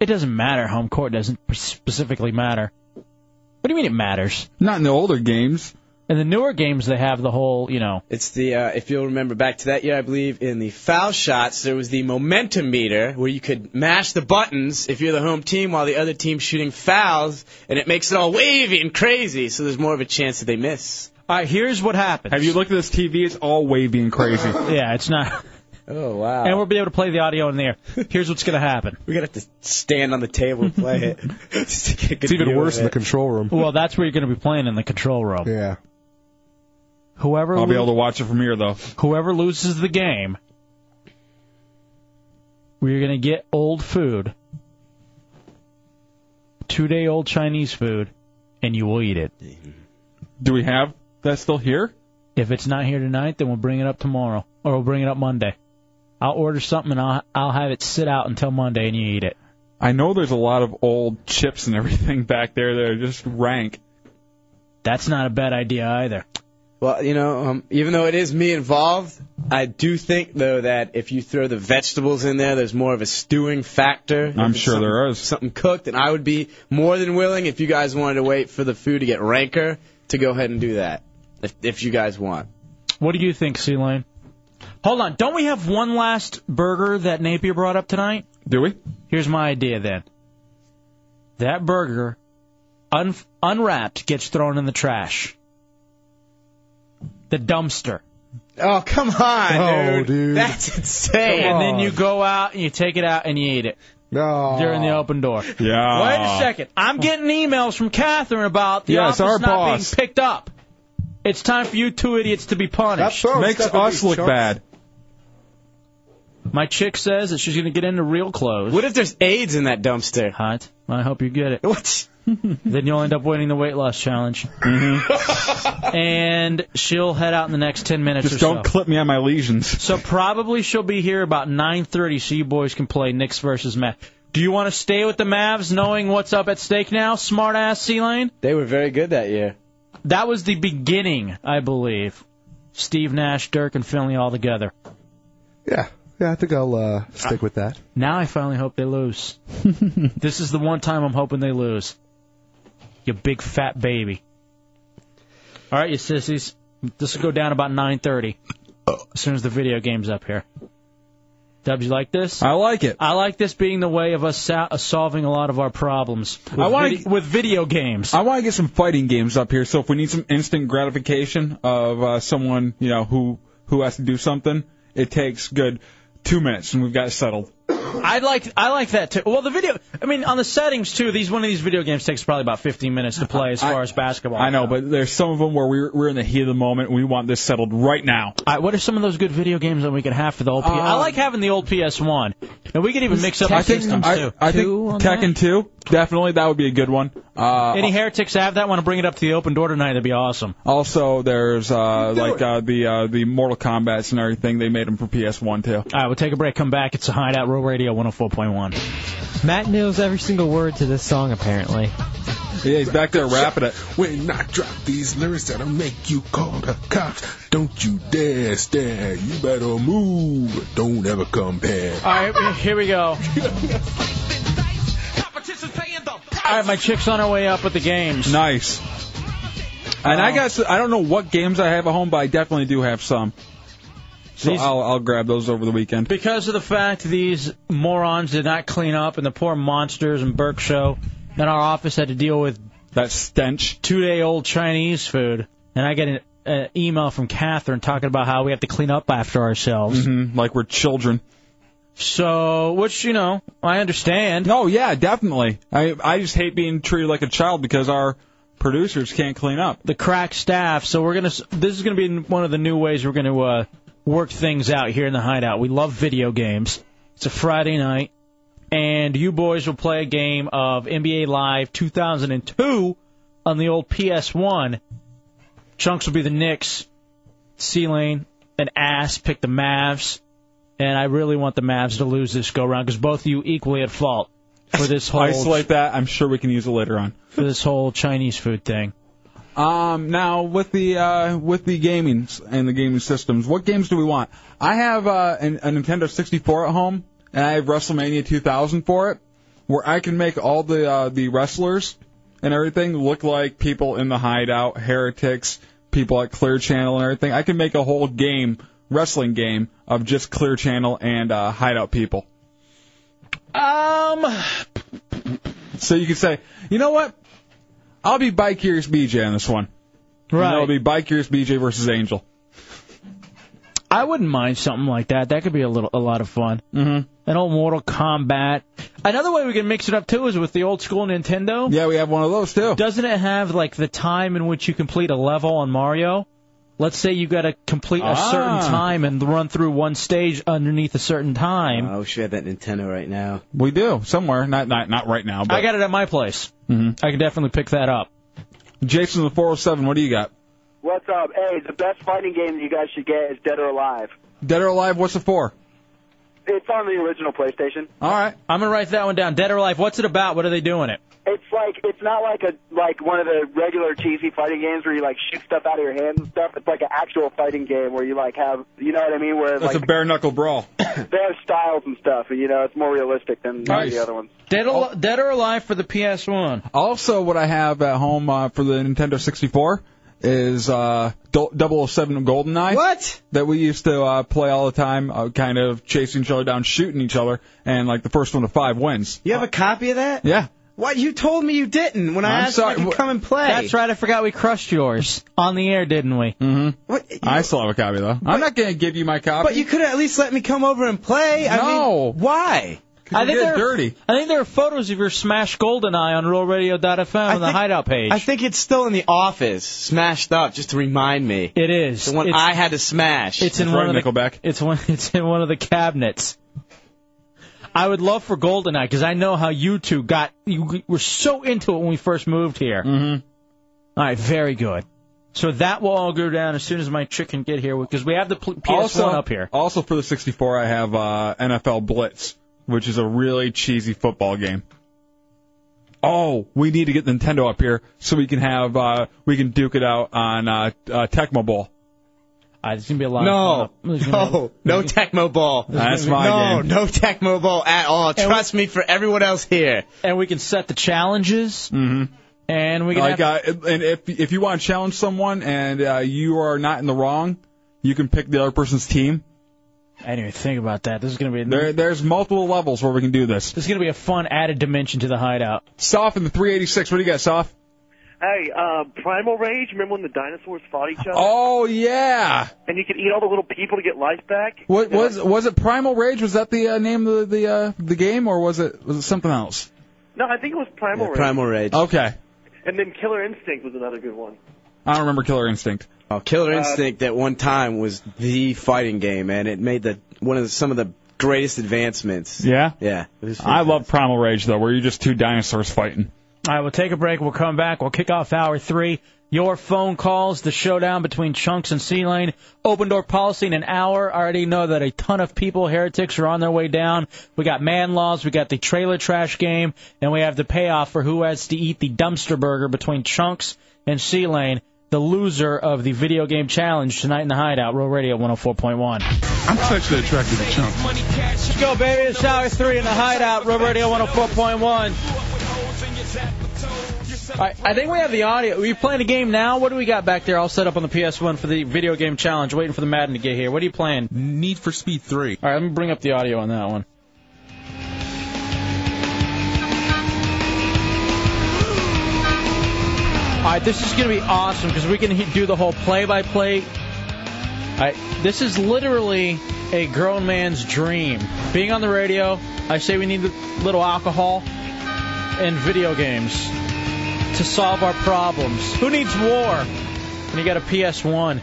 [SPEAKER 2] It doesn't matter. Home court doesn't specifically matter. What do you mean it matters?
[SPEAKER 1] Not in the older games.
[SPEAKER 2] In the newer games, they have the whole, you know.
[SPEAKER 12] It's the uh, if you'll remember back to that year, I believe in the foul shots there was the momentum meter where you could mash the buttons if you're the home team while the other team's shooting fouls, and it makes it all wavy and crazy. So there's more of a chance that they miss.
[SPEAKER 2] All right, here's what happens.
[SPEAKER 1] Have you looked at this TV? It's all wavy and crazy.
[SPEAKER 2] Yeah, it's not.
[SPEAKER 12] Oh wow!
[SPEAKER 2] And we'll be able to play the audio in there. Here's what's going to happen.
[SPEAKER 12] We're gonna have to stand on the table and play it. it's
[SPEAKER 8] control room.
[SPEAKER 2] Well, that's where you're going to be playing in the control room.
[SPEAKER 8] Yeah.
[SPEAKER 2] Whoever
[SPEAKER 1] I'll be
[SPEAKER 2] lo-
[SPEAKER 1] able to watch it from here though.
[SPEAKER 2] whoever loses the game, we're going to get old food, two day old Chinese food, and you will eat it.
[SPEAKER 1] Do we have that still here?
[SPEAKER 2] If it's not here tonight, then we'll bring it up tomorrow, or we'll bring it up Monday. I'll order something and I'll I'll have it sit out until Monday, and you eat it.
[SPEAKER 1] I know there's a lot of old chips and everything back there that are just rank.
[SPEAKER 2] That's not a bad idea either.
[SPEAKER 12] Well, you know, um, even though it is me involved, I do think though that if you throw the vegetables in there, there's more of a stewing factor. If
[SPEAKER 1] I'm
[SPEAKER 12] it's
[SPEAKER 1] sure
[SPEAKER 12] something-
[SPEAKER 1] there is.
[SPEAKER 12] something cooked, and I would be more than willing if you guys wanted to wait for the food to get ranker to go ahead and do that. If, if you guys want.
[SPEAKER 2] What do you think, C Lane? Hold on, don't we have one last burger that Napier brought up tonight?
[SPEAKER 1] Do we?
[SPEAKER 2] Here's my idea then. That burger, un- unwrapped, gets thrown in the trash. The dumpster.
[SPEAKER 12] Oh come on,
[SPEAKER 8] Oh,
[SPEAKER 12] dude.
[SPEAKER 8] dude.
[SPEAKER 12] That's insane.
[SPEAKER 2] and then you go out and you take it out and you eat it.
[SPEAKER 8] No.
[SPEAKER 2] During the open door.
[SPEAKER 1] Yeah.
[SPEAKER 2] Wait a second. I'm getting emails from Catherine about the
[SPEAKER 1] Yes,
[SPEAKER 2] office
[SPEAKER 1] our
[SPEAKER 2] not
[SPEAKER 1] boss.
[SPEAKER 2] being picked up. It's time for you two idiots to be punished.
[SPEAKER 1] Makes us look bad.
[SPEAKER 2] My chick says that she's going to get into real clothes.
[SPEAKER 12] What if there's AIDS in that dumpster?
[SPEAKER 2] Hot. I hope you get it.
[SPEAKER 12] What?
[SPEAKER 2] then you'll end up winning the weight loss challenge. Mm-hmm. and she'll head out in the next 10 minutes
[SPEAKER 1] Just
[SPEAKER 2] or
[SPEAKER 1] don't
[SPEAKER 2] so.
[SPEAKER 1] clip me on my lesions.
[SPEAKER 2] so probably she'll be here about 9.30 so you boys can play Knicks versus Mavs. Do you want to stay with the Mavs knowing what's up at stake now, smart-ass C-Lane?
[SPEAKER 12] They were very good that year.
[SPEAKER 2] That was the beginning, I believe. Steve Nash, Dirk, and Finley all together.
[SPEAKER 8] Yeah. Yeah, I think I'll uh, stick with that.
[SPEAKER 2] Now I finally hope they lose. this is the one time I'm hoping they lose. You big fat baby. All right, you sissies. This will go down about 9:30 as soon as the video game's up here. Dubs, you like this?
[SPEAKER 1] I like it.
[SPEAKER 2] I like this being the way of us so- uh, solving a lot of our problems.
[SPEAKER 1] I
[SPEAKER 2] with
[SPEAKER 1] wanna-
[SPEAKER 2] vide- with video games.
[SPEAKER 1] I want to get some fighting games up here. So if we need some instant gratification of uh, someone, you know, who who has to do something, it takes good two minutes, and we've got it settled.
[SPEAKER 2] I like I like that too. Well, the video. I mean, on the settings too. These one of these video games takes probably about 15 minutes to play as far as basketball.
[SPEAKER 1] I know, but there's some of them where we're, we're in the heat of the moment. And we want this settled right now.
[SPEAKER 2] All right, what are some of those good video games that we could have
[SPEAKER 1] uh,
[SPEAKER 2] for the old? P- Uh, I like having the old PS1, and we could even mix up
[SPEAKER 1] I
[SPEAKER 2] our
[SPEAKER 1] think,
[SPEAKER 2] systems
[SPEAKER 1] I,
[SPEAKER 2] too.
[SPEAKER 1] I think Tekken 2, definitely that would be a good one. Uh,
[SPEAKER 2] Any heretics have that? Want to bring it up to the open door tonight? That'd be awesome.
[SPEAKER 1] also, there's uh, like uh, the uh, the Mortal Kombat's and everything. They made them for PS1 too.
[SPEAKER 2] All right, we'll take a break. Come back. It's a Hideout Row Radio 104.1.
[SPEAKER 3] Matt knows every single word to this song, apparently.
[SPEAKER 1] Yeah, he's back there rapping it.
[SPEAKER 14] When I drop these lyrics that'll make you call the cops, don't you dare stare. You better move. Don't ever compare.
[SPEAKER 2] All right, here we go. All right, my chick's on her way up with the games.
[SPEAKER 1] Nice. And I got s- I don't know what games I have at home, but I definitely do have some. So
[SPEAKER 2] These-
[SPEAKER 1] I'll I'll grab those over the weekend.
[SPEAKER 2] Because of the fact these morons did not clean up, and the poor monsters and Burke Show, and our office had to deal with
[SPEAKER 1] that stench,
[SPEAKER 2] two-day-old Chinese food, and I get an uh, email from Catherine talking about how we have to clean up after ourselves.
[SPEAKER 1] Mm-hmm. Like we're children.
[SPEAKER 2] So, which you know, I understand.
[SPEAKER 1] No, Oh, yeah, definitely. I I just hate being treated like a child because our producers can't clean up.
[SPEAKER 2] The crack staff. So we're gonna. s- This is gonna be one of the new ways we're gonna uh, work things out here in the hideout. We love video games. It's a Friday night, and you boys will play a game of NBA Live 2002 on the old PS1. Chunks will be the Knicks. C Lane and Ass pick the Mavs, and I really want the Mavs to lose this go round because both of you equally at fault for this whole
[SPEAKER 1] Isolate that. I'm sure we can use it later on.
[SPEAKER 2] for this whole Chinese food thing.
[SPEAKER 1] Um, now with the uh, with the gaming s- and the gaming systems, what games do we want? I have uh, an, a Nintendo 64 at home, and I have WrestleMania 2000 for it, where I can make all the uh, the wrestlers and everything look like people in the hideout, heretics, people at Clear Channel, and everything. I can make a whole game, wrestling game of just Clear Channel and uh, hideout people.
[SPEAKER 2] Um,
[SPEAKER 1] So you could say, you know what? I'll be Bike Curious BJ on this one. Right. And it'll be Bike Curious BJ versus Angel.
[SPEAKER 2] I wouldn't mind something like that. That could be a little, a lot of fun.
[SPEAKER 1] Mm-hmm.
[SPEAKER 2] An old Mortal Kombat. Another way we can mix it up too is with the old school Nintendo.
[SPEAKER 1] Yeah, we have one of those too.
[SPEAKER 2] Doesn't it have like the time in which you complete a level on Mario? Let's say you got to complete a certain
[SPEAKER 8] Ah.
[SPEAKER 2] time and run through one stage underneath a certain time.
[SPEAKER 1] Oh,
[SPEAKER 8] I wish we had that Nintendo right now.
[SPEAKER 1] We do somewhere, not not not right now. But Mm-hmm.
[SPEAKER 2] I got it at my place. I could definitely pick that up.
[SPEAKER 1] Jason the 407, what do you got?
[SPEAKER 10] What's up? Hey, the best fighting game that you guys should get is Dead or Alive.
[SPEAKER 1] Dead or alive? What's it for?
[SPEAKER 10] It's on the original PlayStation.
[SPEAKER 1] All right.
[SPEAKER 2] I'm gonna write that one down. Dead or Alive. What's it about? What are they doing it?
[SPEAKER 10] It's like it's not like a like one of the regular cheesy fighting games where you like shoot stuff out of your hands and stuff. It's like an actual fighting game where you like have you know what I mean? Where
[SPEAKER 1] That's
[SPEAKER 10] like
[SPEAKER 1] a bare knuckle brawl.
[SPEAKER 10] they have styles and stuff. You know, it's more realistic than
[SPEAKER 1] Nice.
[SPEAKER 10] the other ones.
[SPEAKER 2] Dead, al- dead or Alive for the PS1.
[SPEAKER 1] Also, what I have at home uh, for the Nintendo 64 is uh, Do- 007 GoldenEye. What? That we used to uh, play all the time, uh, kind of chasing each other down, shooting each other, and like the first one to five wins.
[SPEAKER 8] You have a copy of that?
[SPEAKER 1] Yeah.
[SPEAKER 8] What? You told me you didn't when I
[SPEAKER 1] I'm
[SPEAKER 8] asked
[SPEAKER 1] sorry,
[SPEAKER 8] if I could
[SPEAKER 1] wh-
[SPEAKER 8] come and play.
[SPEAKER 2] That's right. I forgot we crushed yours on the air, didn't we?
[SPEAKER 1] Mm-hmm.
[SPEAKER 8] What?
[SPEAKER 1] I still have a copy though. I'm not gonna give you my copy.
[SPEAKER 8] But you could at least let me come over and play. I
[SPEAKER 1] No.
[SPEAKER 8] mean, why?
[SPEAKER 2] I think, there are, I think there are photos of your Smash Golden Eye on RealRadio.fm on the Hideout page.
[SPEAKER 8] I think it's still in the office, smashed up, just to remind me.
[SPEAKER 2] It is.
[SPEAKER 8] The one
[SPEAKER 2] It's-
[SPEAKER 8] I had to smash.
[SPEAKER 2] it's in one of the, It's one. It's in one of the cabinets. I would love for Goldeneye because I know how you two got. You were so into it when we first moved here. Mm-hmm. right, very good. So that will all go down as soon as my chick can get here because we have the pl- PS1
[SPEAKER 1] also,
[SPEAKER 2] up here.
[SPEAKER 1] Also for the 64, I have uh, NFL Blitz, which is a really cheesy football game. Oh, we need to get Nintendo up here so we can have uh, we can duke it out on uh, uh, Tecmo Bowl.
[SPEAKER 2] Uh, it's gonna be a lot.
[SPEAKER 8] No,
[SPEAKER 2] of fun.
[SPEAKER 8] no, no Tecmo Ball.
[SPEAKER 1] That's my
[SPEAKER 8] no,
[SPEAKER 1] game.
[SPEAKER 8] No, Tecmo Ball at all. Trust me, for everyone else here.
[SPEAKER 2] And we can set the challenges.
[SPEAKER 1] Mm-hmm.
[SPEAKER 2] And we can
[SPEAKER 1] Like,
[SPEAKER 2] have,
[SPEAKER 1] uh, and if if you want to challenge someone and uh, you are not in the wrong, you can pick the other person's team.
[SPEAKER 2] I didn't even think about that. This is gonna be
[SPEAKER 1] There, there's multiple levels where we can do this.
[SPEAKER 2] This is gonna be a fun added dimension to the hideout.
[SPEAKER 1] Soft in the 386. What do you got, Soft?
[SPEAKER 21] Hey, uh, Primal Rage, remember when the dinosaurs fought each other?
[SPEAKER 1] Oh yeah.
[SPEAKER 21] And you could eat all the little people to get life back?
[SPEAKER 1] What was was it Primal Rage? Was that the uh, name of the the, uh, the game, or was it was it something else?
[SPEAKER 21] No, I think it was Primal Rage.
[SPEAKER 1] Rage. Okay,
[SPEAKER 21] And then Killer Instinct was another good one.
[SPEAKER 1] I don't remember Killer Instinct.
[SPEAKER 12] Oh, Killer
[SPEAKER 21] Uh,
[SPEAKER 12] Instinct at one time was the fighting game, and it made the one of the, some of the greatest advancements.
[SPEAKER 1] Yeah.
[SPEAKER 12] Yeah. It was
[SPEAKER 1] I love Primal Rage though, where you're just two dinosaurs fighting.
[SPEAKER 2] All right, we'll take a break. We'll come back. We'll kick off hour three. Your phone calls, the showdown between Chunks and C Lane, open door policy in an hour. I already know that a ton of people, heretics, are on their way down. We got man laws, we got the trailer trash game, and we have the payoff for who has to eat the dumpster burger between Chunks and C Lane, the loser of the video game challenge tonight in the Hideout, Real Radio 104.1.
[SPEAKER 14] I'm sexually attracted to chunks.
[SPEAKER 2] Let's go, baby. It's hour three in the hideout, Real Radio 104.1. All right, I think we have the audio. Are you playing a game now? What do we got back there all set up on the PS1 for the video game challenge? Waiting for the Madden to get here. What are you playing?
[SPEAKER 14] Need for Speed 3.
[SPEAKER 2] All right, let me bring up the audio on that one. All right, this is going to be awesome because we can he- do the whole play-by-play. All right, this is literally a grown man's dream. Being on the radio, I say we need a little alcohol and video games to solve our problems. Who needs war when you got a PS1?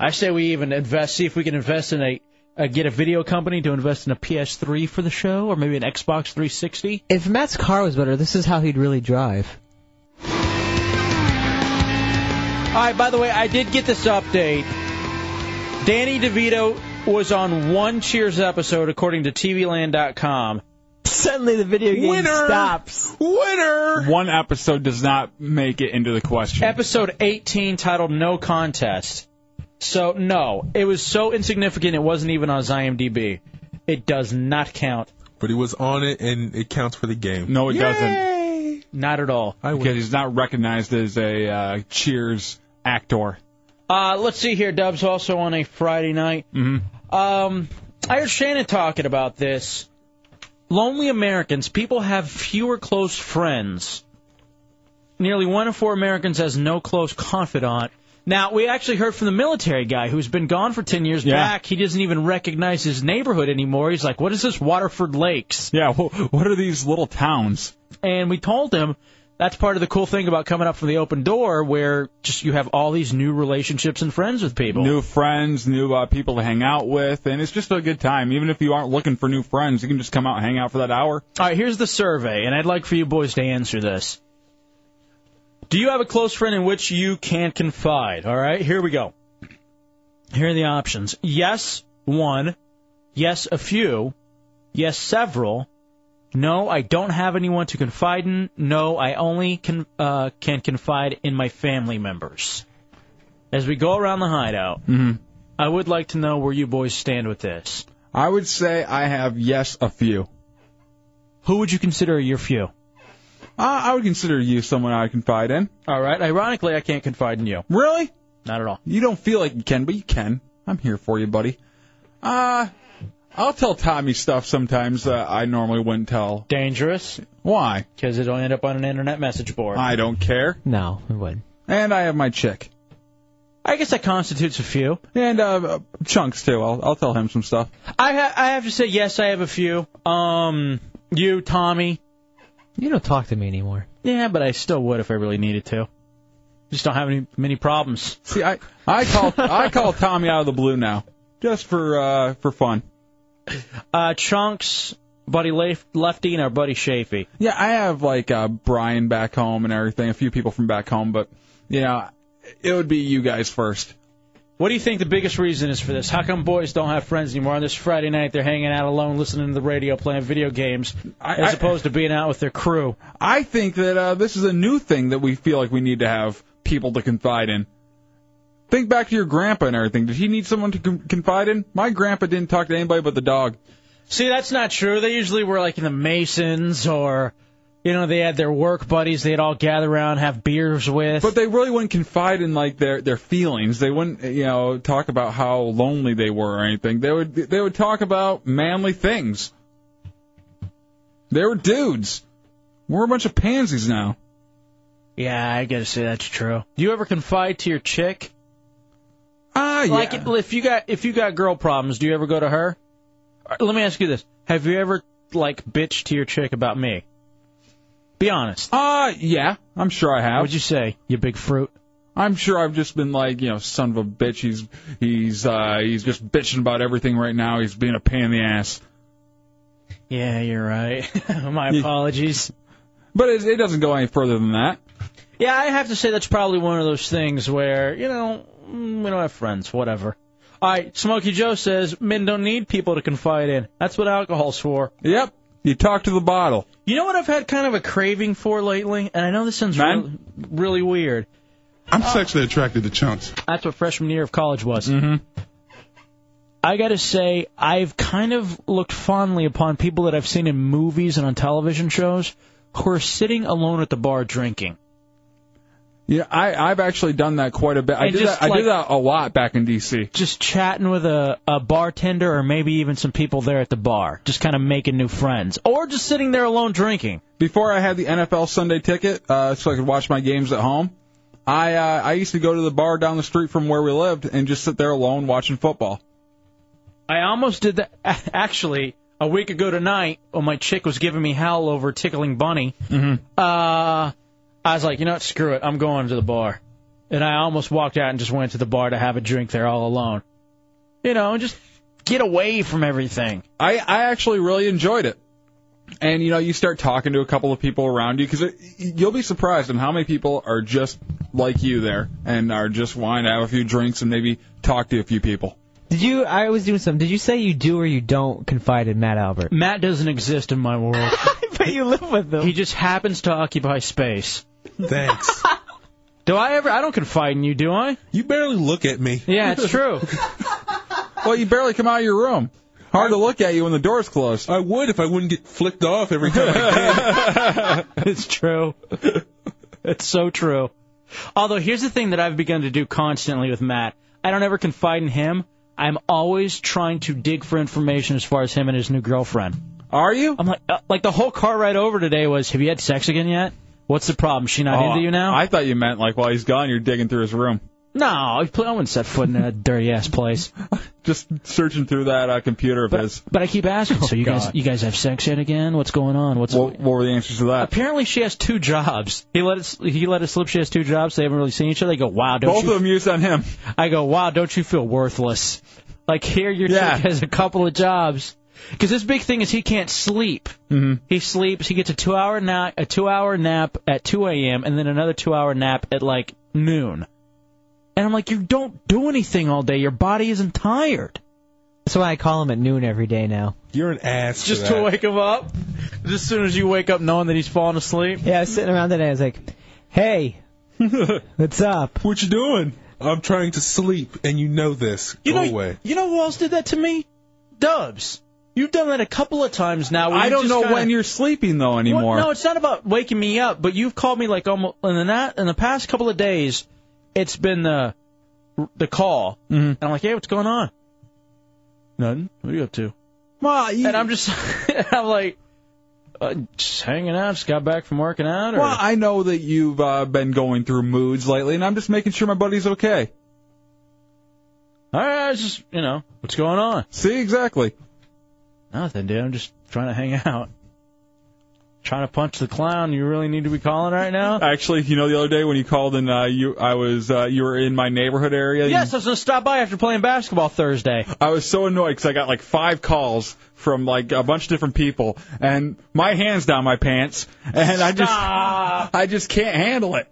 [SPEAKER 2] I say we even invest, see if we can invest in a, uh get a video company to invest in a PS3 for the show, or maybe an Xbox 360.
[SPEAKER 3] If Matt's car was better, this is how he'd really drive.
[SPEAKER 2] All right, by the way, I did get this update. Danny DeVito was on one Cheers episode, according to TVLand.com.
[SPEAKER 3] Suddenly the video game stops.
[SPEAKER 1] Winner. One episode does not make it into the question.
[SPEAKER 2] Episode 18, titled No Contest. So, no, it was so insignificant it wasn't even on his IMDb. It does not count.
[SPEAKER 14] But he was on it, and it counts for the game.
[SPEAKER 1] No, it doesn't.
[SPEAKER 2] Not at all.
[SPEAKER 1] Because he's not recognized as a uh, Cheers actor.
[SPEAKER 2] Uh, let's see here. Dub's also on a Friday night.
[SPEAKER 1] Mhm.
[SPEAKER 2] Um, I heard Shannon talking about this. Lonely Americans, people have fewer close friends. Nearly one in four Americans has no close confidant. Now, we actually heard from the military guy who's been gone for 10 years
[SPEAKER 1] Yeah.
[SPEAKER 2] back. He doesn't even recognize his neighborhood anymore. He's like, what is this Waterford Lakes?
[SPEAKER 1] Yeah, wh- what are these little towns?
[SPEAKER 2] And we told him that's part of the cool thing about coming up from the open door where just you have all these new relationships and friends with people.
[SPEAKER 1] New friends, new uh, people to hang out with, and it's just a good time. Even if you aren't looking for new friends, you can just come out and hang out for that hour.
[SPEAKER 2] All right, here's the survey, and I'd like for you boys to answer this. Do you have a close friend in which you can confide? All right, here we go. Here are the options yes, one, yes, a few, yes, several, no, I don't have anyone to confide in, no, I only can, uh, can confide in my family members. As we go around the hideout,
[SPEAKER 1] Mm-hmm.
[SPEAKER 2] I would like to know where you boys stand with this.
[SPEAKER 1] I would say I have yes a few.
[SPEAKER 2] Who would you consider your few?
[SPEAKER 1] Uh, I would consider you someone I confide in.
[SPEAKER 2] All right, ironically, I can't confide in you.
[SPEAKER 1] Really?
[SPEAKER 2] Not at all.
[SPEAKER 1] You don't feel like you can, but you can. I'm here for you, buddy. Uh, I'll tell Tommy stuff sometimes uh, I normally wouldn't tell.
[SPEAKER 2] Dangerous.
[SPEAKER 1] Why?
[SPEAKER 2] Because it'll end up on an internet message board.
[SPEAKER 1] I don't care.
[SPEAKER 3] No, it wouldn't.
[SPEAKER 1] And I have my chick.
[SPEAKER 2] I guess that constitutes a few.
[SPEAKER 1] And uh, Chunks, too. I'll, I'll tell him some stuff.
[SPEAKER 2] I ha- I have to say yes, I have a few. Um, you, Tommy.
[SPEAKER 3] You don't talk to me anymore.
[SPEAKER 2] Yeah, but I still would if I really needed to. Just don't have any many problems.
[SPEAKER 1] See, I I call I call Tommy out of the blue now, just for uh, for fun.
[SPEAKER 2] Uh, Chunks, buddy Lef- Lefty, and our buddy Shafee.
[SPEAKER 1] Yeah, I have like uh, Brian back home and everything, a few people from back home, but you know, it would be you guys first.
[SPEAKER 2] What do you think the biggest reason is for this? How come boys don't have friends anymore? On this Friday night, they're hanging out alone, listening to the radio, playing video games, as
[SPEAKER 1] I-
[SPEAKER 2] opposed to being out Oh, with their crew.
[SPEAKER 1] I think that uh, this is a new thing that we feel like we need to have people to confide in. Think back to your grandpa and everything. Did he need someone to con- confide in? My grandpa didn't talk to anybody but the dog.
[SPEAKER 2] See, that's not true. They usually were like in the Masons or, you know, they had their work buddies they'd all gather around, have beers with.
[SPEAKER 1] But they really wouldn't confide in like their their feelings. They wouldn't, you know, talk about how lonely they were or anything. They would they would talk about manly things. They were dudes. We're a bunch of pansies now.
[SPEAKER 2] Yeah, I gotta say that's true. Do you ever confide to your chick?
[SPEAKER 1] Ah,
[SPEAKER 2] yeah. Like if you got if you got girl problems, do you ever go to her? Or- Let me ask you this: Have you ever like bitched to your chick about me? Be honest.
[SPEAKER 1] Uh, yeah, I'm sure I have.
[SPEAKER 2] What'd you say, you big fruit?
[SPEAKER 1] I'm sure I've just been like, you know, son of a bitch. He's he's uh he's just bitching about everything right now. He's being a pain in the ass.
[SPEAKER 2] Yeah, you're right. My apologies.
[SPEAKER 1] But it, it doesn't go any further than that.
[SPEAKER 2] Yeah, I have to say that's probably one of those things where you know mm, we don't have friends, whatever. All right, Smokey Joe says men don't need people to confide in. That's what alcohol's for.
[SPEAKER 1] Yep, you talk to the bottle.
[SPEAKER 2] You know what I've had kind of a craving for lately, and I know this sounds really, really weird.
[SPEAKER 14] I'm sexually attracted to chunks.
[SPEAKER 2] That's what freshman year of college was. Mm-hmm. I got to say, I've kind of looked fondly upon people that I've seen in movies and on television shows who are sitting alone at the bar drinking.
[SPEAKER 1] Yeah, I I've actually done that quite a bit. I
[SPEAKER 2] And
[SPEAKER 1] did
[SPEAKER 2] just
[SPEAKER 1] that, I did
[SPEAKER 2] like-
[SPEAKER 1] that a lot back in D.C.
[SPEAKER 2] Just chatting with a, a bartender or maybe even some people there at the bar. Just kind of making new friends. Oh, Or just sitting there alone drinking.
[SPEAKER 1] Before I had the NFL Sunday ticket, uh, so I could watch my games at home, I uh, I used to go to the bar down the street from where we lived and just sit there alone watching football.
[SPEAKER 2] I almost did that. Actually, a week ago tonight, when my chick was giving me hell over tickling Bunny,
[SPEAKER 1] Mm-hmm.
[SPEAKER 2] uh, I was like, you know what, screw it. I'm going to the bar. And I almost walked out and just went to the bar to have a drink there all alone. You know, and just get away from everything.
[SPEAKER 1] I I actually really enjoyed it. And you know, you start talking to a couple of people around you because you'll be surprised on how many people are just like you there and are just wanting to have a few drinks and maybe talk to a few people.
[SPEAKER 3] Did you? I was doing something. Did you say you do or you don't confide in Matt Albert?
[SPEAKER 2] Matt doesn't exist in my world.
[SPEAKER 3] but you live with him.
[SPEAKER 2] He just happens to occupy space.
[SPEAKER 6] Thanks.
[SPEAKER 2] do I ever? I don't confide in you, do I?
[SPEAKER 6] You barely look at me.
[SPEAKER 2] Yeah, it's true.
[SPEAKER 1] well, you barely come out of your room. Hard to look at you when the door's closed.
[SPEAKER 6] I would if I wouldn't get flicked off every time.
[SPEAKER 2] it's true. It's so true. Although here's the thing that I've begun to do constantly with Matt. I don't ever confide in him. I'm always trying to dig for information as far as him and his new girlfriend.
[SPEAKER 1] Are you?
[SPEAKER 2] I'm like, uh, like the whole car ride over today was, have you had sex again yet? What's the problem? She not
[SPEAKER 1] Oh,
[SPEAKER 2] into you now?
[SPEAKER 1] I thought you meant like while he's gone, you're digging through his room,
[SPEAKER 2] No, I pl- I wouldn't set foot in that dirty ass place.
[SPEAKER 1] just searching through that uh, computer of his.
[SPEAKER 2] But I keep asking. so you guys,
[SPEAKER 1] God.
[SPEAKER 2] you guys have sex yet again? What's going on? What's
[SPEAKER 1] What, what were the answers to that?
[SPEAKER 2] Apparently she has two jobs. He let it he let it slip. She has two jobs. They haven't really seen each other. They go, wow, don't
[SPEAKER 1] Both
[SPEAKER 2] you?
[SPEAKER 1] of them used on him.
[SPEAKER 2] I go, wow, don't you feel worthless? Like here, your
[SPEAKER 1] Yeah.
[SPEAKER 2] chick has a couple of jobs. Because his big thing is he can't sleep.
[SPEAKER 1] Mm-hmm.
[SPEAKER 2] He sleeps. He gets a two hour nap, a two hour nap at 2 a.m. and then another two hour nap at like noon. And I'm like, you don't do anything all day. Your body isn't tired.
[SPEAKER 3] That's why I call him at noon every day now.
[SPEAKER 6] You're an ass. for
[SPEAKER 2] Just
[SPEAKER 6] that.
[SPEAKER 2] to wake him up. Just as soon as you wake up knowing that he's fallen asleep.
[SPEAKER 3] Yeah, I was sitting around today. I was like, "Hey, what's up?
[SPEAKER 6] What you doing? I'm trying to sleep, and you know this.
[SPEAKER 2] You
[SPEAKER 6] Go
[SPEAKER 2] know,
[SPEAKER 6] away.
[SPEAKER 2] you know who else did that to me? Dubs. You've done that a couple of times now. where
[SPEAKER 1] I
[SPEAKER 2] you
[SPEAKER 1] don't
[SPEAKER 2] just
[SPEAKER 1] know
[SPEAKER 2] kinda-
[SPEAKER 1] when you're sleeping though
[SPEAKER 2] Well,
[SPEAKER 1] anymore.
[SPEAKER 2] no, it's not about waking me up, but you've called me like almost in the na- in the past couple of days. It's been the the call,
[SPEAKER 6] Mm-hmm.
[SPEAKER 2] and I'm like, hey, what's going on? Nothing. What are you up to?
[SPEAKER 1] Well,
[SPEAKER 2] And I'm just, I'm like, uh, just hanging out. Just got back from working out. Or...
[SPEAKER 1] Well, I know that you've uh, been going through moods lately, and I'm just making sure my buddy's okay.
[SPEAKER 2] All right, it's just you know what's going on.
[SPEAKER 1] See, exactly.
[SPEAKER 2] Nothing, dude. I'm just trying to hang out. Trying to punch the clown. You really need to be calling right now.
[SPEAKER 1] Actually, you know, the other day when you called and uh, you, I was, uh, you were in my neighborhood area.
[SPEAKER 2] Yes, I was gonna stop by after playing basketball Thursday.
[SPEAKER 1] I was so annoyed because I got like five calls from like a bunch of different people, and my hands down my pants, and I just, I just can't handle it.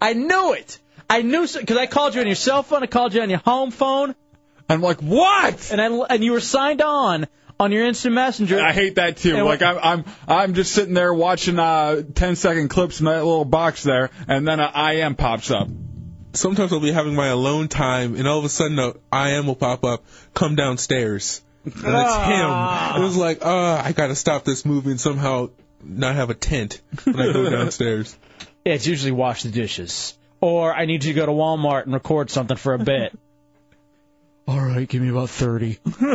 [SPEAKER 2] I knew it. I knew because I called you on your cell phone. I called you on your home phone.
[SPEAKER 1] I'm like, what?
[SPEAKER 2] And I and you were signed on on your instant messenger.
[SPEAKER 1] I hate that too.
[SPEAKER 2] And
[SPEAKER 1] Like
[SPEAKER 2] what-
[SPEAKER 1] I'm, I'm, I'm just sitting there watching uh, 10 second clips in that little box there, and then a IM pops up.
[SPEAKER 6] Sometimes I'll be having my alone time, and all of a sudden, a IM will pop up. Come downstairs, and it's him. It was like, uh, I gotta stop this movie and somehow not have a tent when I go downstairs.
[SPEAKER 2] Yeah, it's usually wash the dishes or I need you to go to Walmart and record something for a bit. All right, give me about thirty.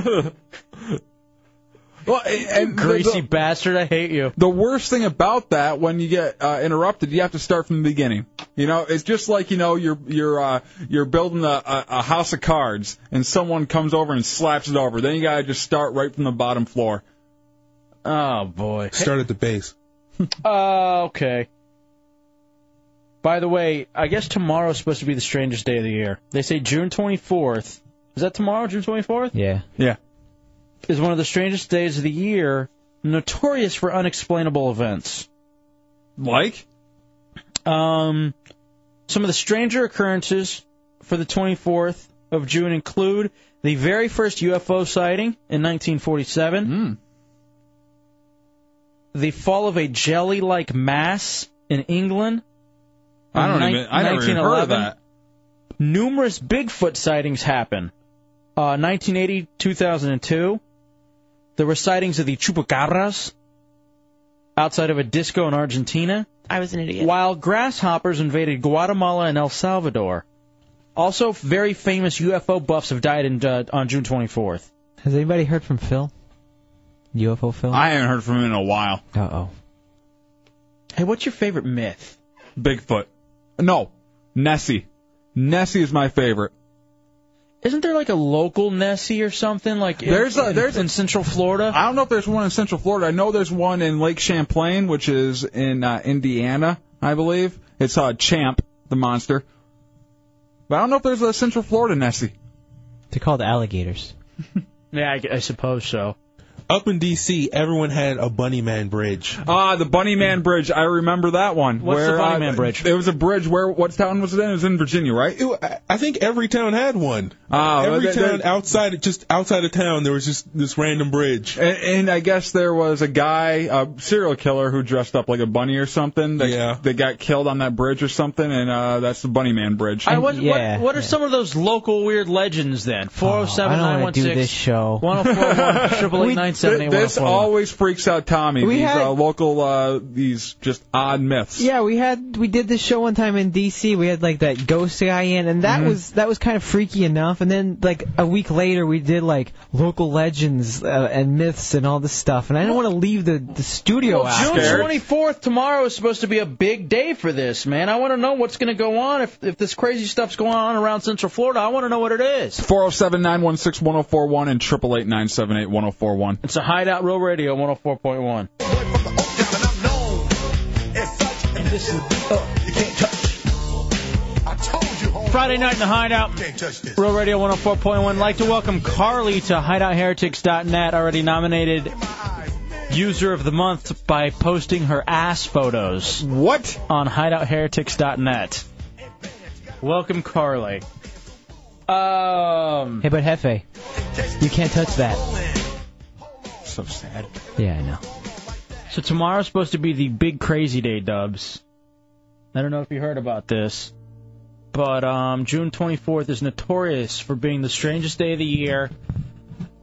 [SPEAKER 1] Well, and
[SPEAKER 2] Greasy bastard, I hate you.
[SPEAKER 1] The worst thing about that, when you get uh, interrupted, you have to start from the beginning. You know, it's just like you know you're you're uh, you're building a, a, a house of cards, and someone comes over and slaps it over. Then you gotta just start right from the bottom floor.
[SPEAKER 2] Oh boy.
[SPEAKER 6] Start at the base.
[SPEAKER 2] Uh, okay. By the way, I guess tomorrow's supposed to be the strangest day of the year. They say June 24th. Is that tomorrow, June 24th?
[SPEAKER 3] Yeah.
[SPEAKER 1] Yeah.
[SPEAKER 2] Is one of the strangest days of the year, notorious for unexplainable events.
[SPEAKER 1] Like?
[SPEAKER 2] Um, some of the stranger occurrences for the 24th of June include the very first UFO sighting in 1947,
[SPEAKER 1] Hmm.
[SPEAKER 2] the fall of a jelly like mass in England.
[SPEAKER 1] I don't
[SPEAKER 2] in
[SPEAKER 1] even- I never even heard of
[SPEAKER 2] 1911.
[SPEAKER 1] that.
[SPEAKER 2] Numerous Bigfoot sightings happen. Uh, 1980, 2002. There were sightings of the chupacabras outside of a disco in Argentina.
[SPEAKER 4] I was an idiot.
[SPEAKER 2] While grasshoppers invaded Guatemala and El Salvador. Also, very famous UFO buffs have died in, uh, on June 24th.
[SPEAKER 3] Has anybody heard from Phil? UFO Phil?
[SPEAKER 1] I haven't heard from him in a while.
[SPEAKER 3] Uh oh.
[SPEAKER 2] Hey, what's your favorite myth?
[SPEAKER 1] Bigfoot. No, Nessie. Nessie is my favorite.
[SPEAKER 2] Isn't there like a local Nessie or something like in-
[SPEAKER 1] There's a,
[SPEAKER 2] in-
[SPEAKER 1] there's
[SPEAKER 2] in Central Florida.
[SPEAKER 1] I don't know if there's one in Central Florida. I know there's one in Lake Champlain, which is in uh, Indiana, I believe. It's uh, Champ, the monster. But I don't know if there's a Central Florida Nessie.
[SPEAKER 3] They're called alligators.
[SPEAKER 2] Yeah, I, I suppose so.
[SPEAKER 6] Up in D.C., everyone had a Bunny Man bridge.
[SPEAKER 1] Ah, the Bunny Man Bridge. I remember that one.
[SPEAKER 6] What's the
[SPEAKER 1] Where,
[SPEAKER 6] Bunny
[SPEAKER 1] uh,
[SPEAKER 6] Man Bridge?
[SPEAKER 1] It was a bridge where what town was it in? It was in Virginia, right?
[SPEAKER 6] I think every town had one.
[SPEAKER 1] Ah, well,
[SPEAKER 6] every
[SPEAKER 1] there-
[SPEAKER 6] town
[SPEAKER 1] there-
[SPEAKER 6] outside, just outside of town, there was just this random bridge.
[SPEAKER 1] And, and I guess there was a guy, a serial killer, who dressed up like a bunny or something. That, yeah. That got killed on that bridge or something, and uh, that's the Bunny Man Bridge.
[SPEAKER 2] I was, what, what are some of those local weird legends then? Four zero seven
[SPEAKER 3] Oh, I don't
[SPEAKER 2] nine one
[SPEAKER 3] want to do this
[SPEAKER 2] six
[SPEAKER 3] show.
[SPEAKER 2] one zero four one triple eight nine seven
[SPEAKER 1] Th-
[SPEAKER 2] eight one zero
[SPEAKER 1] This
[SPEAKER 2] four one.
[SPEAKER 1] always freaks out Tommy.
[SPEAKER 3] We
[SPEAKER 1] these
[SPEAKER 3] had-
[SPEAKER 1] uh, local, uh, these just odd myths.
[SPEAKER 3] Yeah, we had we did this show one time in D.C. We had like that ghost guy in, and
[SPEAKER 1] Mm-hmm.
[SPEAKER 3] that was that was kind of freaky enough. And then like a week later, we did like local legends uh, and myths and all this stuff. And I didn't want to leave the the studio
[SPEAKER 2] Well,
[SPEAKER 3] out.
[SPEAKER 2] June twenty fourth tomorrow is supposed to be a big day for this man. I want to know what's going to go on if if this crazy stuff's going on around Central Florida. I want to know what it is.
[SPEAKER 1] Four zero seven nine one six one zero four one and triple eight nine seven eight one zero four one.
[SPEAKER 2] It's a Hideout Row Radio one zero four point one. Friday night in the Hideout. Real Radio 104.1. Like to welcome Carly to HideoutHeretics.net, already nominated User of the Month by posting her ass photos.
[SPEAKER 1] What?
[SPEAKER 2] On HideoutHeretics.net. Welcome, Carly. Um.
[SPEAKER 3] Hey, but Hefe, you can't touch that.
[SPEAKER 1] So sad.
[SPEAKER 3] Yeah, I know.
[SPEAKER 2] So tomorrow's supposed to be the big crazy day, Dubs. I don't know if you heard about this, but um, June 24th is notorious for being the strangest day of the year.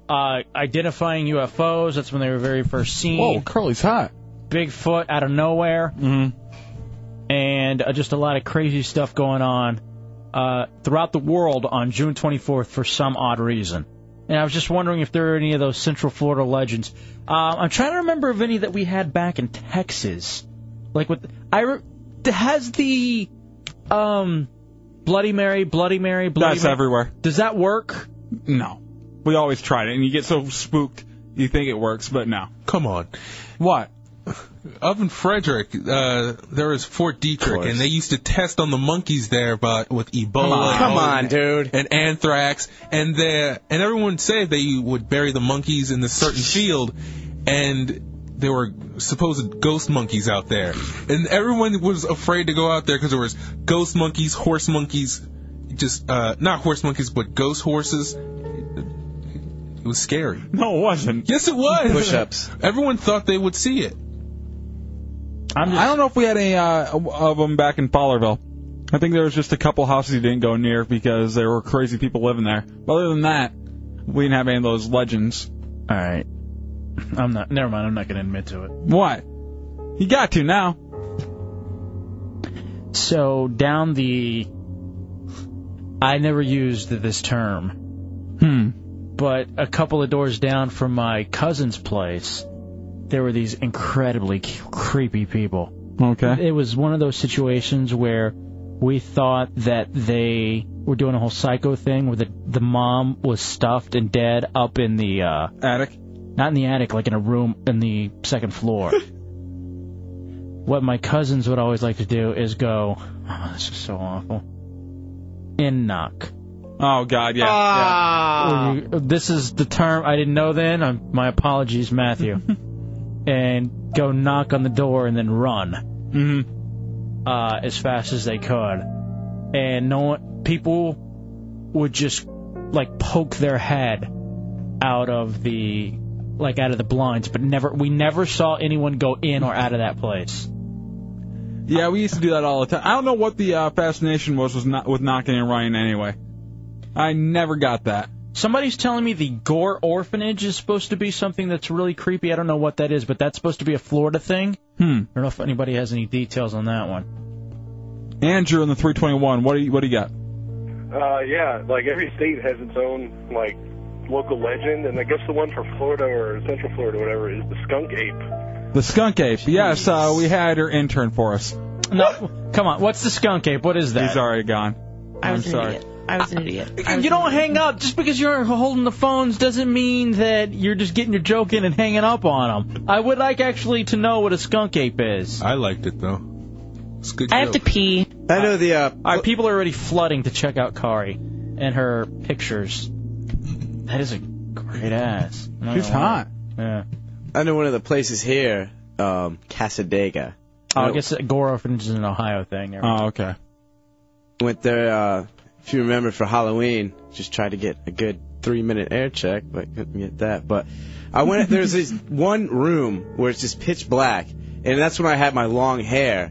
[SPEAKER 2] Uh, identifying UFOs, that's when they were very first seen.
[SPEAKER 1] Whoa, Curly's hot.
[SPEAKER 2] Bigfoot out of nowhere. Mm-hmm. And uh, just a lot of crazy stuff going on uh, throughout the world on June 24th for some odd reason. And I was just wondering if there are any of those Central Florida legends. Uh, I'm trying to remember of any that we had back in Texas. Like with I re- has the um Bloody Mary, Bloody Mary, Bloody
[SPEAKER 1] That's
[SPEAKER 2] Mary.
[SPEAKER 1] everywhere.
[SPEAKER 2] Does that work?
[SPEAKER 1] No. We always tried it, and you get so spooked, you think it works, but no.
[SPEAKER 6] Come on.
[SPEAKER 1] What?
[SPEAKER 6] Up in Frederick, uh, there is Fort Detrick, and they used to test on the monkeys there, but with Ebola, and
[SPEAKER 12] Come
[SPEAKER 6] all-
[SPEAKER 12] on, dude.
[SPEAKER 6] and anthrax, and the and everyone said they would bury the monkeys in this certain field, and there were supposed ghost monkeys out there, and everyone was afraid to go out there because there was ghost monkeys, horse monkeys, just uh, not horse monkeys, but ghost horses. It was scary.
[SPEAKER 1] No, it wasn't.
[SPEAKER 6] Yes, it was.
[SPEAKER 12] Push-ups.
[SPEAKER 6] Everyone thought they would see it.
[SPEAKER 2] I'm
[SPEAKER 1] I don't know if we had any uh, of them back in Fowlerville. I think there was just a couple houses you didn't go near because there were crazy people living there. But other than that, we didn't have any of those legends.
[SPEAKER 2] All right. I'm not. Never mind. I'm not going to admit to it.
[SPEAKER 1] What? You got to now.
[SPEAKER 2] So down the, I never used this term.
[SPEAKER 1] Hmm.
[SPEAKER 2] but a couple of doors down from my cousin's place, there were these incredibly c- creepy people.
[SPEAKER 1] Okay.
[SPEAKER 2] It was one of those situations where we thought that they were doing a whole psycho thing where the the mom was stuffed and dead up in the uh,
[SPEAKER 1] attic.
[SPEAKER 2] Not in the attic, like in a room in the second floor. what my cousins would always like to do is go, "Oh, this is so awful," and knock.
[SPEAKER 1] Oh God, yeah.
[SPEAKER 2] Or you- This is the term I didn't know then. i my apologies, Matthew. and go knock on the door and then run mm-hmm. uh, as fast as they could. And no one, people would just like poke their head out of the like out of the blinds, but never we never saw anyone go in or out of that place.
[SPEAKER 1] yeah. Yeah, we used to do that all the time. I don't know what the uh, fascination was was not with knocking and running anyway. I never got that.
[SPEAKER 2] Somebody's telling me the Gore Orphanage is supposed to be something that's really creepy. I don't know what that is, but that's supposed to be a Florida thing.
[SPEAKER 1] Hmm.
[SPEAKER 2] I don't know if anybody has any details on that one.
[SPEAKER 1] Andrew in the 321. What do you what do you got?
[SPEAKER 4] Uh, yeah, like every state has its own like local legend, and I guess the one for Florida or Central Florida, or whatever, is the skunk ape.
[SPEAKER 1] The skunk ape. Yes, uh, we had her intern for us.
[SPEAKER 2] No, come on. What's the skunk ape? What is that?
[SPEAKER 1] He's already gone.
[SPEAKER 2] I was
[SPEAKER 1] am
[SPEAKER 2] an
[SPEAKER 1] sorry.
[SPEAKER 2] I was an idiot. you don't hang up just because you're holding the phones doesn't mean that you're just getting your joke in and hanging up on them. I would like actually to know what a skunk ape is.
[SPEAKER 6] I liked it though. It's good.
[SPEAKER 2] I have to
[SPEAKER 6] pee. I know the. Uh,
[SPEAKER 2] All right, people are already flooding to check out Kari and her pictures. That is a great ass. I'm not
[SPEAKER 12] She's
[SPEAKER 2] gonna lie.
[SPEAKER 12] hot.
[SPEAKER 2] Yeah.
[SPEAKER 12] I know one of the places here, um, Casadega.
[SPEAKER 2] Oh, I guess Gore Orphanage is an Ohio thing. Never mind.
[SPEAKER 1] okay.
[SPEAKER 12] Went there, uh, if you remember, for Halloween. Just tried to get a good three minute air check, but couldn't get that. But I went, there's this one room where it's just pitch black, and that's when I had my long hair,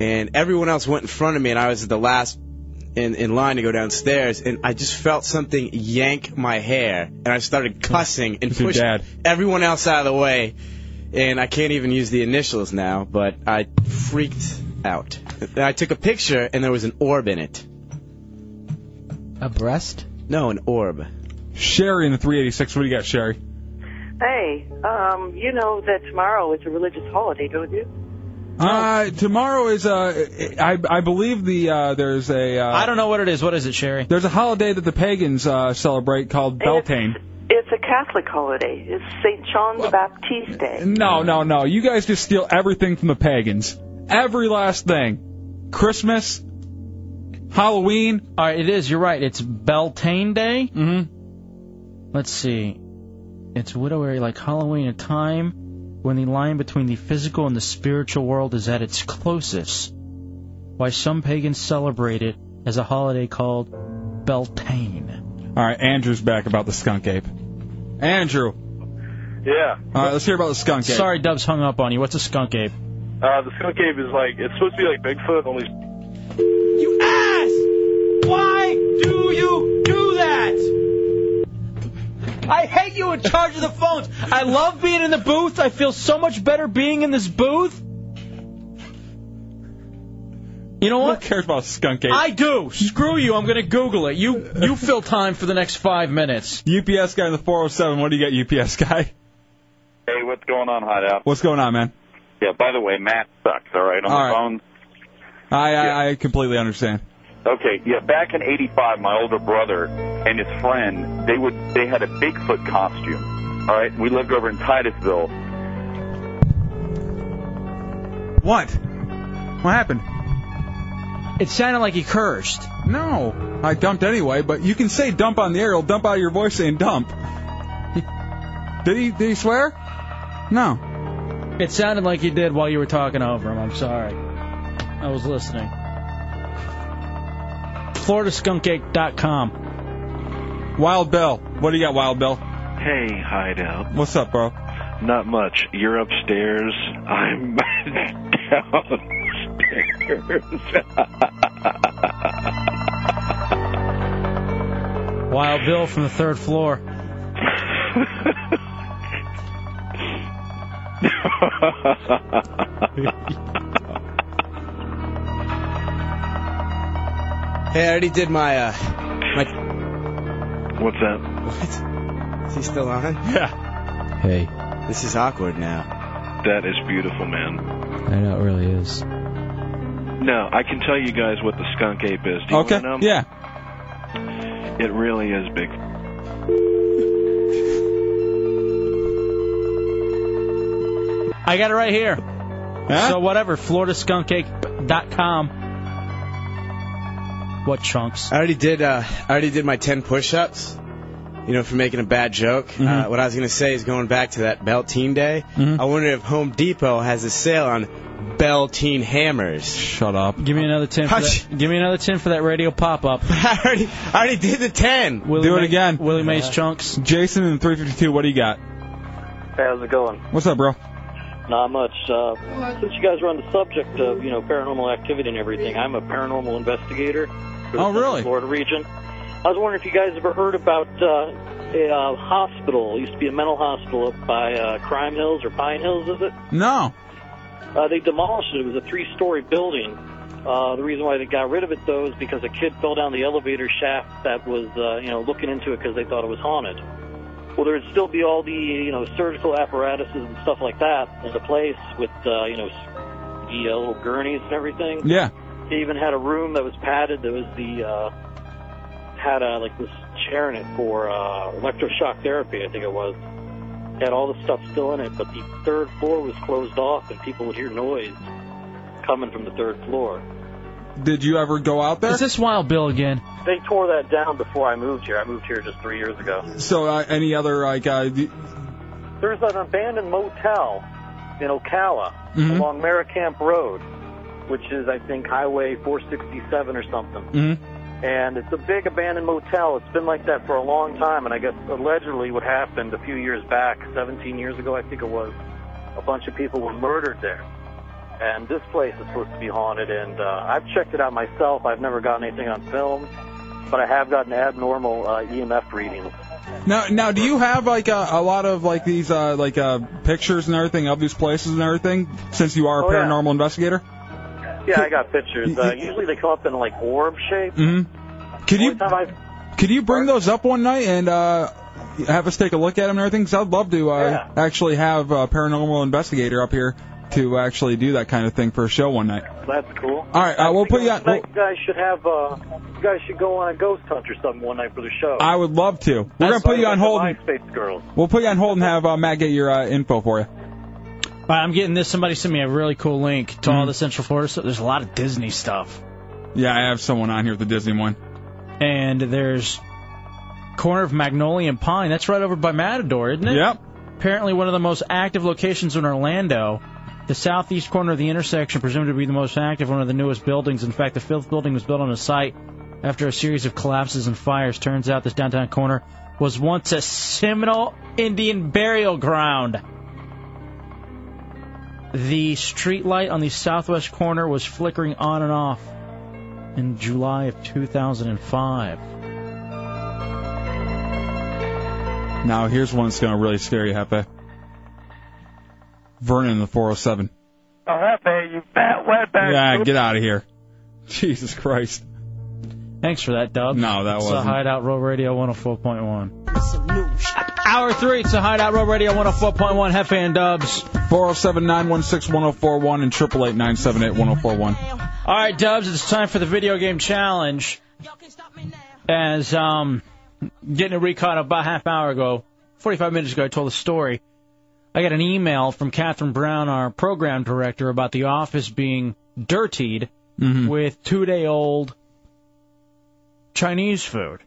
[SPEAKER 12] and everyone else went in front of me, and I was the last in, in line to go downstairs, and I just felt something yank my hair, and I started cussing and
[SPEAKER 1] Hmm. It's your
[SPEAKER 12] pushing
[SPEAKER 1] dad.
[SPEAKER 12] everyone else out of the way, and I can't even use the initials now, but I freaked out. And I took a picture, and there was an orb in it.
[SPEAKER 3] A breast?
[SPEAKER 12] No, an orb.
[SPEAKER 1] Sherry in the 386. What do you got, Sherry?
[SPEAKER 22] Hey, um, you know that tomorrow is a religious holiday, don't you?
[SPEAKER 1] Uh, tomorrow is uh, I I believe the uh, there's a uh, I
[SPEAKER 2] don't know what it is. What is it, Sherry?
[SPEAKER 1] There's a holiday that the pagans uh, celebrate called Beltane.
[SPEAKER 22] It's a Catholic holiday. It's St. John the Baptist Day.
[SPEAKER 1] No, no, no. You guys just steal everything from the pagans. Every last thing. Christmas, Halloween.
[SPEAKER 2] All right, it is. You're right. It's Beltane Day. Mm-hmm. Let's see. It's widowery like Halloween, a time when the line between the physical and the spiritual world is at its closest. Why some pagans celebrate it as a holiday called Beltane.
[SPEAKER 1] All right, Andrew's back about the skunk ape. Andrew.
[SPEAKER 4] Yeah.
[SPEAKER 1] All right, let's hear about the skunk ape.
[SPEAKER 2] Sorry, Dubs hung up on you. What's a skunk ape?
[SPEAKER 4] Uh, the skunk ape is like it's supposed to be like Bigfoot, only
[SPEAKER 23] Why do you do that?
[SPEAKER 2] I hate you in charge of the phones. I love being in the booth. I feel so much better being in this booth. You know what?
[SPEAKER 1] Who cares about skunk ape?
[SPEAKER 2] I do. Screw you. I'm gonna Google it. You you fill time for the next five minutes.
[SPEAKER 1] UPS guy in the 407. What do you got, UPS guy?
[SPEAKER 24] Hey, what's going on, Hideout?
[SPEAKER 1] What's going on, man?
[SPEAKER 24] Yeah, by the way, Matt sucks, all right, on
[SPEAKER 1] All
[SPEAKER 24] the
[SPEAKER 1] right.
[SPEAKER 24] phone.
[SPEAKER 1] I I, I completely understand.
[SPEAKER 24] Okay, yeah, back in 85, my older brother and his friend, they would they had a Bigfoot costume, all right? We lived over in Titusville.
[SPEAKER 1] What? What happened?
[SPEAKER 2] It sounded like he cursed.
[SPEAKER 1] No, I dumped anyway. But you can say dump on the air. It'll dump out of your voice saying dump. did he did he swear? No.
[SPEAKER 2] It sounded like you did while you were talking over him. I'm sorry. I was listening. FloridaSkunkAche.com.
[SPEAKER 1] Wild Bill. What do you got, Wild Bill?
[SPEAKER 25] Hey, hideout.
[SPEAKER 1] What's up, bro?
[SPEAKER 25] Not much. You're upstairs. I'm downstairs.
[SPEAKER 2] Wild Bill from the third floor.
[SPEAKER 12] Hey, I already did my uh, my. uh,
[SPEAKER 25] What's that?
[SPEAKER 12] What? Is he still on?
[SPEAKER 1] Yeah.
[SPEAKER 12] Hey. This is awkward now.
[SPEAKER 25] That is beautiful, man.
[SPEAKER 12] I know it really is.
[SPEAKER 25] Now, I can tell you guys what the skunk ape is. Do you
[SPEAKER 1] okay.
[SPEAKER 25] wanna know?
[SPEAKER 1] Yeah.
[SPEAKER 25] It really is big.
[SPEAKER 2] I got it right here. So whatever, FloridaSkunkApe.com. What chunks?
[SPEAKER 12] I already did. Uh, I already did my ten push-ups. You know, for making a bad joke.
[SPEAKER 25] Mm-hmm.
[SPEAKER 12] Uh, what I was gonna say is going back to that Beltine day. I wonder if Home Depot has a sale on Beltine hammers.
[SPEAKER 1] Shut up.
[SPEAKER 2] Give me another ten. For that, give me another ten for that radio pop-up.
[SPEAKER 12] I already, I already did the ten.
[SPEAKER 2] Willie
[SPEAKER 1] do it
[SPEAKER 2] May-
[SPEAKER 1] again.
[SPEAKER 2] Willie Mays chunks.
[SPEAKER 1] Jason in 352, what do you got?
[SPEAKER 26] Hey, how's it going?
[SPEAKER 1] What's up, bro?
[SPEAKER 26] Not much. Uh, since you guys are on the subject of you know paranormal activity and everything, I'm a paranormal investigator. for the
[SPEAKER 1] Oh, really?
[SPEAKER 26] Florida region. I was wondering if you guys ever heard about uh, a uh, hospital. It used to be a mental hospital up by uh, Crime Hills or Pine Hills, is it?
[SPEAKER 1] No.
[SPEAKER 26] Uh, they demolished it. It was a three-story building. Uh, the reason why they got rid of it though is because a kid fell down the elevator shaft that was uh, you know looking into it because they thought it was haunted. Well, there'd still be all the you know surgical apparatuses and stuff like that in the place with uh, you know s- the uh, little gurneys and everything.
[SPEAKER 1] Yeah.
[SPEAKER 26] They even had a room that was padded. That was the uh, had uh, like this chair in it for uh, electroshock therapy, I think it was. Had all the stuff still in it, but the third floor was closed off, and people would hear noise coming from the third floor.
[SPEAKER 1] Did you ever go out there?
[SPEAKER 2] Is this Wild Bill again?
[SPEAKER 26] They tore that down before I moved here. I moved here just three years ago.
[SPEAKER 1] So, uh, any other, like, uh, d-
[SPEAKER 26] There's an abandoned motel in Ocala
[SPEAKER 1] Mhm.
[SPEAKER 26] along Maricamp Road, which is, I think, Highway 467 or something.
[SPEAKER 2] Mm-hmm.
[SPEAKER 26] And it's a big abandoned motel. It's been like that for a long time. And I guess allegedly what happened a few years back, 17 years ago, I think it was, a bunch of people were murdered there. And this place is supposed to be haunted. And uh, I've checked it out myself. I've never gotten anything on film, but I have gotten abnormal uh, EMF readings.
[SPEAKER 1] now, now, do you have like a, a lot of like these uh, like uh, pictures and everything of these places and everything? Since you are a
[SPEAKER 26] Oh, yeah.
[SPEAKER 1] paranormal investigator.
[SPEAKER 26] Yeah, I got pictures. Uh, usually they come up in like orb shape.
[SPEAKER 1] Mm-hmm. Could you could you bring those up one night and uh, have us take a look at them and everything? 'Cause I'd love to uh, actually have a paranormal investigator up here to actually do that kind of thing for a show one night.
[SPEAKER 26] That's cool.
[SPEAKER 1] All right, uh, we'll put you on.
[SPEAKER 26] Like you guys should have. Uh, you guys should go on a ghost hunt or something one night for the show.
[SPEAKER 1] I would love to. We're gonna put you on hold. and-
[SPEAKER 26] MySpace girls.
[SPEAKER 1] We'll put you on hold and have uh, Matt get your uh, info for you.
[SPEAKER 2] All right, I'm getting this. Somebody sent me a really cool link to
[SPEAKER 1] Mm.
[SPEAKER 2] all the Central Florida stuff. There's a lot of Disney stuff.
[SPEAKER 1] Yeah, I have someone on here with the Disney one.
[SPEAKER 2] And there's corner of Magnolia and Pine. That's right over by Matador, isn't it?
[SPEAKER 1] Yep.
[SPEAKER 2] Apparently one of the most active locations in Orlando. The southeast corner of the intersection, presumed to be the most active, one of the newest buildings. In fact, the fifth building was built on a site after a series of collapses and fires. Turns out this downtown corner was once a Seminole Indian burial ground. The street light on the southwest corner was flickering on and off in July of 2005.
[SPEAKER 1] Now here's one that's gonna really scare you, Hefe. Vernon in the 407.
[SPEAKER 20] Oh, that man, you fat wetback.
[SPEAKER 1] Yeah, get out of here. Jesus Christ.
[SPEAKER 2] Thanks for that, Dub.
[SPEAKER 1] No, that
[SPEAKER 2] it's
[SPEAKER 1] wasn't.
[SPEAKER 2] a Hideout Row Radio 104.1. Hour three, it's a Hideout Row Radio 104.1. Hefe and Dubs.
[SPEAKER 1] 407 916 1041 and 888 978 1041.
[SPEAKER 2] All right, Dubs, it's time for the video game challenge. As um, getting a recaught about a half hour ago, 45 minutes ago, I told a story. I got an email from Catherine Brown, our program director, about the office being dirtied with two-day-old Chinese food.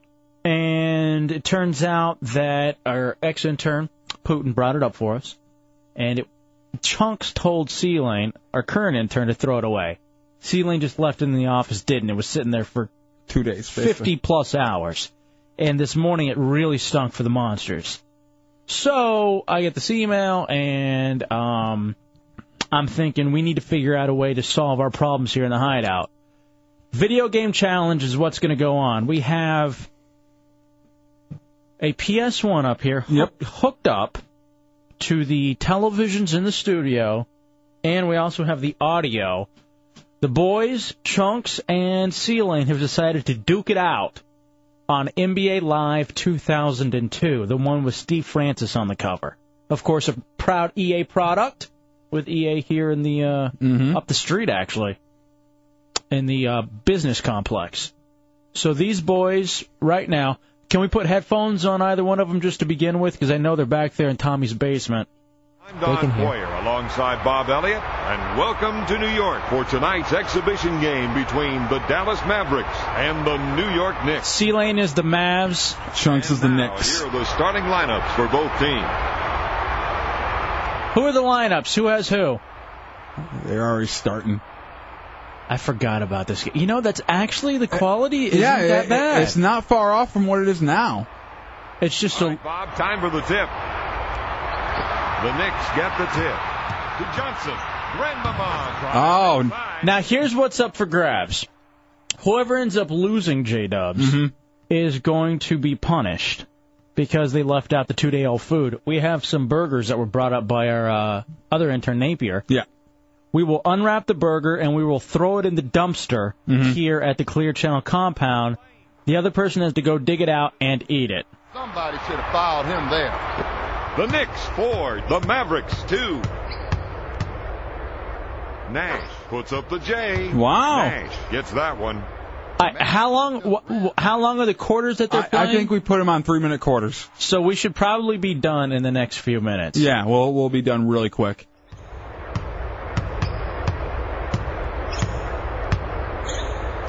[SPEAKER 2] And it turns out that our ex-intern, Putin, brought it up for us. And it, Chunks told C Lane, our current intern, to throw it away. C Lane just left it in the office, didn't. It was sitting there for
[SPEAKER 1] two days,
[SPEAKER 2] 50 plus hours. And this morning it really stunk for the monsters. So I get this email, and um, I'm thinking we need to figure out a way to solve our problems here in the hideout. Video game challenge is what's going to go on. We have a PS1 up here hook, hooked up to the televisions in the studio, and we also have the audio. The boys, Chunks, and Sealing have decided to duke it out on NBA Live 2002, the one with Steve Francis on the cover. Of course, a proud EA product with EA here in the uh, up the street, actually, in the uh, business complex. So these boys right now, can we put headphones on either one of them just to begin with? Because I know they're back there in Tommy's basement.
[SPEAKER 9] Don Hoyer alongside Bob Elliott, and welcome to New York for tonight's exhibition game between the Dallas Mavericks and the New York Knicks.
[SPEAKER 2] C Lane is the Mavs.
[SPEAKER 1] Chunks is the
[SPEAKER 9] Now,
[SPEAKER 1] Knicks.
[SPEAKER 9] here are the starting lineups for both teams.
[SPEAKER 2] Who are the lineups? Who has who?
[SPEAKER 1] They're already starting.
[SPEAKER 2] I forgot about this. game. You know, that's actually the quality isn't
[SPEAKER 1] yeah,
[SPEAKER 2] that
[SPEAKER 1] it-
[SPEAKER 2] bad.
[SPEAKER 1] it's not far off from what it is now.
[SPEAKER 2] It's just a
[SPEAKER 9] Bob, time for the tip. The Knicks get the tip. To Johnson, Grandmama.
[SPEAKER 2] Oh. Now here's what's up for grabs. Whoever ends up losing J Dubs is going to be punished because they left out the two day old food. We have some burgers that were brought up by our uh, other intern Napier.
[SPEAKER 1] Yeah.
[SPEAKER 2] We will unwrap the burger and we will throw it in the dumpster here at the Clear Channel compound. The other person has to go dig it out and eat it.
[SPEAKER 9] Somebody should have fouled him there. The Knicks four, the Mavericks two. Nash puts up the J.
[SPEAKER 2] Wow.
[SPEAKER 9] Nash gets that one.
[SPEAKER 2] I, how long? Wh- wh- how long are the quarters that they're playing?
[SPEAKER 1] I think we put them on three minute quarters.
[SPEAKER 2] so. We should probably be done in the next few minutes.
[SPEAKER 1] Yeah, well, we'll be done really quick.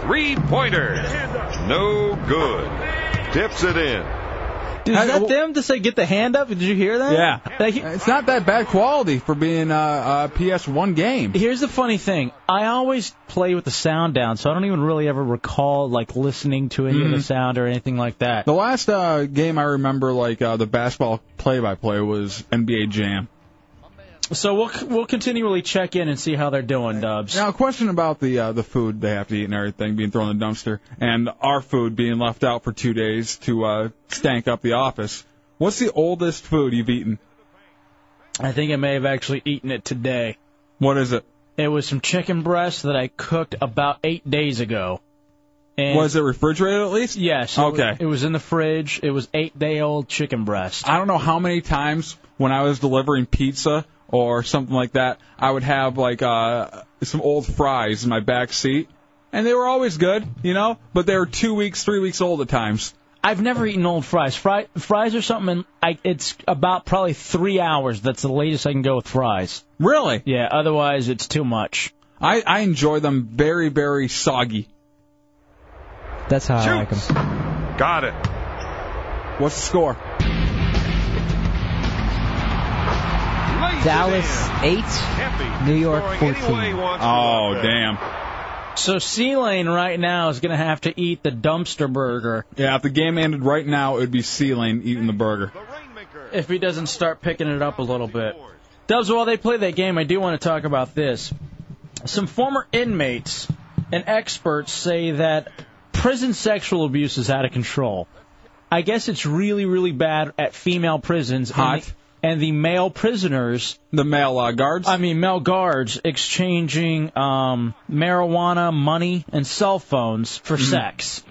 [SPEAKER 9] Three pointer. No good. Tips it in.
[SPEAKER 2] Dude, is that them to say get the hand up? Did you hear that?
[SPEAKER 1] Yeah.
[SPEAKER 2] That he-
[SPEAKER 1] It's not that bad quality for being a, a PS1 game.
[SPEAKER 2] Here's the funny thing. I always play with the sound down, so I don't even really ever recall like listening to any of the
[SPEAKER 1] Mhm.
[SPEAKER 2] sound or anything like that.
[SPEAKER 1] The last uh, game I remember, like uh, the basketball play by play, was NBA Jam.
[SPEAKER 2] So we'll we'll continually check in and see how they're doing, Dubs.
[SPEAKER 1] Now, a question about the uh, the food they have to eat and everything being thrown in the dumpster, and our food being left out for two days to uh, stank up the office. What's the oldest food you've eaten?
[SPEAKER 2] I think I may have actually eaten it today.
[SPEAKER 1] What is it?
[SPEAKER 2] It was some chicken breast that I cooked about eight days ago. And
[SPEAKER 1] was it refrigerated at least?
[SPEAKER 2] Yes. it was-
[SPEAKER 1] Okay.
[SPEAKER 2] It was in the fridge. It was eight day old chicken breast.
[SPEAKER 1] I don't know how many times when I was delivering pizza or something like that, I would have like uh some old fries in my back seat, and they were always good, you know, but they were two weeks, three weeks old at times.
[SPEAKER 2] I've never eaten old fries. Fry, fries are something. and I, it's about probably three hours. That's the latest I can go with fries.
[SPEAKER 1] Really?
[SPEAKER 2] Yeah. Otherwise, it's too much.
[SPEAKER 1] I I enjoy them very, very soggy.
[SPEAKER 3] That's how I like them.
[SPEAKER 9] Got it.
[SPEAKER 1] What's the score?
[SPEAKER 3] Dallas
[SPEAKER 9] eight,
[SPEAKER 3] New York
[SPEAKER 9] fourteen.
[SPEAKER 1] Oh damn!
[SPEAKER 2] So C Lane right now is gonna have to eat the dumpster burger
[SPEAKER 1] Yeah, if the game ended right now, it would be C Lane eating the burger.
[SPEAKER 2] if he doesn't start picking it up a little bit. Dubs, while they play that game, I do want to talk about this. Some former inmates and experts say that prison sexual abuse is out of control. I guess it's really, really bad at female prisons. Hot. And the, and the male prisoners.
[SPEAKER 1] The male uh, guards?
[SPEAKER 2] I mean, male guards exchanging um, marijuana, money, and cell phones for
[SPEAKER 1] Mm-hmm.
[SPEAKER 2] sex.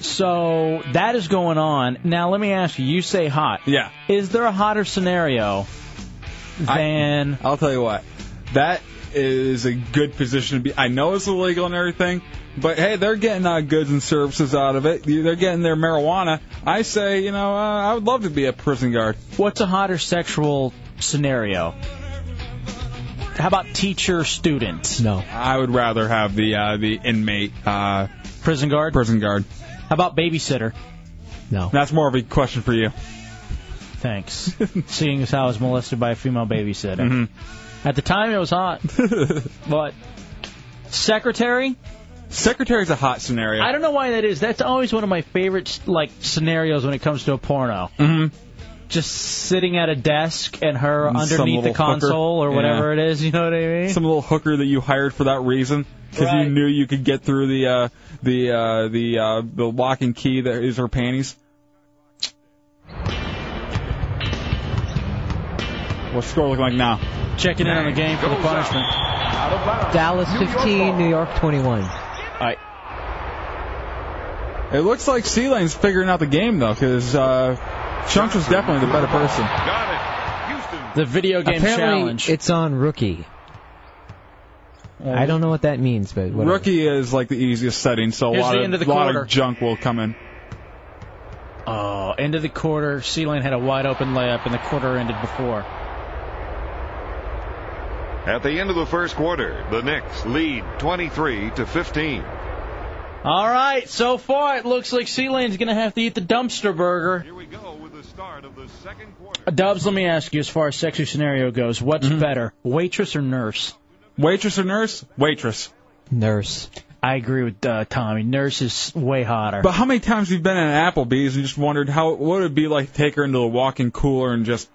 [SPEAKER 2] So that is going on. Now, let me ask you you say hot.
[SPEAKER 1] Yeah.
[SPEAKER 2] Is there a hotter scenario than.
[SPEAKER 1] I'll tell you what, that is a good position to be. I know it's illegal and everything, but hey, they're getting uh, goods and services out of it. They're getting their marijuana. I say, you know, uh, I would love to be a prison guard.
[SPEAKER 2] What's a hotter sexual scenario? How about teacher student?
[SPEAKER 3] No.
[SPEAKER 1] I would rather have the uh, the inmate uh,
[SPEAKER 2] prison guard.
[SPEAKER 1] Prison guard.
[SPEAKER 2] How about babysitter?
[SPEAKER 3] No.
[SPEAKER 1] That's more of a question for you.
[SPEAKER 2] Thanks. Seeing as how I was molested by a female babysitter.
[SPEAKER 1] Mm-hmm.
[SPEAKER 2] At the time, it was hot. but secretary?
[SPEAKER 1] Secretary's a hot scenario.
[SPEAKER 2] I don't know why that is. That's always one of my favorite like scenarios when it comes to a porno.
[SPEAKER 1] Mm-hmm.
[SPEAKER 2] Just sitting at a desk and her
[SPEAKER 1] Some
[SPEAKER 2] underneath the
[SPEAKER 1] little hooker.
[SPEAKER 2] console or whatever
[SPEAKER 1] Yeah.
[SPEAKER 2] it is. You know what I mean?
[SPEAKER 1] Some little hooker that you hired for that reason because
[SPEAKER 2] Right.
[SPEAKER 1] you knew you could get through the uh, the uh, the uh, the lock and key that is her panties. What's the score looking like now?
[SPEAKER 2] Checking in on the game for the punishment.
[SPEAKER 3] Dallas 15, New York 21.
[SPEAKER 2] All right.
[SPEAKER 1] It looks like Sea Lane's figuring out the game though, because uh, Chunks was definitely the better person.
[SPEAKER 2] The video game
[SPEAKER 3] Apparently,
[SPEAKER 2] challenge.
[SPEAKER 3] it's on rookie. I don't know what that means, but whatever.
[SPEAKER 1] Rookie is like the easiest setting, so a
[SPEAKER 2] Here's
[SPEAKER 1] lot
[SPEAKER 2] the
[SPEAKER 1] of,
[SPEAKER 2] end of the
[SPEAKER 1] lot
[SPEAKER 2] quarter.
[SPEAKER 1] of junk will come in.
[SPEAKER 2] Oh, end of the quarter. Sea Lane had a wide open layup, and the quarter ended before.
[SPEAKER 9] At the end of the first quarter, the Knicks lead 23 to 15.
[SPEAKER 2] All right, so far it looks like Sea Lane's going to have to eat the dumpster burger. Here we go with the start of the second quarter. Dubs, let me ask you, as far as sexy scenario goes, what's better, Mm-hmm. waitress or nurse?
[SPEAKER 1] Waitress or nurse? Waitress.
[SPEAKER 3] Nurse.
[SPEAKER 2] I agree with uh, Tommy. Nurse is way hotter.
[SPEAKER 1] But how many times we've been at Applebee's and just wondered how what would it be like to take her into the walk-in cooler and just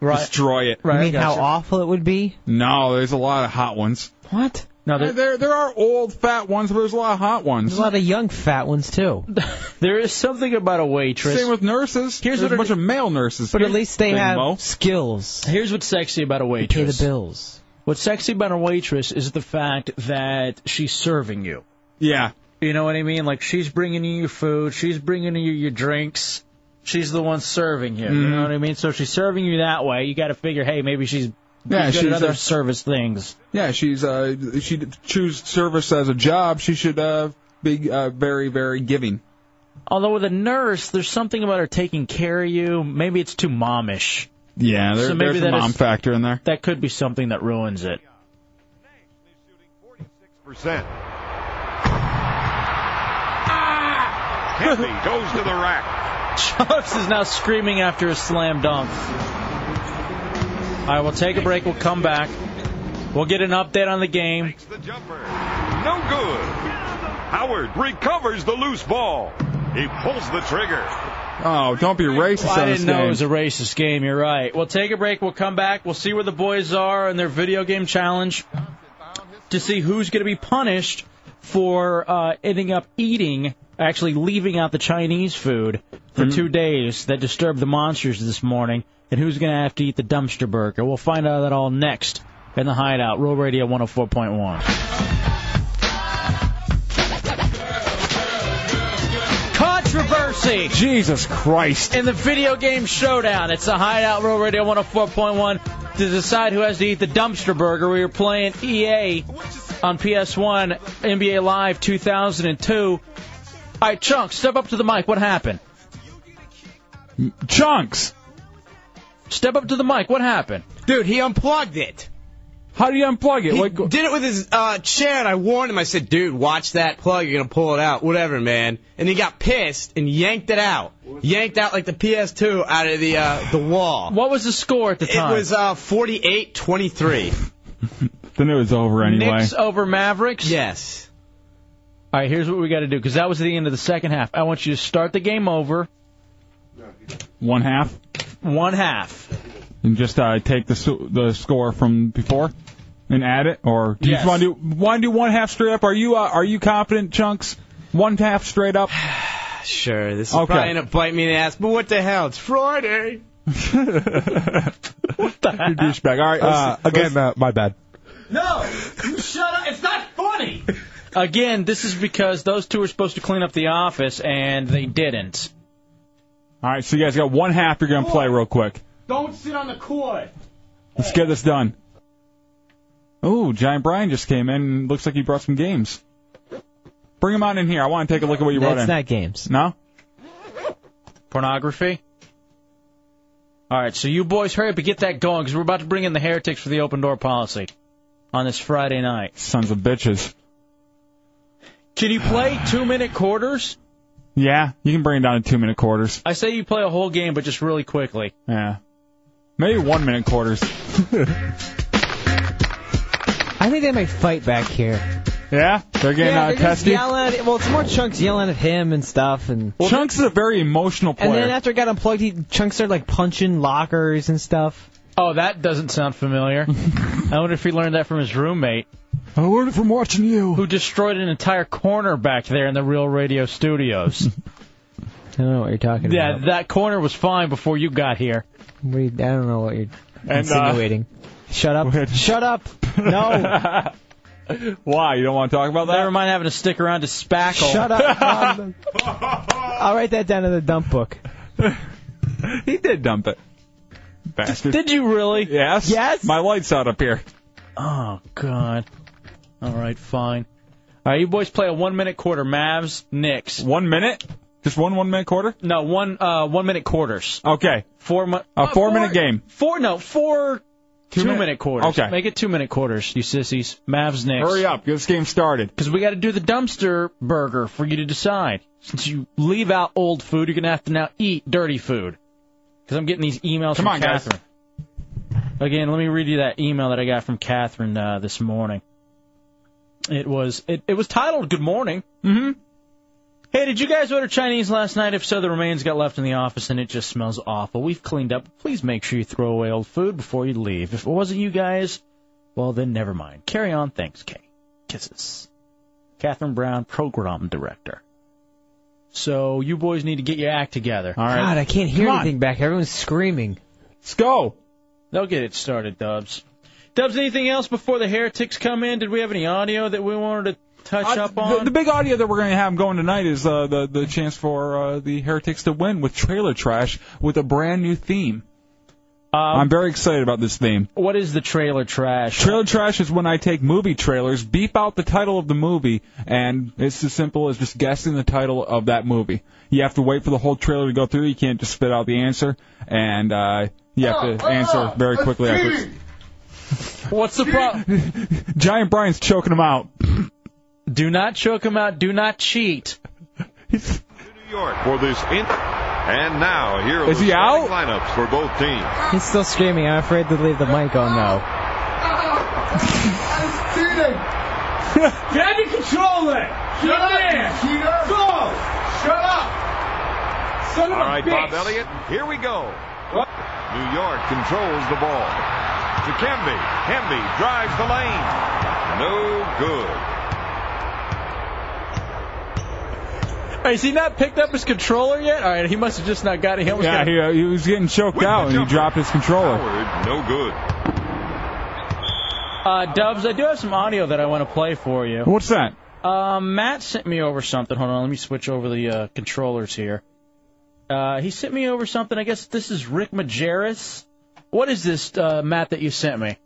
[SPEAKER 2] Right.
[SPEAKER 1] destroy it?
[SPEAKER 3] you mean how awful it would be?
[SPEAKER 1] No, there's a lot of hot ones.
[SPEAKER 3] What?
[SPEAKER 2] No,
[SPEAKER 1] there, there there are old fat ones, but there's a lot of hot ones.
[SPEAKER 3] There's a lot of young fat ones too.
[SPEAKER 2] There is something about a waitress.
[SPEAKER 1] Same with nurses.
[SPEAKER 2] Here's
[SPEAKER 1] there's
[SPEAKER 2] what
[SPEAKER 1] a bunch of male nurses.
[SPEAKER 3] But at least they
[SPEAKER 1] Big
[SPEAKER 3] have
[SPEAKER 1] Mo.
[SPEAKER 3] skills.
[SPEAKER 2] Here's what's sexy about a waitress.
[SPEAKER 3] pay the bills.
[SPEAKER 2] What's sexy about a waitress is the fact that she's serving you.
[SPEAKER 1] Yeah.
[SPEAKER 2] You know what I mean? Like she's bringing you your food, she's bringing you your drinks. She's the one serving you.
[SPEAKER 1] Mm-hmm.
[SPEAKER 2] You know what I mean? So if she's serving you that way. You got to figure, hey, maybe she's
[SPEAKER 1] Yeah,
[SPEAKER 2] she's good
[SPEAKER 1] she's
[SPEAKER 2] at other
[SPEAKER 1] a-
[SPEAKER 2] service things.
[SPEAKER 1] Yeah, she's uh she choose service as a job. She should uh be uh, very very giving.
[SPEAKER 2] Although with a nurse, there's something about her taking care of you. Maybe it's too momish.
[SPEAKER 1] Yeah, there,
[SPEAKER 2] So maybe
[SPEAKER 1] there's a
[SPEAKER 2] that
[SPEAKER 1] mom
[SPEAKER 2] is-
[SPEAKER 1] factor in there.
[SPEAKER 2] That could be something that ruins it.
[SPEAKER 9] Percent. Ah! Henry goes to the rack.
[SPEAKER 2] Chubbs is now screaming after a slam dunk. All right, we'll take a break. We'll come back. We'll get an update on the game.
[SPEAKER 9] No good. Howard recovers the loose ball. He pulls the trigger.
[SPEAKER 1] Oh, don't be racist.
[SPEAKER 2] I
[SPEAKER 1] on this
[SPEAKER 2] didn't know
[SPEAKER 1] game.
[SPEAKER 2] it was a racist game. You're right. We'll take a break. We'll come back. We'll see where the boys are in their video game challenge to see who's going to be punished for uh, ending up eating, actually leaving out the Chinese food for
[SPEAKER 1] Mm-hmm.
[SPEAKER 2] two days that disturbed the monsters this morning, and who's going to have to eat the dumpster burger. We'll find out that all next in the Hideout, Rural Radio 104.1. Controversy.
[SPEAKER 1] Jesus Christ.
[SPEAKER 2] In the video game showdown, it's the Hideout Row Radio 104.1 to decide who has to eat the dumpster burger. We were playing EA on PS1 NBA Live 2002. All right, Chunks, step up to the mic. What happened?
[SPEAKER 1] Chunks.
[SPEAKER 2] Step up to the mic. What happened?
[SPEAKER 12] Dude, he unplugged it.
[SPEAKER 1] How do you unplug it?
[SPEAKER 12] He did it with his uh, chair, and I warned him. I said, "Dude, watch that plug. You're gonna pull it out. Whatever, man." And he got pissed and yanked it out. Yanked out like the PS2 out of the uh, the wall.
[SPEAKER 2] What was the score at the time?
[SPEAKER 12] It was uh, 48-23.
[SPEAKER 1] Then it was over anyway.
[SPEAKER 2] Knicks over Mavericks?
[SPEAKER 12] Yes.
[SPEAKER 2] All right, here's what we got to do because that was the end of the second half. I want you to start the game over
[SPEAKER 1] One half.
[SPEAKER 2] one half.
[SPEAKER 1] and just uh, take the s- the score from before and add it, or do you
[SPEAKER 2] Yes.
[SPEAKER 1] want to do want to do one half straight up? Are you uh, are you confident, chunks? One half straight up.
[SPEAKER 12] Sure, this is
[SPEAKER 1] Okay.
[SPEAKER 12] probably gonna bite me in the ass, but what the hell? It's Friday.
[SPEAKER 1] You douchebag. All right.
[SPEAKER 6] Uh,
[SPEAKER 1] let's-
[SPEAKER 6] again, uh, my bad.
[SPEAKER 2] No! You shut up! It's not funny! Again, this is because those two were supposed to clean up the office and they didn't.
[SPEAKER 1] All right. So you guys got one half. You're gonna play real quick.
[SPEAKER 2] Don't sit on the court.
[SPEAKER 1] Let's get this done. Oh, Giant Brian just came in. Looks like he brought some games. Bring him on in here. I want to take a look at what you brought
[SPEAKER 3] That's
[SPEAKER 1] in.
[SPEAKER 3] not games.
[SPEAKER 1] No.
[SPEAKER 2] Pornography? All right, so you boys hurry up and get that going because we're about to bring in the heretics for the open door policy on this Friday night.
[SPEAKER 1] Sons of bitches.
[SPEAKER 2] Can you play two minute quarters?
[SPEAKER 1] Yeah, you can bring it down to two minute quarters.
[SPEAKER 2] I say you play a whole game, but just really quickly.
[SPEAKER 1] Yeah. Maybe one minute quarters.
[SPEAKER 3] I think they might fight back here.
[SPEAKER 1] Yeah, they're getting
[SPEAKER 3] yeah,
[SPEAKER 1] uh,
[SPEAKER 3] they're just
[SPEAKER 1] testy.
[SPEAKER 3] yelling at- well, it's more Chunks yelling at him and stuff, and
[SPEAKER 1] Chunks is a very emotional player.
[SPEAKER 3] and then after it got unplugged, he Chunks started like punching lockers and stuff.
[SPEAKER 2] Oh, that doesn't sound familiar. I wonder if he learned that from his roommate.
[SPEAKER 1] I learned it from watching you.
[SPEAKER 2] Who destroyed an entire corner back there in the real radio studios.
[SPEAKER 3] I don't know what you're talking
[SPEAKER 2] yeah,
[SPEAKER 3] about.
[SPEAKER 2] that corner was fine before you got here.
[SPEAKER 3] What do you- I don't know what you're
[SPEAKER 1] And, uh,
[SPEAKER 3] insinuating. Shut up! Shut up! No.
[SPEAKER 1] Why? You don't want to talk about that?
[SPEAKER 2] Never mind having to stick around to spackle.
[SPEAKER 3] Shut up. Mom. I'll write that down in the dump book.
[SPEAKER 1] he did dump it. Bastard.
[SPEAKER 2] Did you really?
[SPEAKER 1] Yes.
[SPEAKER 2] Yes?
[SPEAKER 1] My light's out up here.
[SPEAKER 2] Oh God. All right, fine. All right, you boys play a one-minute quarter. Mavs, Knicks.
[SPEAKER 1] One minute? Just one one-minute quarter?
[SPEAKER 2] No, one uh, one-minute quarters.
[SPEAKER 1] Okay.
[SPEAKER 2] Four mu-
[SPEAKER 1] A four-minute game.
[SPEAKER 2] Four? No, four two-minute
[SPEAKER 1] minute-
[SPEAKER 2] quarters.
[SPEAKER 1] Okay.
[SPEAKER 2] Make it two-minute quarters, you sissies. Mavs, Knicks.
[SPEAKER 1] Hurry up. Get this game started.
[SPEAKER 2] Because we got to do the dumpster burger for you to decide. Since you leave out old food, you're gonna have to now eat dirty food. Because I'm getting these emails
[SPEAKER 1] Come
[SPEAKER 2] from
[SPEAKER 1] on, guys.
[SPEAKER 2] Catherine. Again, let me read you that email that I got from Catherine uh, this morning. It was it, it was titled "Good Morning." Mm-hmm. Hey, did you guys order Chinese last night? If so, the remains got left in the office, and it just smells awful. We've cleaned up. Please make sure you throw away old food before you leave. If it wasn't you guys, well then never mind. Carry on. Thanks, Kay. Kisses. Catherine Brown, program director. So you boys need to get your act together. All right.
[SPEAKER 3] God, I can't hear
[SPEAKER 2] Come on.
[SPEAKER 3] anything back. Everyone's screaming.
[SPEAKER 1] Let's go.
[SPEAKER 2] They'll get it started, Dubs. Dubs, anything else before the heretics come in? Did we have any audio that we wanted to touch up on?
[SPEAKER 1] The, the big audio that we're going to have going tonight is uh, the the chance for uh, the Heretics to win with Trailer Trash with a brand new theme.
[SPEAKER 2] Um,
[SPEAKER 1] I'm very excited about this theme.
[SPEAKER 2] What is the trailer trash?
[SPEAKER 1] Trailer trash is when I take movie trailers, beep out the title of the movie, and it's as simple as just guessing the title of that movie. You have to wait for the whole trailer to go through. You can't just spit out the answer, and uh, you have
[SPEAKER 2] Oh,
[SPEAKER 1] to answer very quickly. After. it's-
[SPEAKER 2] What's the problem?
[SPEAKER 1] Giant Brian's choking him out.
[SPEAKER 2] Do not choke him out. Do not cheat.
[SPEAKER 9] New York for this in. And now here are
[SPEAKER 3] Is
[SPEAKER 9] the
[SPEAKER 3] he
[SPEAKER 9] starting lineups for both teams.
[SPEAKER 3] He's still screaming. I'm afraid to leave the mic Oh, on now.
[SPEAKER 10] Daddy, control it. Shut up, cheater. Go. Shut up. Son
[SPEAKER 9] All
[SPEAKER 10] of a
[SPEAKER 9] right,
[SPEAKER 10] bitch.
[SPEAKER 9] Bob Elliott, here we go. New York controls the ball. To Kemby. Kemby drives the lane. No good.
[SPEAKER 2] Has he not picked up his controller yet? All right, he must have just not got it. He almost
[SPEAKER 1] Yeah,
[SPEAKER 2] got
[SPEAKER 1] he, uh, he was getting choked
[SPEAKER 2] With the
[SPEAKER 1] out, and he
[SPEAKER 2] jumper.
[SPEAKER 1] dropped his controller.
[SPEAKER 9] Howard, no good.
[SPEAKER 2] Uh, Dubs, I do have some audio that I want to play for you.
[SPEAKER 1] What's that?
[SPEAKER 2] Uh, Matt sent me over something. Hold on, let me switch over the uh, controllers here. Uh, he sent me over something. I guess this is Rick Majerus. What is this, uh, Matt, that you sent me?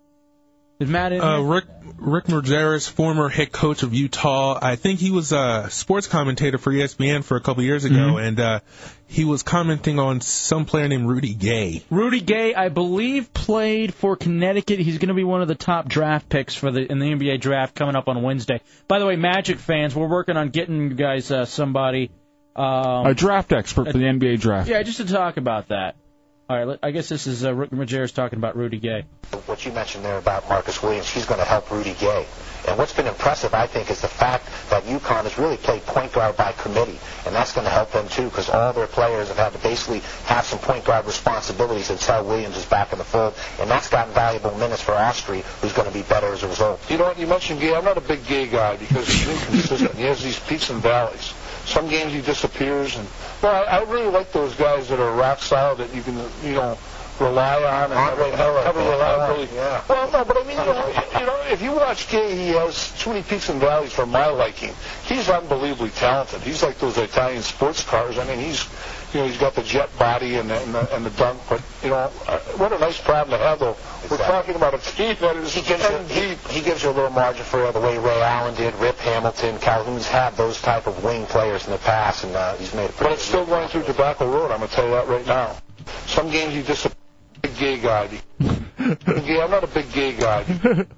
[SPEAKER 2] Is Matt in
[SPEAKER 6] Uh,
[SPEAKER 2] here?
[SPEAKER 6] Rick Rick Margeris, former head coach of Utah, I think he was a sports commentator for E ESPN for a couple years ago, and uh, he was commenting on some player named Rudy Gay.
[SPEAKER 2] Rudy Gay, I believe, played for Connecticut. He's going to be one of the top draft picks for the in the NBA draft coming up on Wednesday. By the way, Magic fans, we're working on getting you guys uh, somebody. Um,
[SPEAKER 1] A draft expert for the NBA draft.
[SPEAKER 2] Yeah, just to talk about that. All right, let- I guess this is uh, Rick Majerus talking about Rudy Gay.
[SPEAKER 24] what you mentioned there about Marcus Williams, he's going to help Rudy Gay. And what's been impressive, I think, is the fact that UConn has really played point guard by committee, and that's going to help them too, because all their players have had to basically have some point guard responsibilities until Williams is back in the fold, and that's gotten valuable minutes for Ostry, who's going to be better as a result.
[SPEAKER 16] You know what? You mentioned gay. I'm not a big gay guy because he's inconsistent. he has these peaks and valleys. Some games he disappears, and well, I, I really like those guys that are rock solid that you can, you know, rely on and have a, have a reliability. Yeah. Well, no, but I mean, you know, you know, if you watch Gay, he has too many peaks and valleys for my liking. He's unbelievably talented. He's like those Italian sports cars. I mean, he's, you know, he's got the jet body and the, and the, and the dunk. But you know, uh, what a nice problem to have, though. We're talking about a team that is
[SPEAKER 24] He gives, you, he, he gives you a little margin for error the way Ray Allen did, Rip Hamilton, Calhoun's had those type of wing players in the past, and uh, he's made a
[SPEAKER 16] But it's still going through tobacco road. I'm gonna tell you that right now. Some games you just a big gay guy. Gay, I'm not a big gay guy.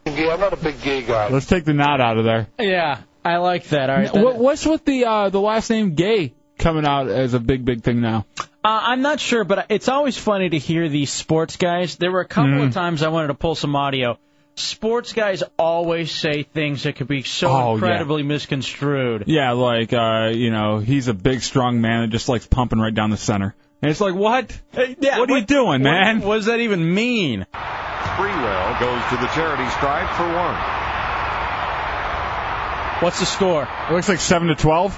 [SPEAKER 16] Gay, I'm not a big gay guy.
[SPEAKER 1] Let's take the knot out of there.
[SPEAKER 2] Yeah, I like that. All right.
[SPEAKER 1] What, what's with the uh, the last name Gay coming out as a big big thing now?
[SPEAKER 2] Uh, I'm not sure, but it's always funny to hear these sports guys. There were a couple
[SPEAKER 1] Mm.
[SPEAKER 2] of times I wanted to pull some audio. Sports guys always say things that could be so
[SPEAKER 1] Oh, yeah.
[SPEAKER 2] incredibly misconstrued.
[SPEAKER 1] Yeah, like uh, you know, he's a big strong man that just likes pumping right down the center. And it's like, what? what are you doing, man?
[SPEAKER 2] What does that even mean?
[SPEAKER 9] Freewell goes to the charity stripe for one.
[SPEAKER 2] What's the score?
[SPEAKER 1] It looks like seven to twelve.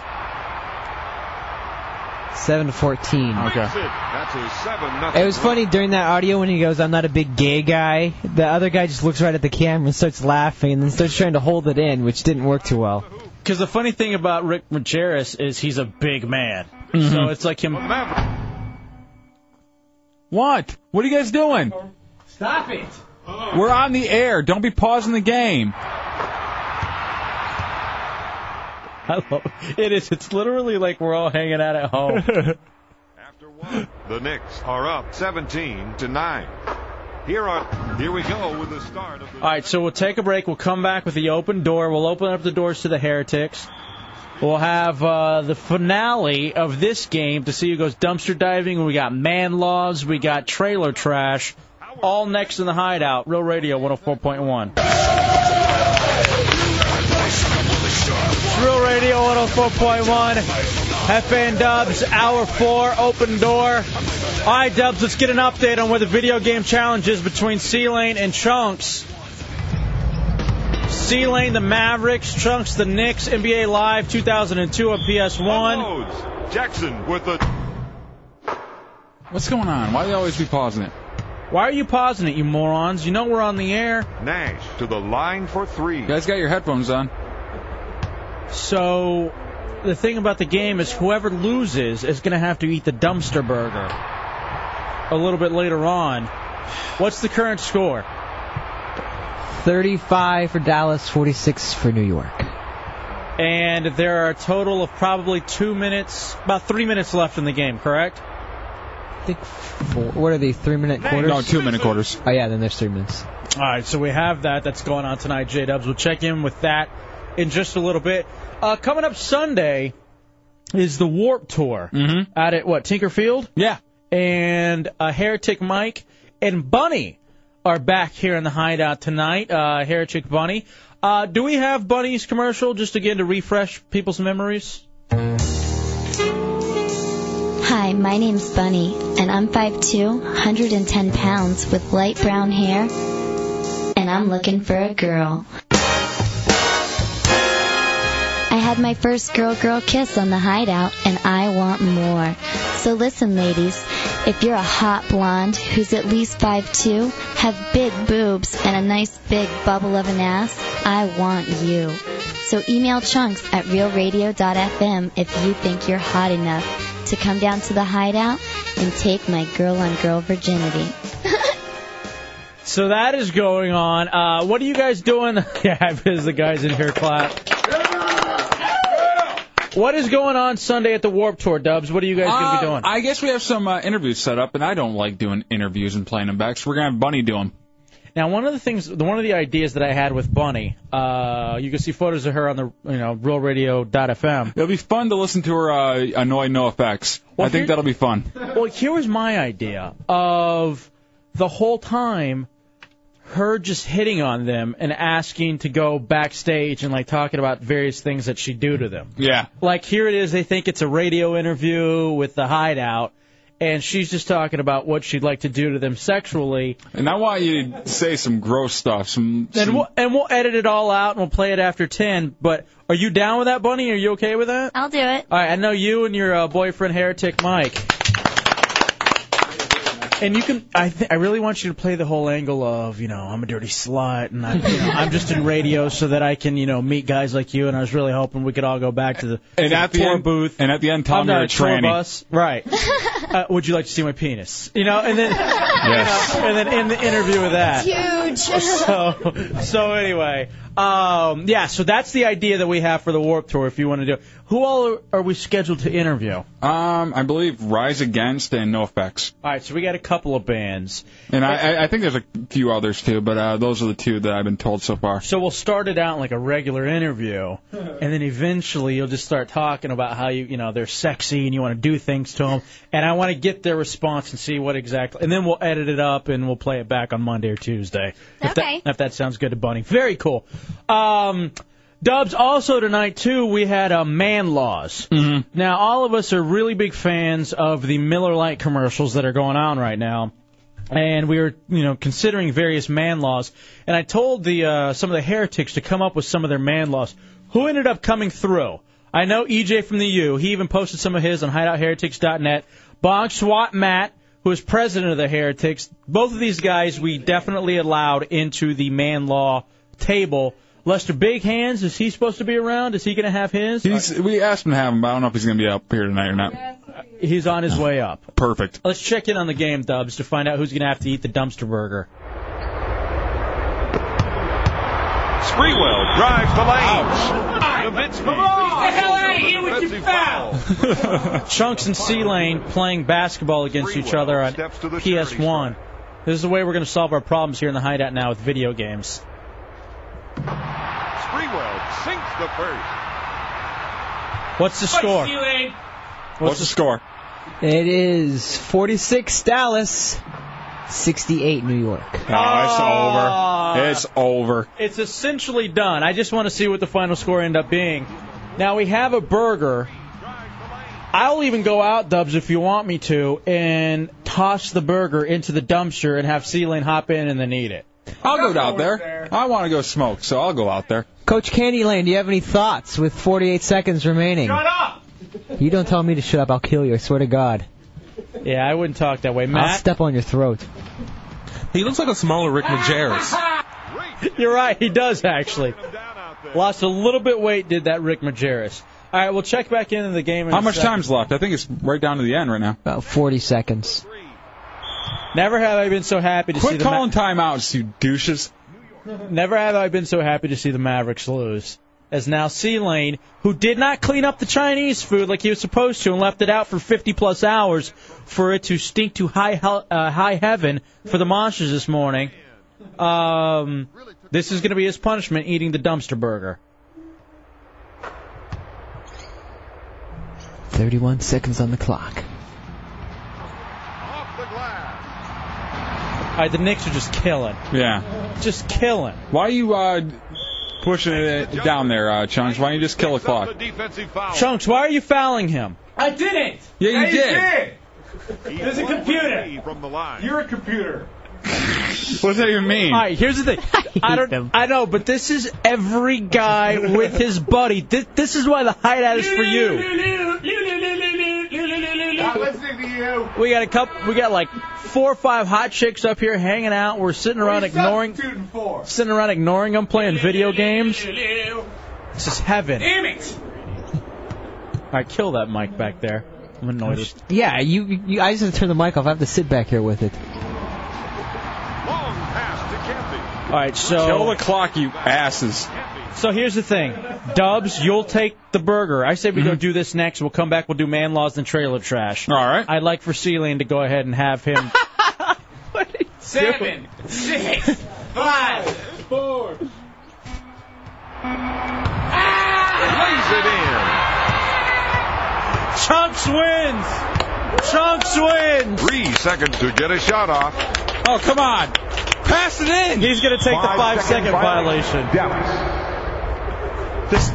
[SPEAKER 3] Seven to fourteen.
[SPEAKER 9] That's it. That's a seven nothing.
[SPEAKER 3] It was funny during that audio when he goes, "I'm not a big gay guy." The other guy just looks right at the camera and starts laughing, and then starts trying to hold it in, which didn't work too well.
[SPEAKER 2] Because the funny thing about Rick Majerus is he's a big man. So it's like him.
[SPEAKER 1] What? What are you guys doing?
[SPEAKER 3] Stop it!
[SPEAKER 1] We're on the air. Don't be pausing the game.
[SPEAKER 2] I love it. Is it's literally like we're all hanging out at home.
[SPEAKER 9] The Knicks are up 17 to nine. Here are here we go with the start of
[SPEAKER 2] all right, so we'll take a break. We'll come back with the open door. We'll open up the doors to the heretics. We'll have uh, the finale of this game to see who goes dumpster diving. We got man laws. We got trailer trash. All next in the hideout. Real Radio 104.1. It's Real Radio 104.1. Hefe and Dubs, Hour 4, Open Door. All right, Dubs, let's get an update on where the video game challenge is between C-Lane and Chunks. C-Lane, the Mavericks, Chunks, the Knicks, NBA Live 2002 on PS1.
[SPEAKER 9] Jackson with the
[SPEAKER 1] What's going on? Why do they always be pausing it?
[SPEAKER 2] Why are you pausing it, you morons? You know we're on the air.
[SPEAKER 9] Nash to the line for three.
[SPEAKER 1] You guys got your headphones on.
[SPEAKER 2] So the thing about the game is whoever loses is going to have to eat the dumpster burger a little bit later on. What's the current score?
[SPEAKER 3] 35 for Dallas, 46 for New York.
[SPEAKER 2] And there are a total of probably two minutes, about three minutes left in the game, correct?
[SPEAKER 3] I think four. What are they? Three minute quarters?
[SPEAKER 1] No, two minute quarters.
[SPEAKER 3] Oh yeah, then there's three minutes.
[SPEAKER 2] All right, so we have that. That's going on tonight, J Dubs. We'll check in with that in just a little bit. Uh, coming up Sunday is the Warp Tour out at what Tinkerfield?
[SPEAKER 1] Yeah.
[SPEAKER 2] And uh, Heretic Mike and Bunny are back here in the hideout tonight. Uh, Heretic Bunny. Uh, do we have Bunny's commercial just again to refresh people's memories?
[SPEAKER 13] Hi, my name's Bunny, and I'm 5'2, 110 pounds, with light brown hair, and I'm looking for a girl. I had my first girl girl kiss on the hideout, and I want more. So listen, ladies, if you're a hot blonde who's at least 5'2, have big boobs, and a nice big bubble of an ass, I want you. So email chunks at realradio.fm if you think you're hot enough to come down to the hideout and take my girl on girl virginity.
[SPEAKER 2] So that is going on. Uh, what are you guys doing? yeah, because the guys in here clap. What is going on Sunday at the Warp Tour, Dubs? What are you guys going to be
[SPEAKER 1] Uh,
[SPEAKER 2] doing?
[SPEAKER 1] I guess we have some uh, interviews set up, and I don't like doing interviews and playing them back, so we're gonna have Bunny do them.
[SPEAKER 2] Now, one of the things, one of the ideas that I had with Bunny, uh, you can see photos of her on the, you know, realradio.fm.
[SPEAKER 1] It'll be fun to listen to her uh, annoy no effects.
[SPEAKER 2] Well,
[SPEAKER 1] I think
[SPEAKER 2] here-
[SPEAKER 1] that'll be fun.
[SPEAKER 2] Well, here was my idea of the whole time her just hitting on them and asking to go backstage and like talking about various things that she do to them.
[SPEAKER 1] Yeah.
[SPEAKER 2] Like here it is, they think it's a radio interview with the hideout, and she's just talking about what she'd like to do to them sexually.
[SPEAKER 1] And I want you to say some gross stuff. Some.
[SPEAKER 2] And
[SPEAKER 1] some-
[SPEAKER 2] we'll, and we'll edit it all out and we'll play it after 10. But are you down with that, Bunny? Are you okay with that?
[SPEAKER 13] I'll do it.
[SPEAKER 2] All right, I know you and your uh, boyfriend, Heretic Mike. And you can, I th- I really want you to play the whole angle of, you know, I'm a dirty slut and I, you know, I'm just in radio so that I can, you know, meet guys like you. And I was really hoping we could all go back to the, to
[SPEAKER 1] and
[SPEAKER 2] the
[SPEAKER 1] at the
[SPEAKER 2] tour
[SPEAKER 1] end,
[SPEAKER 2] booth.
[SPEAKER 1] and at the end, Tom,
[SPEAKER 2] I'm
[SPEAKER 1] you're
[SPEAKER 2] not
[SPEAKER 1] a
[SPEAKER 2] a tour
[SPEAKER 1] tranny.
[SPEAKER 2] bus, right? uh, would you like to see my penis? You know, and then,
[SPEAKER 1] Yes.
[SPEAKER 2] you know, and then end the interview with that.
[SPEAKER 13] It's huge.
[SPEAKER 2] So, so anyway, um, yeah. So that's the idea that we have for the Warp Tour. If you want to do, it. who all are, are we scheduled to interview?
[SPEAKER 1] Um, I believe Rise Against and No Effects.
[SPEAKER 2] All right, so we got a couple of bands.
[SPEAKER 1] And I, I- I think there's a few others too, but uh, those are the two that I've been told so far.
[SPEAKER 2] So we'll start it out like a regular interview, and then eventually you'll just start talking about how you, you know, they're sexy and you want to do things to them. And I want to get their response and see what exactly. And then we'll edit it up and we'll play it back on Monday or Tuesday. If
[SPEAKER 13] Okay.
[SPEAKER 2] That, if that sounds good to Bunny. Very cool. Um, Dubs, also tonight, too, we had uh, Man Laws. Mm-hmm. Now, all of us are really big fans of the Miller Lite commercials that are going on right now. And we were, you know, considering various man laws. And I told the uh, some of the heretics to come up with some of their man laws. Who ended up coming through? I know EJ from the U. He even posted some of his on hideoutheretics.net. Bonk Swat Matt, who is president of the Heretics. Both of these guys we definitely allowed into the man law table. Lester Big Hands, is he supposed to be around? Is he going to have his?
[SPEAKER 1] He's, we asked him to have him, but I don't know if he's going to be up here tonight or not.
[SPEAKER 2] He's on his way up.
[SPEAKER 1] Perfect.
[SPEAKER 2] Let's check in on the game, Dubs, to find out who's going to have to eat the dumpster burger.
[SPEAKER 9] Spreewell drives the lane.
[SPEAKER 23] Get
[SPEAKER 9] Nowitzki.
[SPEAKER 23] the hell out of here with your foul.
[SPEAKER 2] Chunks and C Lane playing basketball against each other on PS1. This is the way we're going to solve our problems here in the hideout now with video games.
[SPEAKER 9] Spreewell sinks the first.
[SPEAKER 2] What's the score?
[SPEAKER 1] What's the score?
[SPEAKER 3] It is 46 Dallas, 68 New York.
[SPEAKER 1] Oh, it's over. It's over.
[SPEAKER 2] Ah. It's essentially done. I just want to see what the final score end up being. Now we have a burger. I'll even go out, Dubs, if you want me to, and toss the burger into the dumpster and have C Lane hop in and then eat it.
[SPEAKER 1] I'll go out there. I want to go smoke, so I'll go out there.
[SPEAKER 3] Coach Candy Lane, do you have any thoughts with 48 seconds remaining?
[SPEAKER 23] Shut up!
[SPEAKER 3] You don't tell me to shut up, I'll kill you, I swear to God.
[SPEAKER 2] Yeah, I wouldn't talk that way,
[SPEAKER 3] I'll
[SPEAKER 2] Matt.
[SPEAKER 3] step on your throat.
[SPEAKER 6] He looks like a smaller Rick Majerus.
[SPEAKER 2] You're right, he does actually. Lost a little bit weight, did that Rick Majerus. All right, we'll check back into the game. In
[SPEAKER 1] How
[SPEAKER 2] a
[SPEAKER 1] much
[SPEAKER 2] second.
[SPEAKER 1] time's left? I think it's right down to the end right now.
[SPEAKER 3] About 40 seconds.
[SPEAKER 2] Never have I been so happy to see
[SPEAKER 1] Quit
[SPEAKER 2] the
[SPEAKER 1] calling timeouts, you douches.
[SPEAKER 2] Ma- Never have I been so happy to see the Mavericks lose. As now C Lane, who did not clean up the Chinese food like he was supposed to and left it out for 50 plus hours for it to stink to high hel- uh, high heaven for the monsters this morning. Um, this is going to be his punishment: eating the dumpster burger.
[SPEAKER 3] 31 seconds on the clock.
[SPEAKER 2] All right, the Knicks are just killing,
[SPEAKER 1] Yeah.
[SPEAKER 2] just killing.
[SPEAKER 1] Why are you uh, pushing it down there, uh, Chunks? Why don't you just kill the clock?
[SPEAKER 2] Chunks, why are you fouling him?
[SPEAKER 23] I didn't.
[SPEAKER 1] Yeah, you
[SPEAKER 23] did. There's a
[SPEAKER 9] one
[SPEAKER 23] computer.
[SPEAKER 9] From the line.
[SPEAKER 23] You're a computer.
[SPEAKER 1] What does that even mean?
[SPEAKER 2] All right, here's the thing. I, don't. I know, but this is every guy with his buddy. This, this is why the hideout is for you.
[SPEAKER 23] Not listening to you.
[SPEAKER 2] We got a couple. We got like four or five hot chicks up here hanging out. We're sitting around ignoring,
[SPEAKER 23] Shooting for.
[SPEAKER 2] sitting around ignoring them, playing video games. This is heaven.
[SPEAKER 23] Damn it.
[SPEAKER 2] All right, kill that mic back there. I'm annoyed.
[SPEAKER 3] Yeah, you, you. I just have to turn the mic off. I have to sit back here with it.
[SPEAKER 2] All
[SPEAKER 1] Kill
[SPEAKER 2] right, so
[SPEAKER 1] the clock, you asses.
[SPEAKER 2] so here's the thing, Dubs, you'll take the burger. I say we go do this next. We'll come back. We'll do man laws and trailer trash.
[SPEAKER 1] Mm-hmm. All right.
[SPEAKER 2] I'd like for Celine to go ahead and have him.
[SPEAKER 23] Seven, six, five, four.
[SPEAKER 2] Chunks wins. Chunks wins.
[SPEAKER 9] Three seconds to get a shot off.
[SPEAKER 1] Oh, come on. Pass it in.
[SPEAKER 2] He's going to take the five second violation. This-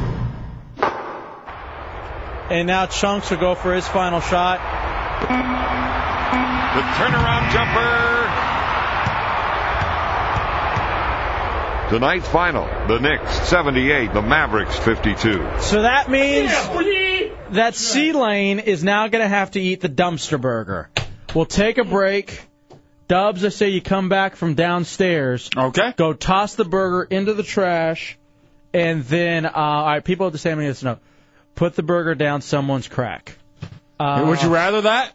[SPEAKER 2] And now Chunks will go for his final shot.
[SPEAKER 9] The turnaround jumper. Tonight's final, the Knicks 78, the Mavericks 52.
[SPEAKER 2] So that means that C Lane is now going to have to eat the dumpster burger. We'll take a break. Dubs, I say you come back from downstairs,
[SPEAKER 1] Okay.
[SPEAKER 2] go toss the burger into the trash, and then, uh, all right, people at the same minute know, put the burger down someone's crack. Uh,
[SPEAKER 1] Would you rather that?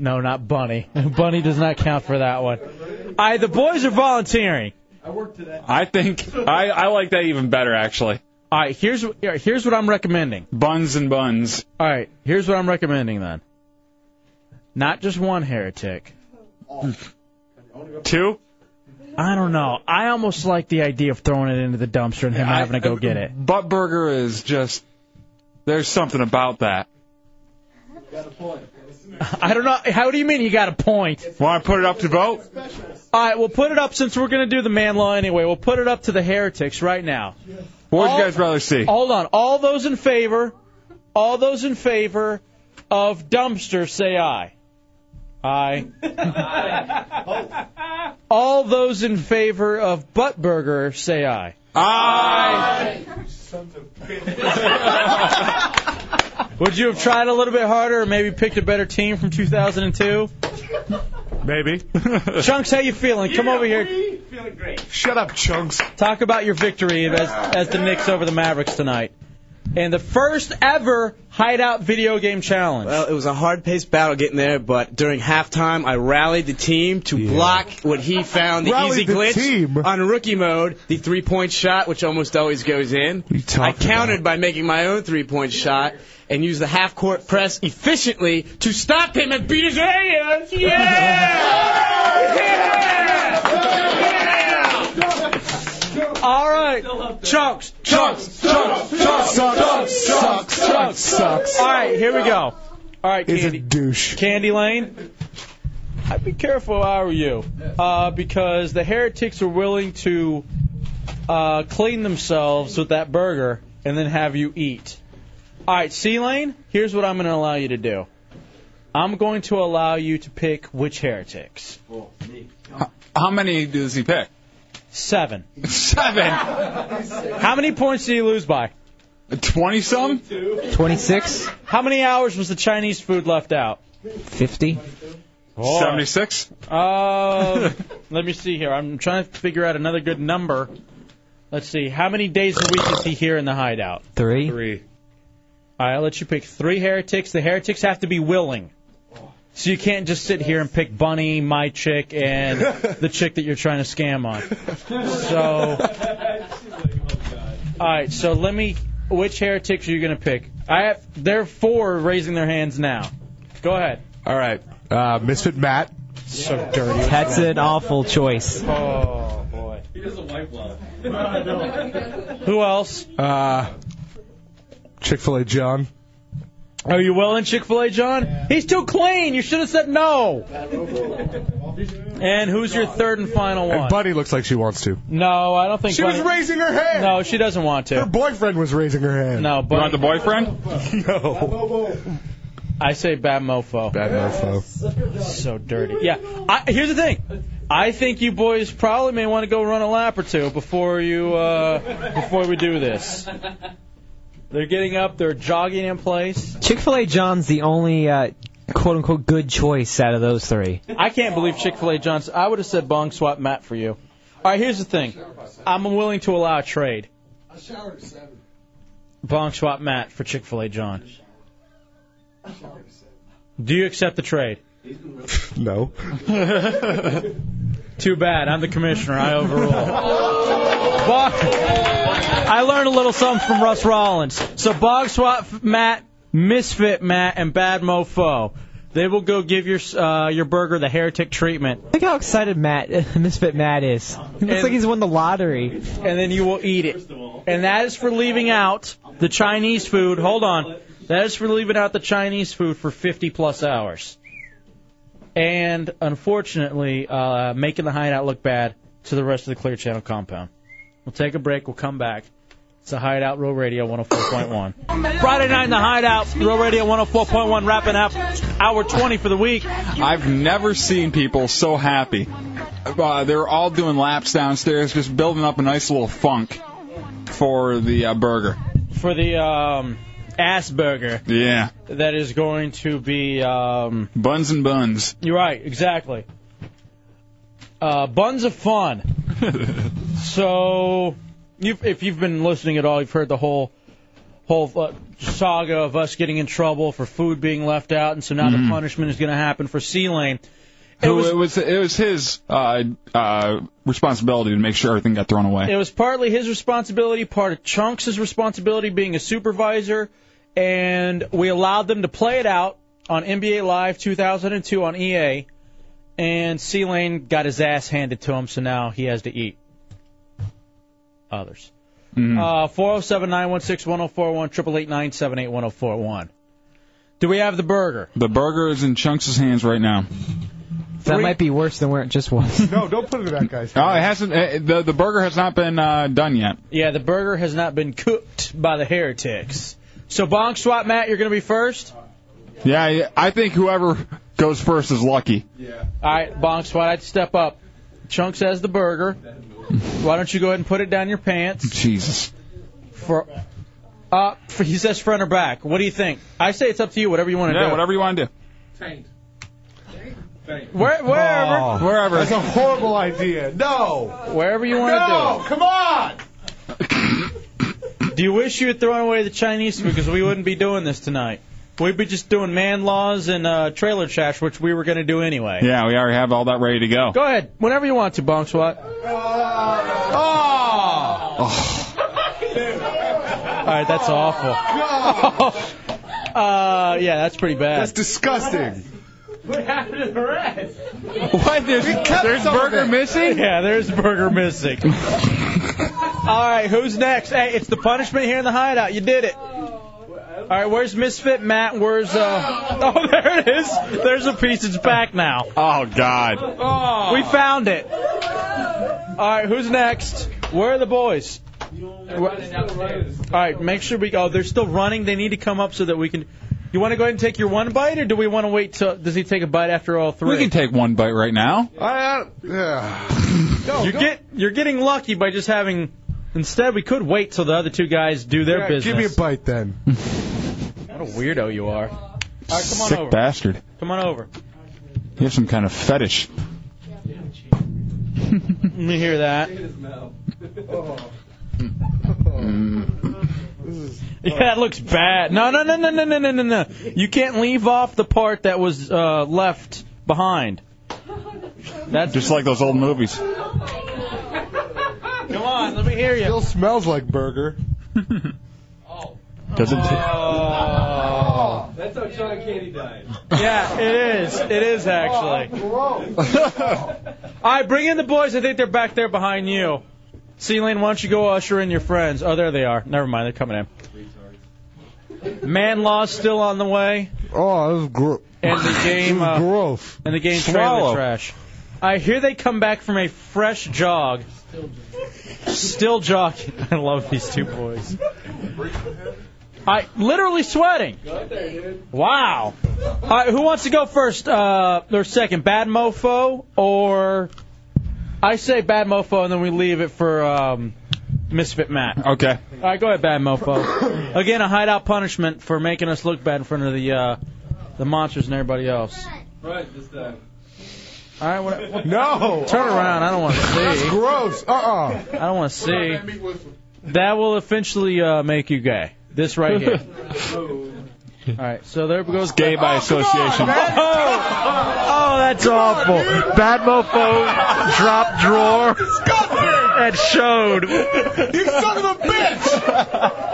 [SPEAKER 2] No, not Bunny. Bunny does not count for that one. All right, the boys are volunteering.
[SPEAKER 1] I think I, I like that even better actually.
[SPEAKER 2] All right, here's here- here's what I'm recommending.
[SPEAKER 1] Buns and buns.
[SPEAKER 2] All right, here's what I'm recommending then. Not just one heretic.
[SPEAKER 1] Two.
[SPEAKER 2] I don't know. I almost like the idea of throwing it into the dumpster and him
[SPEAKER 1] I-
[SPEAKER 2] having to go get it.
[SPEAKER 1] Butt burger is just there's something about that.
[SPEAKER 2] I don't know. How do you mean you got a point?
[SPEAKER 1] Want to put it up to vote?
[SPEAKER 2] All right, we'll put it up since we're going to do the man law anyway. We'll put it up to the heretics right now.
[SPEAKER 1] What would
[SPEAKER 2] All-
[SPEAKER 1] you guys rather see?
[SPEAKER 2] Hold on. All those in favor, all those in favor of dumpster, say aye. Aye. all those in favor of butt burger, say aye.
[SPEAKER 1] I
[SPEAKER 2] Would you have tried a little bit harder or maybe picked a better team from 2002? Maybe. Chunks, how you feeling? Come over here.
[SPEAKER 15] Feeling great.
[SPEAKER 2] Shut up, Chunks. Talk about your victory as, as the Knicks over the Mavericks tonight. And the first ever hideout video game challenge.
[SPEAKER 12] Well, it was a hard-paced battle getting there, but during halftime, I rallied the team to block what he found the
[SPEAKER 2] Rallied
[SPEAKER 12] easy
[SPEAKER 2] the
[SPEAKER 12] glitch
[SPEAKER 2] team?
[SPEAKER 12] on rookie mode, the three-point shot, which almost always goes in. I countered by making my own three-point shot and used the half-court press efficiently to stop him and beat his ass.
[SPEAKER 2] All right. Chunks, chunks, chunks, chunks, chunks, chunks, chunks, chunks. All right, here we go. All right, Candy. douche. Candy Lane. I'd be careful if I were you, uh, because the heretics are willing to uh, clean themselves with that burger and then have you eat. All right, C Lane. Here's what I'm going to allow you to do. I'm going to allow you to pick which heretics. How many does he pick? Seven. Seven. How many points did he lose by? Twenty some. Twenty six. How many hours was the Chinese food left out?
[SPEAKER 3] Fifty.
[SPEAKER 2] Seventy six. Uh, let me see here. I'm trying to figure out another good number. Let's see. How many days a week is he here in the hideout?
[SPEAKER 3] Three.
[SPEAKER 2] Three. All right, I'll let you pick three heretics. The heretics have to be willing. So you can't just sit here and pick Bunny, my chick, and the chick that you're trying to scam on. So, all right. So let me. Which heretics are you gonna pick? I have. There are four raising their hands now. Go ahead.
[SPEAKER 15] All right. Uh, Misfit Matt.
[SPEAKER 2] So dirty.
[SPEAKER 3] That's an awful choice.
[SPEAKER 2] Oh boy. He doesn't wipe well. Who else?
[SPEAKER 15] Uh,
[SPEAKER 6] Chick Fil A John.
[SPEAKER 2] Are you willing, Chick Fil A John? He's too clean. You should have said no. And who's your third and final one?
[SPEAKER 15] And Buddy looks like she wants to.
[SPEAKER 2] No, I don't think
[SPEAKER 15] She was
[SPEAKER 2] Bunny-
[SPEAKER 15] raising her hand.
[SPEAKER 2] No, she doesn't want to.
[SPEAKER 15] Her boyfriend was raising her hand.
[SPEAKER 2] No, Bunny.
[SPEAKER 15] want the
[SPEAKER 2] boyfriend?
[SPEAKER 15] No.
[SPEAKER 2] I say bad mofo. Bad mofo. So dirty. Yeah. I, here's the thing. I think you boys probably may want to go run a lap or two before you uh, before we do this. They're getting up. They're jogging in place.
[SPEAKER 3] Chick Fil A John's the only uh, quote unquote good choice out of those three.
[SPEAKER 2] I can't believe Chick Fil A Johnson. I would have said bong swap Matt for you. All right, here's the thing. I'm willing to allow a trade.
[SPEAKER 15] I showered at seven.
[SPEAKER 2] Bong swap Matt for Chick Fil A John. Do you accept the trade?
[SPEAKER 15] No.
[SPEAKER 2] Too bad. I'm the commissioner. I overrule. Bog- I learned a little something from Russ Rollins. So Bog Swap Matt, Misfit Matt, and Bad Mofo. They will go give your uh, your burger the heretic treatment,
[SPEAKER 3] Look how excited Matt, Misfit Matt is. He looks
[SPEAKER 2] And-
[SPEAKER 3] like he's won the lottery.
[SPEAKER 2] and then you will eat it. And that is for leaving out the Chinese food. Hold on. That is for leaving out the Chinese food for 50 plus hours. And unfortunately, uh, making the hideout look bad to the rest of the Clear Channel compound. We'll take a break. We'll come back. It's a Hideout Real Radio 104.1. Friday night in the Hideout, Real Radio 104.1, wrapping up hour 20 for the week.
[SPEAKER 1] I've never seen people so happy. Uh, they're all doing laps downstairs, just building up a nice little funk for the uh, burger.
[SPEAKER 2] for the um, ass burger
[SPEAKER 1] Yeah,
[SPEAKER 2] that is going to be. Um,
[SPEAKER 1] buns and buns.
[SPEAKER 2] You're right, exactly. Uh, buns of fun. so, you've, if you've been listening at all, you've heard the whole whole uh, saga of us getting in trouble for food being left out, and so now the punishment is going to happen for C Lane.
[SPEAKER 1] Who- It was it was his uh, uh, responsibility to make sure everything got thrown away.
[SPEAKER 2] It was partly his responsibility, part of Chunks' responsibility being a supervisor, and we allowed them to play it out on NBA Live 2002 on EA, and C Lane got his ass handed to him, so now he has to eat others.
[SPEAKER 3] Hmm.
[SPEAKER 2] Uh, 407 916 1041, 888 1041. Do we have the burger?
[SPEAKER 1] The burger is in Chunks' hands right now.
[SPEAKER 3] That might be worse than where it just was.
[SPEAKER 15] No, don't put it in that guy's
[SPEAKER 1] Oh, it hasn't. eh, the the burger has not been uh, done yet.
[SPEAKER 2] Yeah, the burger has not been cooked by the heretics. So, Bonk Swap Matt, you're going to be first?
[SPEAKER 1] Yeah, I- I think whoever goes first is lucky.
[SPEAKER 2] All right, Bonks, why don't you step up? Chunks has the burger. Why don't you go ahead and put it down your pants
[SPEAKER 1] Jesus.
[SPEAKER 2] for Uh, f- he says front or back. What do you think? I say it's up to you. Whatever you want to
[SPEAKER 1] Yeah,
[SPEAKER 2] do.
[SPEAKER 1] whatever you want to do. Oh.
[SPEAKER 2] Where, wherever. Wherever.
[SPEAKER 15] That's a horrible idea. No.
[SPEAKER 2] Wherever you want to
[SPEAKER 15] No, come on.
[SPEAKER 2] do. Do you wish you had thrown away the Chinese food? Because we wouldn't be doing this tonight. We'd be just doing man laws and uh, trailer trash, which we were going to do anyway.
[SPEAKER 1] Yeah, we already have all that ready to go.
[SPEAKER 2] Go ahead. Whenever you want to, Bomb Squad.
[SPEAKER 15] Oh.
[SPEAKER 2] All right, that's awful. uh, yeah, that's pretty bad. That's
[SPEAKER 15] disgusting.
[SPEAKER 2] What happened to the rest?
[SPEAKER 1] What? There's,
[SPEAKER 15] there's burger
[SPEAKER 1] missing?
[SPEAKER 2] Yeah, there's burger missing. All right, who's next? Hey, it's the punishment here in the hideout. You did it. All right, where's Misfit Matt? Where's uh? Oh, there it is. There's a piece. It's back now.
[SPEAKER 1] Oh God.
[SPEAKER 15] Oh.
[SPEAKER 2] We found it. All right, who's next? Where are the boys? All right, make sure we. Oh, they're still running. They need to come up so that we can. You want to go ahead and take your one bite, or do we want to wait till? Does he take a bite after all three?
[SPEAKER 1] We can take one bite right now.
[SPEAKER 15] I, yeah.
[SPEAKER 2] you get you're getting lucky by just having. Instead, we could wait till the other two guys do their
[SPEAKER 15] Yeah,
[SPEAKER 2] business.
[SPEAKER 15] Give me a bite then.
[SPEAKER 2] What a weirdo you are! All right, come on
[SPEAKER 1] Sick
[SPEAKER 2] over.
[SPEAKER 1] bastard.
[SPEAKER 2] Come on over.
[SPEAKER 1] You have some kind of fetish.
[SPEAKER 2] Let me hear that. Yeah, that looks bad. No, no, no, no, no, no, no, no, no. You can't leave off the part that was uh, left behind. That's
[SPEAKER 1] just like those old movies.
[SPEAKER 2] Come on, let me hear you.
[SPEAKER 15] Still smells like burger.
[SPEAKER 1] Doesn't.
[SPEAKER 15] That's how John Candy died.
[SPEAKER 2] Oh.
[SPEAKER 15] Oh,
[SPEAKER 2] Yeah, it is. It is actually. All right, bring in the boys. I think they're back there behind you. C-Lane, why don't you go usher in your friends? Oh, there they are. Never mind, they're coming in. Man law's still on the way,
[SPEAKER 15] Oh, that was gross.
[SPEAKER 2] and the game uh,
[SPEAKER 15] gross.
[SPEAKER 2] and the game
[SPEAKER 15] Swallow.
[SPEAKER 2] trailer trash. I hear they come back from a fresh jog. Still jogging. I love these two boys. I literally sweating. Wow. All right, who wants to go first uh, or second? Bad mofo or I say bad mofo and then we leave it for um, misfit Matt.
[SPEAKER 1] Okay.
[SPEAKER 2] All right, go ahead, bad mofo. Again, a hideout punishment for making us look bad in front of the uh, the monsters and everybody else.
[SPEAKER 15] Right, this time.
[SPEAKER 2] All right, what, what-
[SPEAKER 15] No.
[SPEAKER 2] Turn around. I don't want to see.
[SPEAKER 15] That's gross. Uh-uh.
[SPEAKER 2] I don't want to see. That will eventually uh, make you gay. This right here. All right, so there goes
[SPEAKER 1] gay by association.
[SPEAKER 2] Oh, that's awful. Bad mofo drop drawer. That showed.
[SPEAKER 15] You son of a bitch!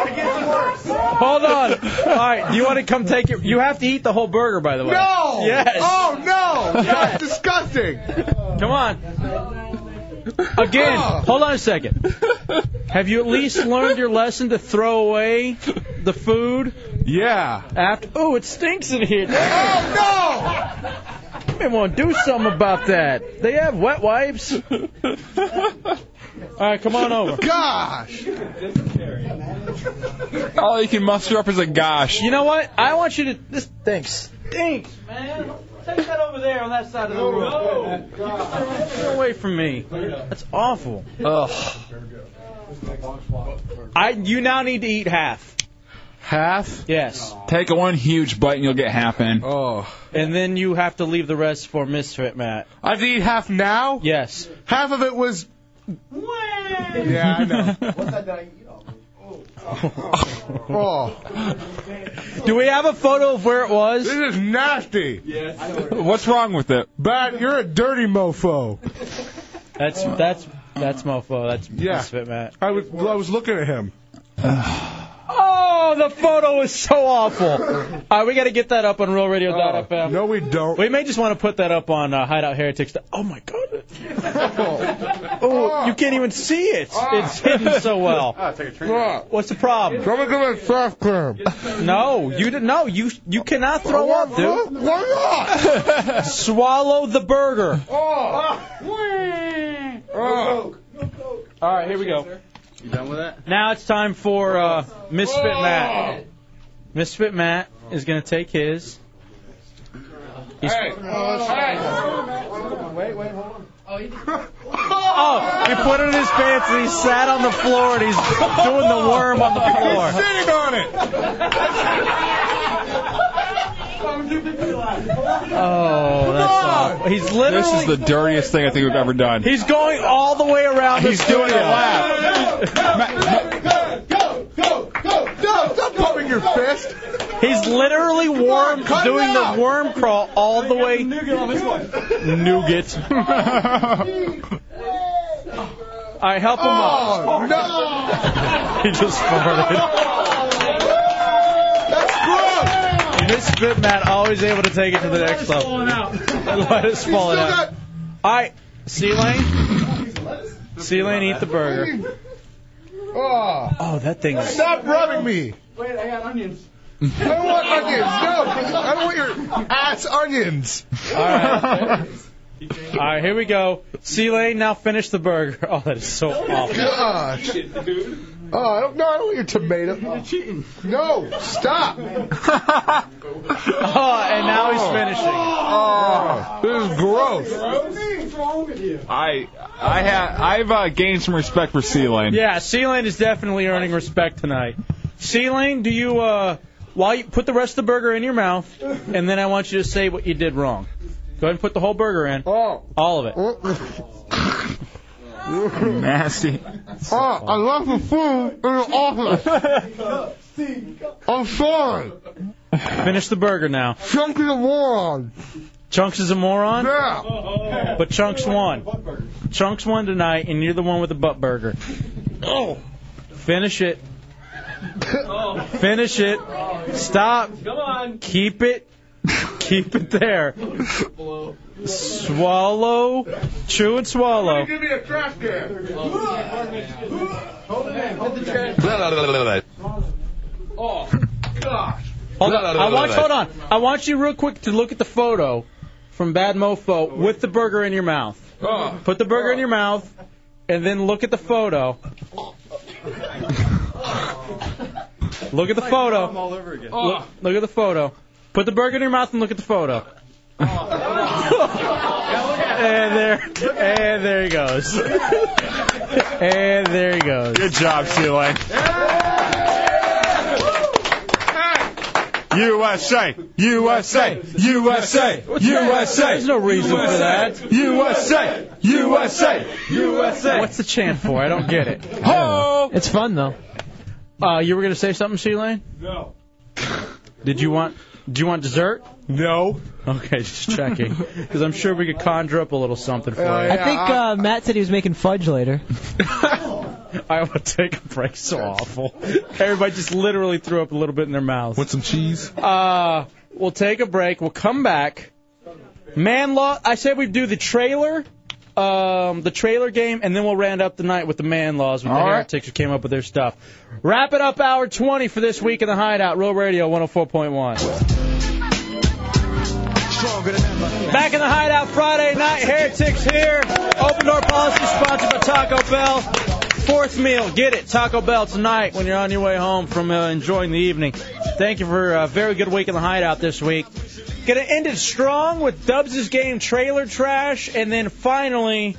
[SPEAKER 15] It gets worse.
[SPEAKER 2] Hold on. All right, do you want to come take it? You have to eat the whole burger, by the way.
[SPEAKER 15] No!
[SPEAKER 2] Yes.
[SPEAKER 15] Oh, no! That's disgusting!
[SPEAKER 2] Come on. Again,
[SPEAKER 15] Oh.
[SPEAKER 2] hold on a second. Have you at least learned your lesson to throw away the food?
[SPEAKER 15] Yeah.
[SPEAKER 2] After oh, it stinks in here.
[SPEAKER 15] Oh,
[SPEAKER 2] They want to do something about that. They have wet wipes. All right, come on over.
[SPEAKER 15] Gosh!
[SPEAKER 1] All you can muster up is a gosh.
[SPEAKER 2] You know what? I want you to. This thanks. Stinks, man. Take that over there on that side of the room. Get away from me. That's awful. Ugh. I you now need to eat half.
[SPEAKER 15] Half?
[SPEAKER 2] Yes.
[SPEAKER 1] Take one huge bite and you'll get half in.
[SPEAKER 15] Oh.
[SPEAKER 2] And then you have to leave the rest for Misfit Matt.
[SPEAKER 15] I have to eat half now?
[SPEAKER 2] Yes.
[SPEAKER 15] Half of it was. Yeah, I know.
[SPEAKER 1] Oh.
[SPEAKER 2] Do we have a photo of where it was?
[SPEAKER 15] This is nasty.
[SPEAKER 1] What's wrong with it?
[SPEAKER 15] Bat, you're a dirty mofo.
[SPEAKER 2] That's that's that's mofo. That's
[SPEAKER 15] Yeah.
[SPEAKER 2] Misfit Matt.
[SPEAKER 15] I was, I was looking at him.
[SPEAKER 2] Oh, the photo is so awful. All right, we got to get that up on RealRadio.fm.
[SPEAKER 15] Oh. no, we don't.
[SPEAKER 2] We may just want to put that up on uh, Hideout Heretics. Oh my God! Oh, you can't even see it.
[SPEAKER 15] Ah.
[SPEAKER 10] Ah.
[SPEAKER 2] It's hidden so well. What's the problem?
[SPEAKER 15] Someone give me soft cream.
[SPEAKER 2] No, you didn't. No, you you cannot throw up, dude.
[SPEAKER 15] Why
[SPEAKER 2] Swallow the burger.
[SPEAKER 15] Ah.
[SPEAKER 2] All right, here we go.
[SPEAKER 10] You done with that?
[SPEAKER 2] Now it's time for uh, Misfit Matt. Misfit Matt is going to take his. He's-
[SPEAKER 15] not? Wait, wait, hold on. Ah.
[SPEAKER 2] Oh, he put it in his pants and he sat on the floor and he's doing the worm on the floor.
[SPEAKER 15] He's sitting on it.
[SPEAKER 2] Oh, that's awful. He's literally.
[SPEAKER 1] This is the dirtiest thing I think we've ever done.
[SPEAKER 2] He's going all the way around.
[SPEAKER 1] He's doing
[SPEAKER 2] a
[SPEAKER 1] it.
[SPEAKER 2] Stop pumping your fist. He's literally worm
[SPEAKER 15] cut it
[SPEAKER 2] doing the
[SPEAKER 15] out.
[SPEAKER 2] worm crawl all the way. Nougat. All right, help him up.
[SPEAKER 15] Oh, no.
[SPEAKER 2] He just farted. You miss Spit Matt, always able to take it to the next level. Let us fall it out. All right, C Lane. C Lane, eat the burger.
[SPEAKER 15] Oh.
[SPEAKER 2] Oh, that thing.
[SPEAKER 15] Stop rubbing me.
[SPEAKER 10] Wait, I got onions.
[SPEAKER 15] I don't want onions. No, I don't want your ass onions.
[SPEAKER 2] All right. All right, here we go. C Lane, now finish the burger. Oh, that is so awful.
[SPEAKER 15] Gosh. Oh, I don't. No, I don't want your tomato. You're cheating. No, stop.
[SPEAKER 2] oh, and now he's finishing.
[SPEAKER 15] Oh, this is gross.
[SPEAKER 10] What's wrong with you?
[SPEAKER 1] I I ha- I've uh, gained some respect for C Lane.
[SPEAKER 2] Yeah, C Lane is definitely earning respect tonight. C Lane, do you uh, while you put the rest of the burger in your mouth, and then I want you to say what you did wrong. Go ahead and put the whole burger in.
[SPEAKER 15] Oh.
[SPEAKER 2] All of it.
[SPEAKER 1] Nasty.
[SPEAKER 15] Oh, I love the food in the office. I'm sorry.
[SPEAKER 2] Finish the burger now.
[SPEAKER 15] Chunky the moron.
[SPEAKER 2] Chunks is a moron.
[SPEAKER 15] Yeah.
[SPEAKER 2] But Chunks won. Chunks won tonight, and you're the one with the butt burger.
[SPEAKER 15] Oh.
[SPEAKER 2] Finish it. Finish it. Stop.
[SPEAKER 10] Come on.
[SPEAKER 2] Keep it. Keep it there. Swallow. Chew and swallow.
[SPEAKER 15] Give me a trash can.
[SPEAKER 10] Oh, gosh.
[SPEAKER 2] Hold on. I want, hold on. I want you real quick to look at the photo from Bad Mofo with the burger in your mouth.
[SPEAKER 15] Oh.
[SPEAKER 2] Put the burger in your mouth, and then look at the photo. Look at the photo.
[SPEAKER 10] all over again.
[SPEAKER 2] Look, look at the photo. Put the burger in your mouth and look at the photo.
[SPEAKER 10] Oh.
[SPEAKER 2] and there, and there he goes. and there he goes.
[SPEAKER 1] Good job, Sheila. USA, USA, USA, USA.
[SPEAKER 2] There's no reason for that.
[SPEAKER 1] USA, USA, USA.
[SPEAKER 2] What's the chant for? I don't get it.
[SPEAKER 3] It's fun though.
[SPEAKER 2] Uh, you were gonna say something, Sheila?
[SPEAKER 10] No.
[SPEAKER 2] Did you want? Do you want dessert?
[SPEAKER 1] No.
[SPEAKER 2] Okay, just checking, because I'm sure we could conjure up a little something for you.
[SPEAKER 3] I think uh, Matt said he was making fudge later.
[SPEAKER 2] I will take a break. So awful. Everybody just literally threw up a little bit in their mouths. Want
[SPEAKER 6] some cheese?
[SPEAKER 2] Uh, we'll take a break. We'll come back. Man law. I said we'd do the trailer, um, the trailer game, and then we'll round up the night with the man laws with the
[SPEAKER 1] All right.
[SPEAKER 2] heretics who came up with their stuff. Wrap it up, hour 20 for this week in the Hideout, Real Radio 104.1. Back in the Hideout Friday night, heretics here. Open door policy sponsored by Taco Bell. Fourth meal, get it, Taco Bell tonight when you're on your way home from uh, enjoying the evening. Thank you for a very good week in the Hideout this week. Gonna end it strong with Dubs' game trailer trash, and then finally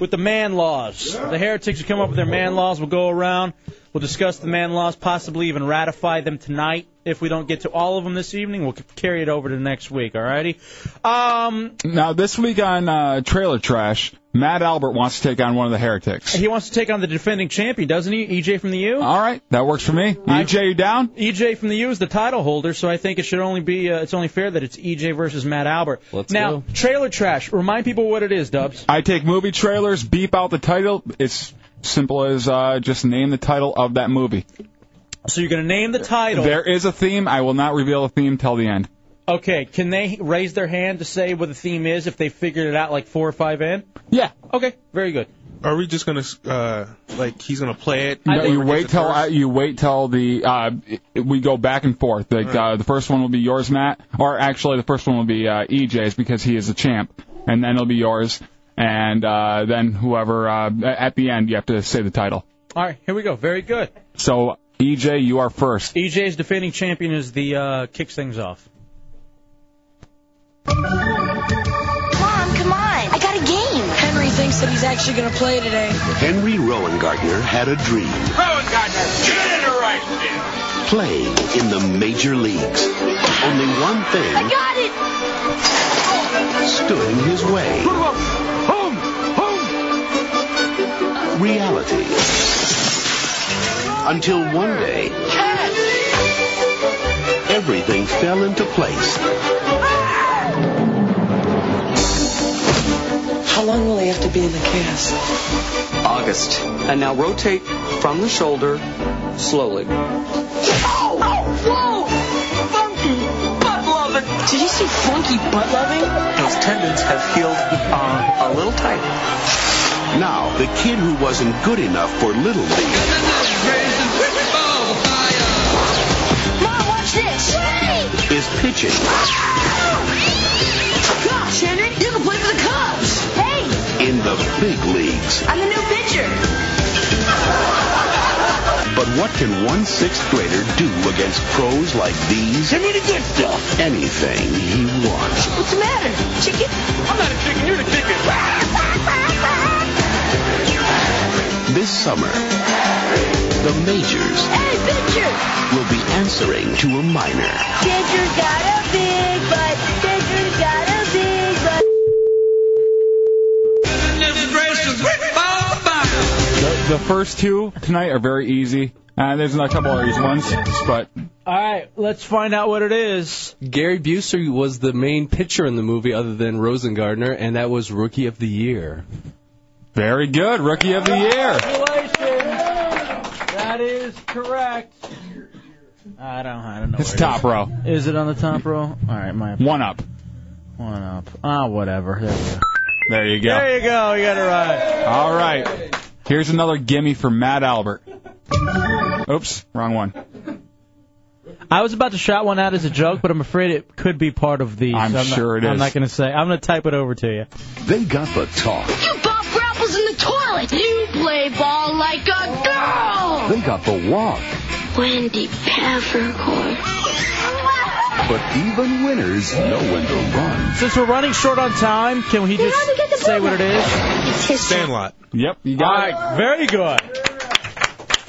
[SPEAKER 2] with the man laws. The heretics will come up with their man laws. We'll go around. We'll discuss the man laws, possibly even ratify them tonight. If we don't get to all of them this evening, we'll carry it over to next week. All righty. Um,
[SPEAKER 1] Now this week on uh, Trailer Trash, Matt Albert wants to take on one of the heretics.
[SPEAKER 2] he wants to take on the defending champion, doesn't he? EJ from the U.
[SPEAKER 1] All right, that works for me. EJ, you down?
[SPEAKER 2] EJ from the U is the title holder, so I think it should only be uh, it's only fair that it's EJ versus Matt Albert. Let's now,
[SPEAKER 1] go.
[SPEAKER 2] trailer trash. Remind people what it is, Dubs.
[SPEAKER 1] I take movie trailers, beep out the title. It's simple as uh, just name the title of that movie.
[SPEAKER 2] So you're gonna name the title.
[SPEAKER 1] There is a theme. I will not reveal a theme till the end.
[SPEAKER 2] Okay, can they raise their hand to say what the theme is if they figured it out like four or five in?
[SPEAKER 1] Yeah.
[SPEAKER 2] Okay, very good.
[SPEAKER 6] Are we just gonna uh like he's gonna play it?
[SPEAKER 1] No, you wait till
[SPEAKER 6] I,
[SPEAKER 1] uh, you wait till the uh, we go back and forth. Like uh, the first one will be yours, Matt, or actually the first one will be uh, EJ's because he is the champ, and then it'll be yours, and uh, then whoever uh, at the end you have to say the title.
[SPEAKER 2] All right, here we go. Very good.
[SPEAKER 1] So EJ, you are first.
[SPEAKER 2] EJ's defending champion is the uh, kicks things off.
[SPEAKER 16] Mom, come on. I got a game. Henry's
[SPEAKER 8] that he's actually going to play today.
[SPEAKER 16] Henry Rowengartner had a dream
[SPEAKER 10] Rowan Gardner, get in the right there.
[SPEAKER 16] playing in the major leagues. Only one thing
[SPEAKER 10] got it!
[SPEAKER 16] stood in his way
[SPEAKER 10] Home! Home!
[SPEAKER 16] reality. Until one day, everything fell into place.
[SPEAKER 8] How long will he have to be in the cast?
[SPEAKER 17] August. And now rotate from the shoulder slowly.
[SPEAKER 8] Oh! Whoa! Funky butt loving! Did you see funky butt loving?
[SPEAKER 17] Those tendons have healed uh, a little tight.
[SPEAKER 16] Now, the kid who wasn't good enough for Little League
[SPEAKER 10] Mom, watch this!
[SPEAKER 16] is pitching
[SPEAKER 10] Gosh, Henry, you can play for the Cubs! Hey,
[SPEAKER 16] in the big leagues.
[SPEAKER 10] I'm the new pitcher!
[SPEAKER 16] But what can one sixth grader do against pros like these? Give me the good stuff. Anything he wants.
[SPEAKER 10] What's the matter? Chicken? I'm not a chicken, you're the chicken!
[SPEAKER 16] This summer, the majors
[SPEAKER 10] Hey, pitcher!
[SPEAKER 16] will be answering to a minor.
[SPEAKER 10] Pitcher's got a big butt! Pitcher's got a big butt!
[SPEAKER 1] The, the first two tonight are very easy. Uh, there's a couple other easy ones, but
[SPEAKER 2] All right, let's find out what it is.
[SPEAKER 18] Gary Busey was the main pitcher in the movie other than Rosengardner, and that was Rookie of the Year.
[SPEAKER 1] Very good, Rookie of the Year.
[SPEAKER 2] That is correct. I don't, I don't know.
[SPEAKER 1] It's
[SPEAKER 2] where it
[SPEAKER 1] top
[SPEAKER 2] is.
[SPEAKER 1] row.
[SPEAKER 2] Is it on the top row? All right, my
[SPEAKER 1] one up.
[SPEAKER 2] One up. Ah, whatever. There we go.
[SPEAKER 1] There you go.
[SPEAKER 2] There you go. You got it right.
[SPEAKER 1] All right. Here's another gimme for Matt Albert. Oops, wrong one.
[SPEAKER 2] I was about to shout one out as a joke, but I'm afraid it could be part of the.
[SPEAKER 1] I'm
[SPEAKER 2] so I'm
[SPEAKER 1] sure
[SPEAKER 2] not,
[SPEAKER 1] it
[SPEAKER 2] I'm
[SPEAKER 1] is.
[SPEAKER 2] not going to say. I'm going to type it over to you.
[SPEAKER 16] They got the talk.
[SPEAKER 10] You bop rapples in the toilet! You play ball like a girl!
[SPEAKER 16] They got the walk.
[SPEAKER 10] Wendy Peppercorn.
[SPEAKER 16] But even winners know when to run.
[SPEAKER 2] Since we're running short on time, can he just say what it is?
[SPEAKER 6] Sandlot.
[SPEAKER 1] Yep. You
[SPEAKER 2] All right, very good.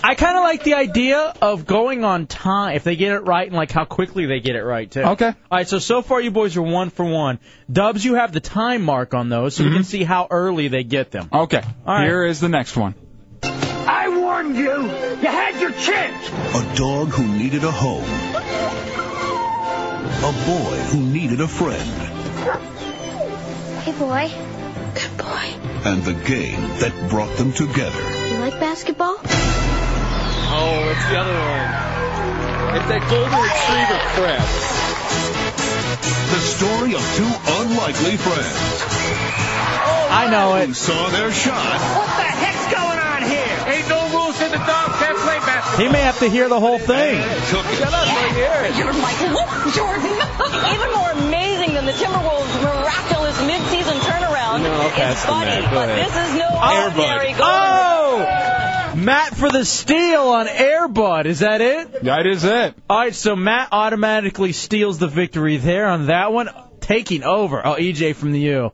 [SPEAKER 2] I kind of like the idea of going on time if they get it right and like how quickly they get it right too.
[SPEAKER 1] Okay.
[SPEAKER 2] All right, so so far you boys are one for one. Dubs, you have the time mark on those, so we can see how early they get them.
[SPEAKER 1] Mm-hmm. Okay.
[SPEAKER 2] All right.
[SPEAKER 1] Here is the next one.
[SPEAKER 10] I warned you! You had your chance!
[SPEAKER 16] A dog who needed a home. A boy who needed a friend.
[SPEAKER 10] Hey, boy. Good boy.
[SPEAKER 16] And the game that brought them together.
[SPEAKER 10] You like basketball?
[SPEAKER 17] Oh, it's the other one. It's that golden retriever crap.
[SPEAKER 16] The story of two unlikely friends.
[SPEAKER 2] I know it.
[SPEAKER 16] Who saw their shot
[SPEAKER 10] What the heck's going on here? Ain't no rules in the dog can't play basketball.
[SPEAKER 2] He may have to hear the whole thing.
[SPEAKER 16] took it.
[SPEAKER 8] You're Michael Jordan. Even more amazing than the Timberwolves' miraculous midseason turnaround.
[SPEAKER 2] No, okay, that's
[SPEAKER 8] it's
[SPEAKER 2] the
[SPEAKER 8] funny,
[SPEAKER 2] Mac. Go
[SPEAKER 8] but
[SPEAKER 2] ahead.
[SPEAKER 8] this is no
[SPEAKER 2] Air Bud.
[SPEAKER 8] ordinary goal.
[SPEAKER 2] Oh! Matt for the steal on Airbud. Is that it?
[SPEAKER 1] That is it.
[SPEAKER 2] All right, so Matt automatically steals the victory there on that one, taking over. Oh, EJ from the U.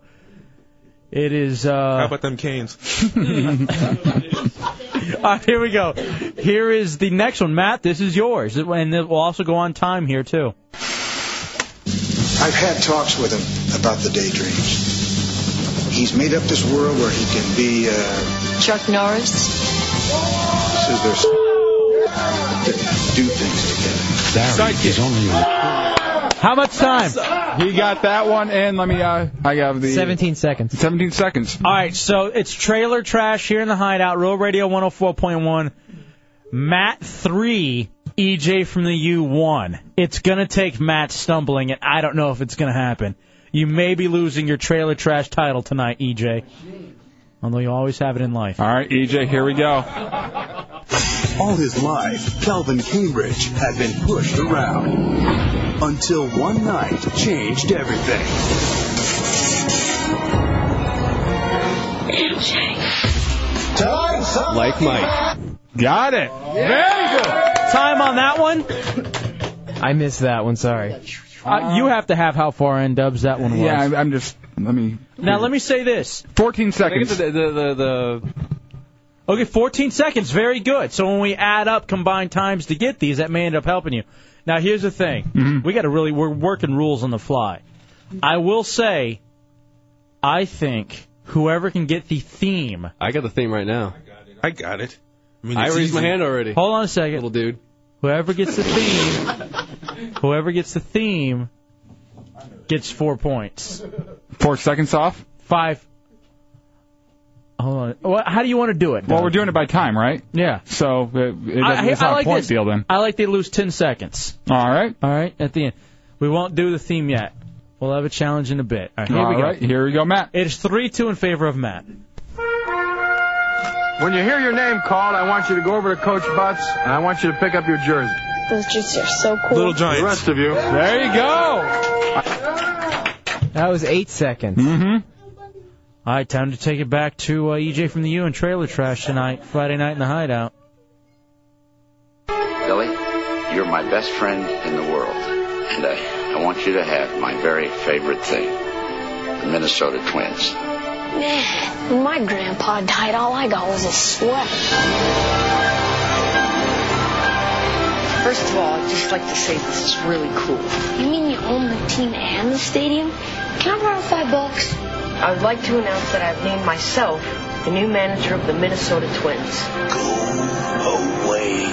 [SPEAKER 2] It is. uh
[SPEAKER 6] How about them canes?
[SPEAKER 2] All right, here we go. Here is the next one, Matt. This is yours, and it will also go on time here too.
[SPEAKER 19] I've had talks with him about the daydreams. He's made up this world where he can be. Uh, Chuck Norris. This is their s- that do things together.
[SPEAKER 1] Sidekick.
[SPEAKER 2] How much time?
[SPEAKER 1] He got that one, and let me. Uh, I have the
[SPEAKER 3] 17 seconds.
[SPEAKER 1] 17 seconds.
[SPEAKER 2] All right, so it's trailer trash here in the hideout. Real Radio 104.1. Matt three, EJ from the U one. It's gonna take Matt stumbling, and I don't know if it's gonna happen. You may be losing your trailer trash title tonight, EJ. Although you always have it in life.
[SPEAKER 1] All right, EJ, here we go.
[SPEAKER 27] All his life, Calvin Cambridge had been pushed around until one night changed everything.
[SPEAKER 18] Like Mike.
[SPEAKER 1] Got it. Very good.
[SPEAKER 2] Time on that one.
[SPEAKER 3] I missed that one. Sorry.
[SPEAKER 2] Uh, you have to have how far in dubs that one was.
[SPEAKER 1] Yeah, I'm, I'm just Let me.
[SPEAKER 2] Now let me say this.
[SPEAKER 1] 14 seconds.
[SPEAKER 2] The, Okay, 14 seconds. Very good. So when we add up combined times to get these, that may end up helping you. Now here's the thing. We got to really we're working rules on the fly. I will say, I think whoever can get the theme.
[SPEAKER 18] I got the theme right now.
[SPEAKER 6] I got it. I,
[SPEAKER 2] mean, it's
[SPEAKER 18] raised my
[SPEAKER 2] easy.
[SPEAKER 18] hand already.
[SPEAKER 2] Hold on a second,
[SPEAKER 18] little dude.
[SPEAKER 2] Whoever gets the theme, whoever gets the theme, gets four points.
[SPEAKER 1] Four seconds off.
[SPEAKER 2] Five. Hold on. What, how do you want to do it?
[SPEAKER 1] Well, we're doing it by time, right?
[SPEAKER 2] Yeah.
[SPEAKER 1] So uh, it doesn't,
[SPEAKER 2] I-
[SPEAKER 1] it's
[SPEAKER 2] I
[SPEAKER 1] not
[SPEAKER 2] like
[SPEAKER 1] a point
[SPEAKER 2] this.
[SPEAKER 1] deal then.
[SPEAKER 2] I like they lose 10 seconds.
[SPEAKER 1] All right.
[SPEAKER 2] All right, at the end. We won't do the theme yet. We'll have a challenge in a bit. All right, here we
[SPEAKER 1] All
[SPEAKER 2] go.
[SPEAKER 1] right, here we go, Matt.
[SPEAKER 2] It's 3 2 in favor of Matt.
[SPEAKER 4] When you hear your name called, I want you to go over to Coach Butts and I want you to pick up your jersey.
[SPEAKER 10] Those jerseys are so cool.
[SPEAKER 4] Little Giants. The rest of you.
[SPEAKER 1] There you go.
[SPEAKER 2] That was 8 seconds.
[SPEAKER 1] Mm
[SPEAKER 2] hmm. All right, time to take it back to uh, EJ from the U and Trailer Trash tonight, Friday night in the Hideout.
[SPEAKER 14] Billy, you're my best friend in the world, and I, I want you to have my very favorite thing the Minnesota Twins.
[SPEAKER 10] Man, my grandpa died. All I got was a sweat.
[SPEAKER 8] First of all, I'd just like to say this is really cool.
[SPEAKER 10] You mean you own the team and the stadium? Can I borrow five bucks?
[SPEAKER 8] I would like to announce that I've named myself the new manager of the Minnesota Twins.
[SPEAKER 21] Away.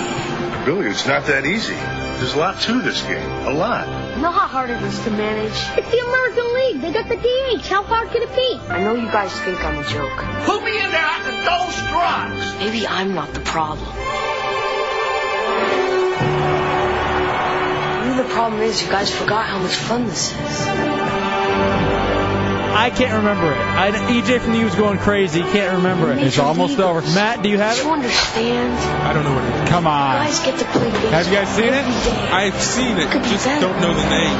[SPEAKER 21] Billy, it's not that easy. There's a lot to this game. A lot.
[SPEAKER 10] You know how hard it is to manage? It's the American League. They got the DH. How hard could it be? I know you guys think I'm a joke. Put me in there. I can go strong. Maybe I'm not the problem. Maybe the problem is you guys forgot how much fun this is.
[SPEAKER 2] I can't remember it. I, EJ from the U is going crazy. He Can't remember it.
[SPEAKER 1] It's almost over.
[SPEAKER 2] Matt, do you have it?
[SPEAKER 10] You understand?
[SPEAKER 6] I don't know what it is.
[SPEAKER 1] Come on.
[SPEAKER 10] Guys get to play baseball.
[SPEAKER 6] Have you guys seen it? I've seen it, just don't know the name.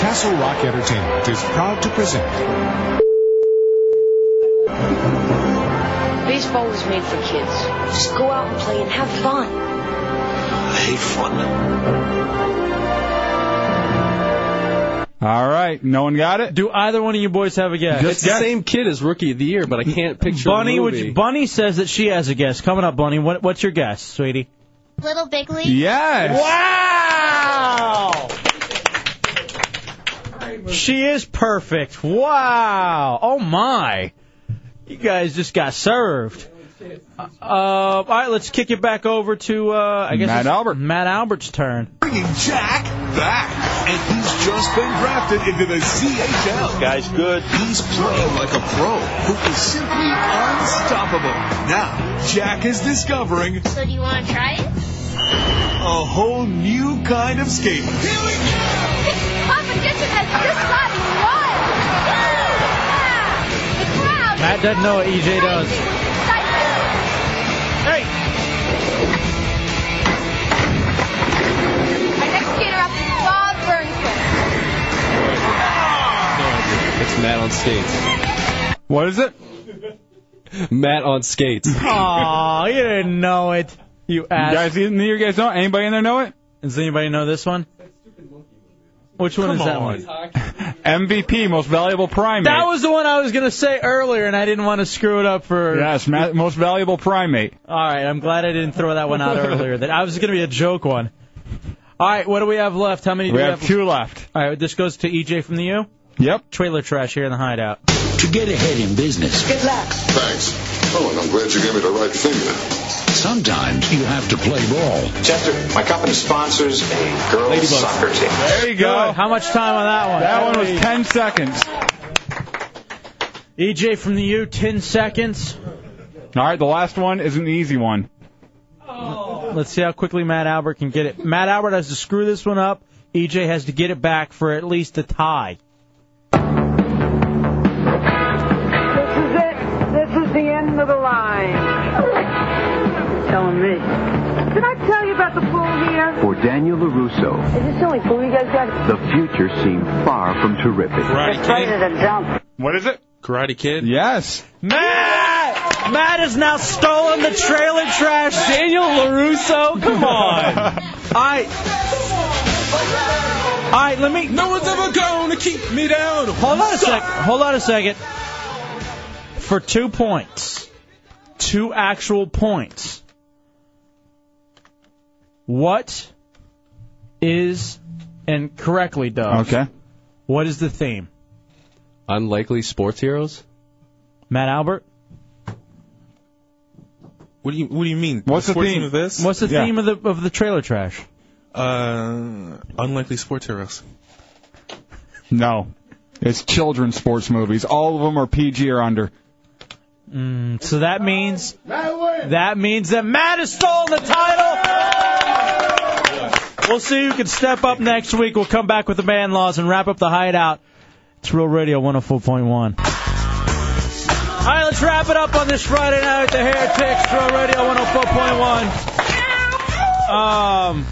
[SPEAKER 22] Castle Rock Entertainment is proud to present
[SPEAKER 10] Baseball was made for kids. Just go out and play and have fun.
[SPEAKER 21] I hate fun.
[SPEAKER 1] All right. No one got it?
[SPEAKER 2] Do either one of you boys have a guess?
[SPEAKER 18] it's the same kid as Rookie of the Year, but I can't picture
[SPEAKER 2] Bunny,
[SPEAKER 18] the
[SPEAKER 2] would
[SPEAKER 18] movie.
[SPEAKER 2] you, Bunny says that she has a guess. Coming up, Bunny, what, what's your guess, sweetie?
[SPEAKER 13] Little Big League?
[SPEAKER 1] Yes.
[SPEAKER 2] Wow! She is perfect. Wow! Oh my! You guys just got served. Uh, all right, let's kick it back over to uh, I guess
[SPEAKER 22] Matt
[SPEAKER 2] it's Matt Albert's turn.
[SPEAKER 22] bringing Jack back, and he's just been drafted into the CHL. Guy's good. He's playing like a pro who is simply unstoppable. Now, Jack is discovering
[SPEAKER 13] So do you want to try it?
[SPEAKER 22] a whole new kind of skating.
[SPEAKER 10] Competition has just gotten wild. The crowd
[SPEAKER 2] Matt doesn't know what EJ does.
[SPEAKER 10] Hey! Our next skater up is Bob Burnquist.
[SPEAKER 18] It's Matt on skates.
[SPEAKER 1] What is it?
[SPEAKER 18] Matt on skates.
[SPEAKER 2] Aw, you didn't know it. You ass.
[SPEAKER 1] guys, either you guys know? Anybody in there know it?
[SPEAKER 2] Does anybody know this one? Which one
[SPEAKER 1] Come
[SPEAKER 2] is that
[SPEAKER 1] on.
[SPEAKER 2] one?
[SPEAKER 1] MVP, most valuable primate.
[SPEAKER 2] That was the one I was gonna say earlier, and I didn't want to screw it up for.
[SPEAKER 1] Yes, ma- most valuable primate.
[SPEAKER 2] All right, I'm glad I didn't throw that one out earlier. That I was going to be a joke one. All right, what do we have left? How many do
[SPEAKER 1] We
[SPEAKER 2] we
[SPEAKER 1] have
[SPEAKER 2] have?
[SPEAKER 1] two left.
[SPEAKER 2] All right, this goes to EJ from the U.
[SPEAKER 1] Yep.
[SPEAKER 2] Trailer trash here in the hideout.
[SPEAKER 16] To get ahead in business.
[SPEAKER 10] Good luck.
[SPEAKER 16] Thanks. Oh, and I'm glad you gave me the right finger. Sometimes you have to play ball.
[SPEAKER 5] Chester, my company sponsors a girls soccer team.
[SPEAKER 1] There you go.
[SPEAKER 2] How much time on that one?
[SPEAKER 1] That one was 10 seconds.
[SPEAKER 2] EJ E from the U, 10 seconds.
[SPEAKER 1] All right, the last one is an easy one.
[SPEAKER 2] Let's see how quickly Matt Albert can get it. Matt Albert has to screw this one up. EJ has to get it back for at least a tie.
[SPEAKER 8] This is it. This is the end of the line. Telling me. Did I tell you about the pool here?
[SPEAKER 24] For Daniel LaRusso,
[SPEAKER 8] Is this the only pool you guys got?
[SPEAKER 24] the future seemed far from terrific.
[SPEAKER 6] Karate Kid?
[SPEAKER 8] dump.
[SPEAKER 1] What is it?
[SPEAKER 6] Karate Kid?
[SPEAKER 1] Yes.
[SPEAKER 2] Matt! Matt has now stolen the trailer trash. Daniel LaRusso, come on. I. All right, let me. No one's ever going to keep me down. Hold on a sec. Hold on a second. For two points, two actual points. What is and correctly, Doug?
[SPEAKER 1] Okay.
[SPEAKER 2] What is the theme?
[SPEAKER 18] Unlikely sports heroes.
[SPEAKER 2] Matt Albert.
[SPEAKER 6] What do you What do you mean? sports of this?
[SPEAKER 2] What's the theme of the of the trailer trash?
[SPEAKER 6] Uh, unlikely sports heroes.
[SPEAKER 1] No. It's children's sports movies. All of them are PG or under.
[SPEAKER 2] Mm, so that means that means that Matt has stolen the title. We'll see who can step up next week. We'll come back with the man laws and wrap up the hideout. It's Real Radio 104.1. All right, let's wrap it up on this Friday night at the Heretics, Real Radio 104.1. Um,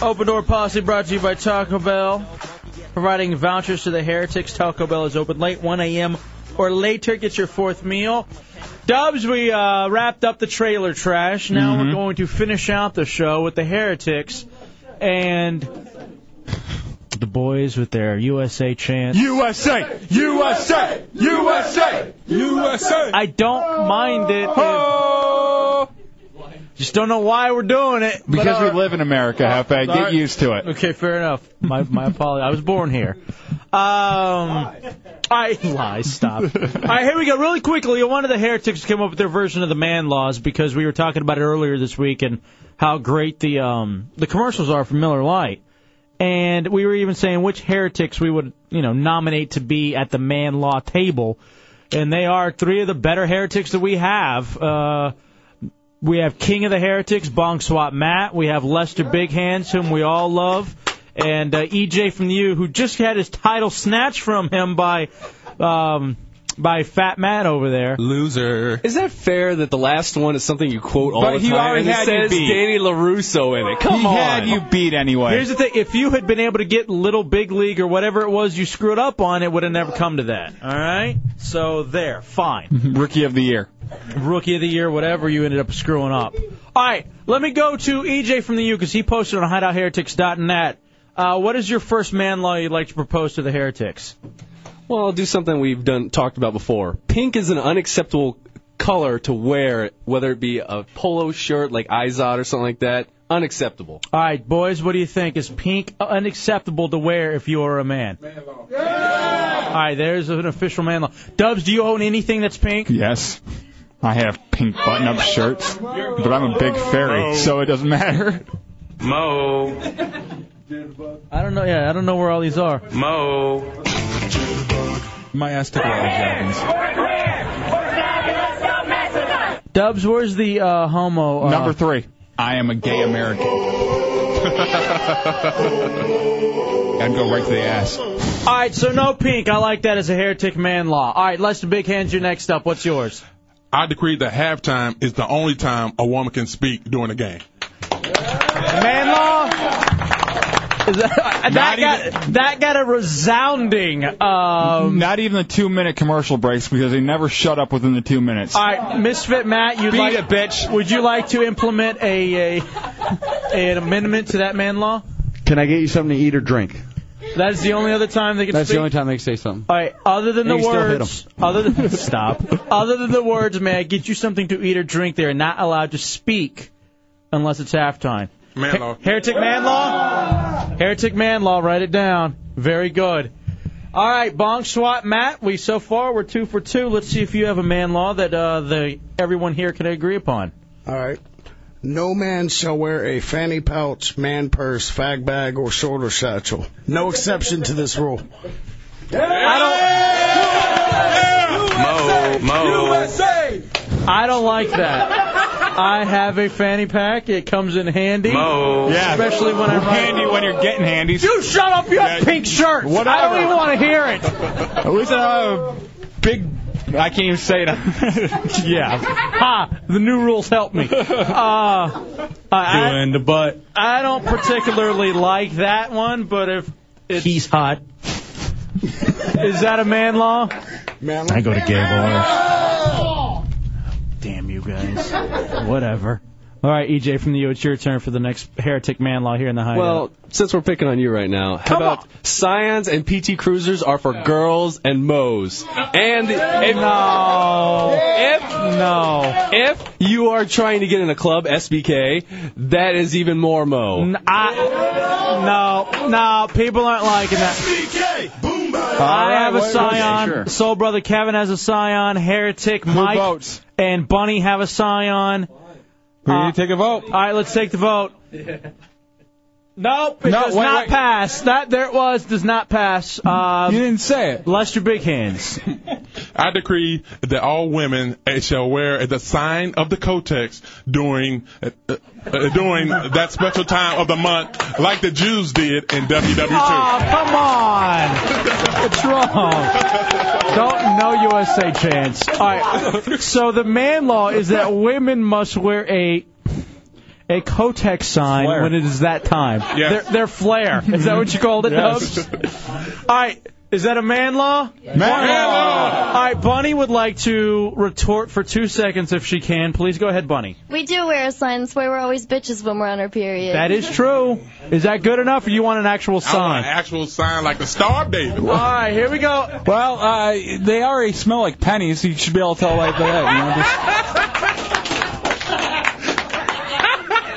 [SPEAKER 2] Open Door Policy brought to you by Taco Bell. Providing vouchers to the heretics. Taco Bell is open late, 1 a.m. or later. Get your fourth meal. Dubs, we uh, wrapped up the trailer trash. Now
[SPEAKER 1] Mm-hmm.
[SPEAKER 2] we're going to finish out the show with the heretics and the boys with their USA chant.
[SPEAKER 1] USA! USA! USA!
[SPEAKER 2] USA! I don't mind it. if- Just don't know why we're doing it. but
[SPEAKER 1] Oh. Because
[SPEAKER 2] all
[SPEAKER 1] we
[SPEAKER 2] right.
[SPEAKER 1] live in America, Hefe. Get
[SPEAKER 2] All right.
[SPEAKER 1] used to it.
[SPEAKER 2] Uh, Okay, fair enough. My my apologies. I was born here. Um, I lie. Stop. All right, here we go. Really quickly, one of the heretics came up with their version of the man laws because we were talking about it earlier this week and how great the um the commercials are for Miller Lite, and we were even saying which heretics we would you know nominate to be at the man law table, and they are three of the better heretics that we have. Uh, we have King of the Heretics, Bong Swat Matt. We have Lester Big Hands, whom we all love, and uh, EJ from the U, who just had his title snatched from him by um, by Fat Matt over there.
[SPEAKER 6] Loser.
[SPEAKER 18] Is that fair that the last one is something you quote all
[SPEAKER 2] But
[SPEAKER 18] the
[SPEAKER 2] he
[SPEAKER 18] time
[SPEAKER 2] already
[SPEAKER 18] and it
[SPEAKER 2] had you
[SPEAKER 18] says
[SPEAKER 2] beat.
[SPEAKER 18] Danny LaRusso in it? Come
[SPEAKER 2] He
[SPEAKER 18] on.
[SPEAKER 2] had you
[SPEAKER 1] beat anyway.
[SPEAKER 2] Here's the thing: if you had been able to get Little Big League or whatever it was you screwed up on, it would have never come to that. All right, so there, fine.
[SPEAKER 1] Rookie of the year.
[SPEAKER 2] Rookie of the year, whatever you ended up screwing up. All right, let me go to EJ from the U because he posted on hideoutheretics.net. Uh, what is your first man law you'd like to propose to the heretics?
[SPEAKER 18] Well, I'll do something we've done talked about before. Pink is an unacceptable color to wear, whether it be a polo shirt like Izod or something like that. Unacceptable.
[SPEAKER 2] All right, boys, what do you think? Is pink uh, unacceptable to wear if you are a man? Man law. All right, there's an official man law. Dubs, do you own anything that's pink?
[SPEAKER 1] Yes. I have pink button up shirts, but I'm a big fairy, so it doesn't matter.
[SPEAKER 2] Mo. I don't know. Yeah, I don't know where all these are. Mo.
[SPEAKER 6] My ass took a lot of jackings.
[SPEAKER 2] Dubs, where's the uh, homo? Uh,
[SPEAKER 1] Number three. I am a gay American. I'd go right to the ass.
[SPEAKER 2] All right, so no pink. I like that as a heretic man law. All right, Lester Big Hands, you're next up. What's yours?
[SPEAKER 6] I decree that halftime is the only time a woman can speak during a game.
[SPEAKER 2] Man law. Is that, that, got, that got a resounding. Um,
[SPEAKER 1] Not even the two minute commercial breaks because they never shut up within the two minutes.
[SPEAKER 2] all right, Misfit Matt, you'd
[SPEAKER 1] Beat
[SPEAKER 2] like,
[SPEAKER 1] it, bitch.
[SPEAKER 2] Would you like to implement a, a an amendment to that man law?
[SPEAKER 26] Can I get you something to eat or drink?
[SPEAKER 2] That is the only other time they can
[SPEAKER 26] That's
[SPEAKER 2] speak.
[SPEAKER 26] the only time they can say something.
[SPEAKER 2] All right, other than
[SPEAKER 26] You
[SPEAKER 2] the
[SPEAKER 26] can still hit
[SPEAKER 2] words, other than stop, other than the words, may I get you something to eat or drink? They are not allowed to speak unless it's halftime.
[SPEAKER 6] Man law.
[SPEAKER 2] Heretic man law. Heretic man law. Write it down. Very good. All right, Bong Swat Matt. We so far we're two for two. Let's see if you have a man law that uh, the everyone here can agree upon.
[SPEAKER 9] All right. No man shall wear a fanny pouch, man purse, fag bag, or shoulder satchel. No exception to this rule.
[SPEAKER 2] Mo, Mo. USA. I don't like that. I have a fanny pack. It comes in handy.
[SPEAKER 1] Mo. Yeah.
[SPEAKER 2] Especially when I'm
[SPEAKER 1] Handy when you're getting handies.
[SPEAKER 2] You shut up. You have pink shirts. I
[SPEAKER 1] Whatever.
[SPEAKER 2] don't even want to hear it.
[SPEAKER 1] At least I have a big. I can't even say it. yeah.
[SPEAKER 2] Ha! The new rules help me. Uh, I,
[SPEAKER 1] Doing the butt.
[SPEAKER 2] I don't particularly like that one, but if it's, he's hot, is that a man law?
[SPEAKER 9] Man
[SPEAKER 2] I go to gay bars. Damn you guys. Whatever. All right, EJ from the U. It's your turn for the next heretic man law here in the hideout.
[SPEAKER 18] Well, since we're picking uh, on you right now, how about Scions and PT Cruisers are for girls and Moes. And if,
[SPEAKER 2] no,
[SPEAKER 18] if no, if you are trying to get in a club SBK, that is even more Mo.
[SPEAKER 2] I, no, no, people aren't liking that. I have a
[SPEAKER 18] wait,
[SPEAKER 2] scion.
[SPEAKER 18] okay, sure.
[SPEAKER 2] Soul brother Kevin has a scion. Heretic Mike and Bunny have a scion. We need to take a vote. All right, let's take the vote. Nope, it
[SPEAKER 17] No,
[SPEAKER 2] does
[SPEAKER 17] wait,
[SPEAKER 2] not
[SPEAKER 17] wait.
[SPEAKER 2] pass. That there it was does not pass. Um, you
[SPEAKER 1] didn't say it.
[SPEAKER 2] Lester Big Hands.
[SPEAKER 6] I decree that all women eh, shall wear the sign of the Kotex during uh, uh, during that special time of the month, like the Jews did in WW2.
[SPEAKER 2] Oh, come on. What's wrong? Don't know USA chance. All right. So the man law is that women must wear a a Kotex sign when it is that time.
[SPEAKER 17] Yes.
[SPEAKER 2] Their, their flare. Is that what you called it,
[SPEAKER 17] Yes.
[SPEAKER 2] Dubs? All right. Is that a man law? Man, law. All right. Bunny would like to retort for two seconds if she can. Please go ahead, Bunny.
[SPEAKER 11] We do wear signs where we're always bitches when we're on our period.
[SPEAKER 2] That is true. Is that good enough, or you want an actual
[SPEAKER 6] I want
[SPEAKER 2] sign?
[SPEAKER 6] an actual sign like the Star of David.
[SPEAKER 2] right, here we go.
[SPEAKER 1] Well, uh, they already smell like pennies. So you should be able to tell right away. You know, just-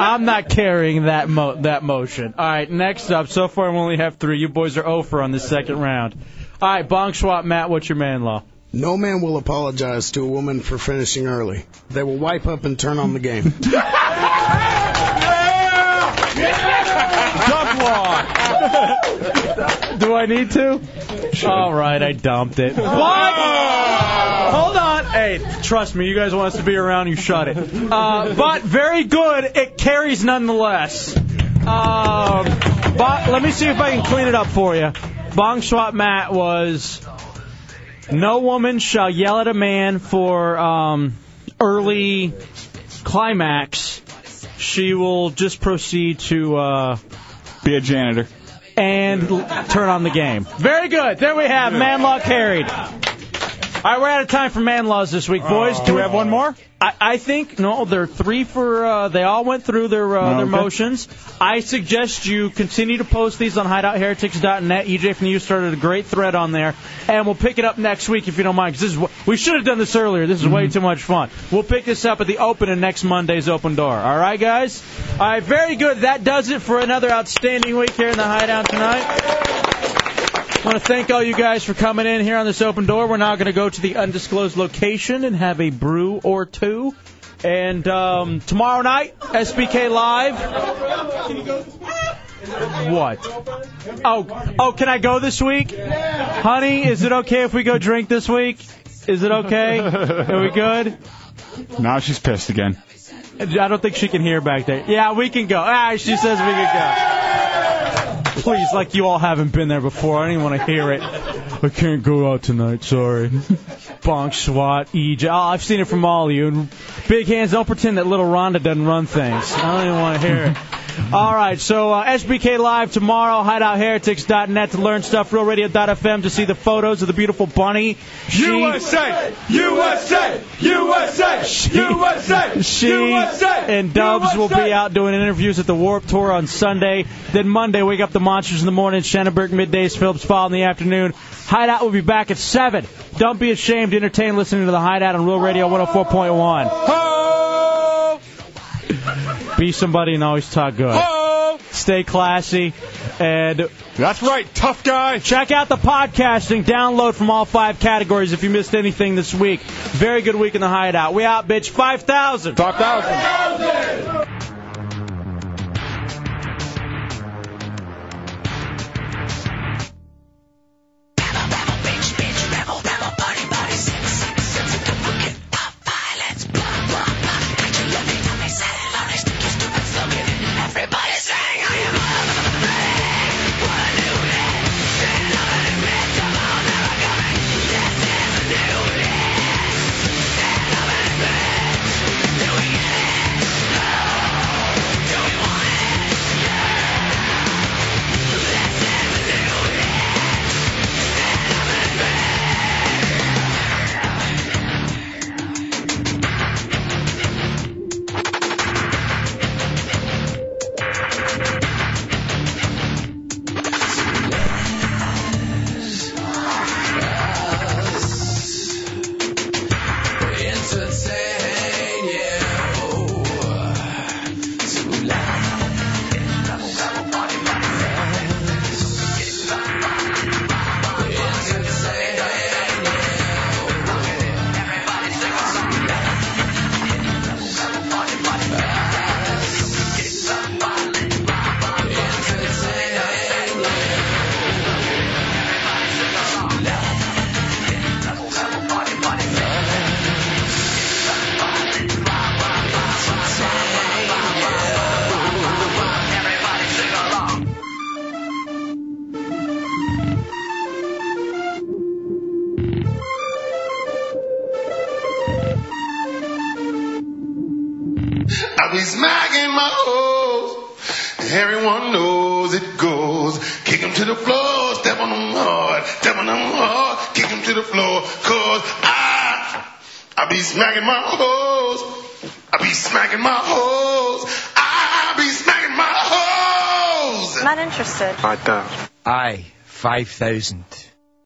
[SPEAKER 2] I'm not carrying that mo- that motion. All right, next up. So far, we only have three. You boys are over on the second round. All right, Bong Swap, Matt. What's your man law?
[SPEAKER 9] No man will apologize to a woman for finishing early. They will wipe up and turn on the game.
[SPEAKER 2] Do I need to? All right, I dumped it. What? Hold on. Hey, trust me. You guys want us to be around. You shut it. Uh, but very good. It carries nonetheless. Um, but let me see if I can clean it up for you. Bong Swap, Matt was. No woman shall yell at a man for um, early climax. She will just proceed to uh,
[SPEAKER 1] be a janitor
[SPEAKER 2] and l- turn on the game. Very good. There we have man law carried. All right, we're out of time for man laws this week, boys.
[SPEAKER 1] Oh. do we have one more?
[SPEAKER 2] I, I think no. There are three for. Uh, they all went through their uh,
[SPEAKER 1] Oh,
[SPEAKER 2] their
[SPEAKER 1] okay.
[SPEAKER 2] motions. I suggest you continue to post these on hideoutheretics.net. EJ E from the U started a great thread on there, and we'll pick it up next week if you don't mind. 'cause this is wh- we should have done this earlier. This is way
[SPEAKER 1] Mm-hmm.
[SPEAKER 2] too much fun. We'll pick this up at the open of next Monday's open door. All right, guys. All right, very good. That does it for another outstanding week here in the hideout tonight. I want to thank all you guys for coming in here on this open door. We're now going to go to the undisclosed location and have a brew or two. And um, tomorrow night, SBK Live. What? Oh, oh, can I go this week? Honey, is it okay if we go drink this week? Is it okay? Are we good?
[SPEAKER 1] Now she's pissed again.
[SPEAKER 2] I don't think she can hear back there. Yeah, we can go. Ah, she says we can go. Please, like you all haven't been there before. I don't even want to hear it. I can't go out tonight. Sorry. Bonk, SWAT, EJ. Oh, I've seen it from all of you. And Big hands, don't pretend that little Rhonda doesn't run things. I don't even want to hear it. All right, so uh, SBK Live tomorrow, hideoutheretics.net to learn stuff, realradio.fm to see the photos of the beautiful bunny. She-
[SPEAKER 17] USA! USA! USA! USA!
[SPEAKER 2] she
[SPEAKER 17] USA!
[SPEAKER 2] and Dubs will be out doing interviews at the Warp Tour on Sunday. Then Monday, wake up the Monsters in the morning, Shenneberg middays, Phillips Fall in the afternoon. Hideout will be back at 7. Don't be ashamed. Entertain listening to the Hideout on Real Radio 104.1. Be somebody and always talk good. Stay classy. And that's right, tough guy. Check out the podcast and download from all five categories if you missed anything this week. Very good week in the hideout. We out, bitch. 5,000. 5,000.
[SPEAKER 17] Doing it, doing it, doing it.
[SPEAKER 6] I'll be smacking my hoes. Everyone knows it goes. Kick 'em to the floor, step on 'em hard, step on 'em hard, kick 'em to the floor, cause I, I be smacking my hoes. I be smacking my hoes. I be smacking my hoes.
[SPEAKER 10] Not interested.
[SPEAKER 12] I don't. I, 5,000.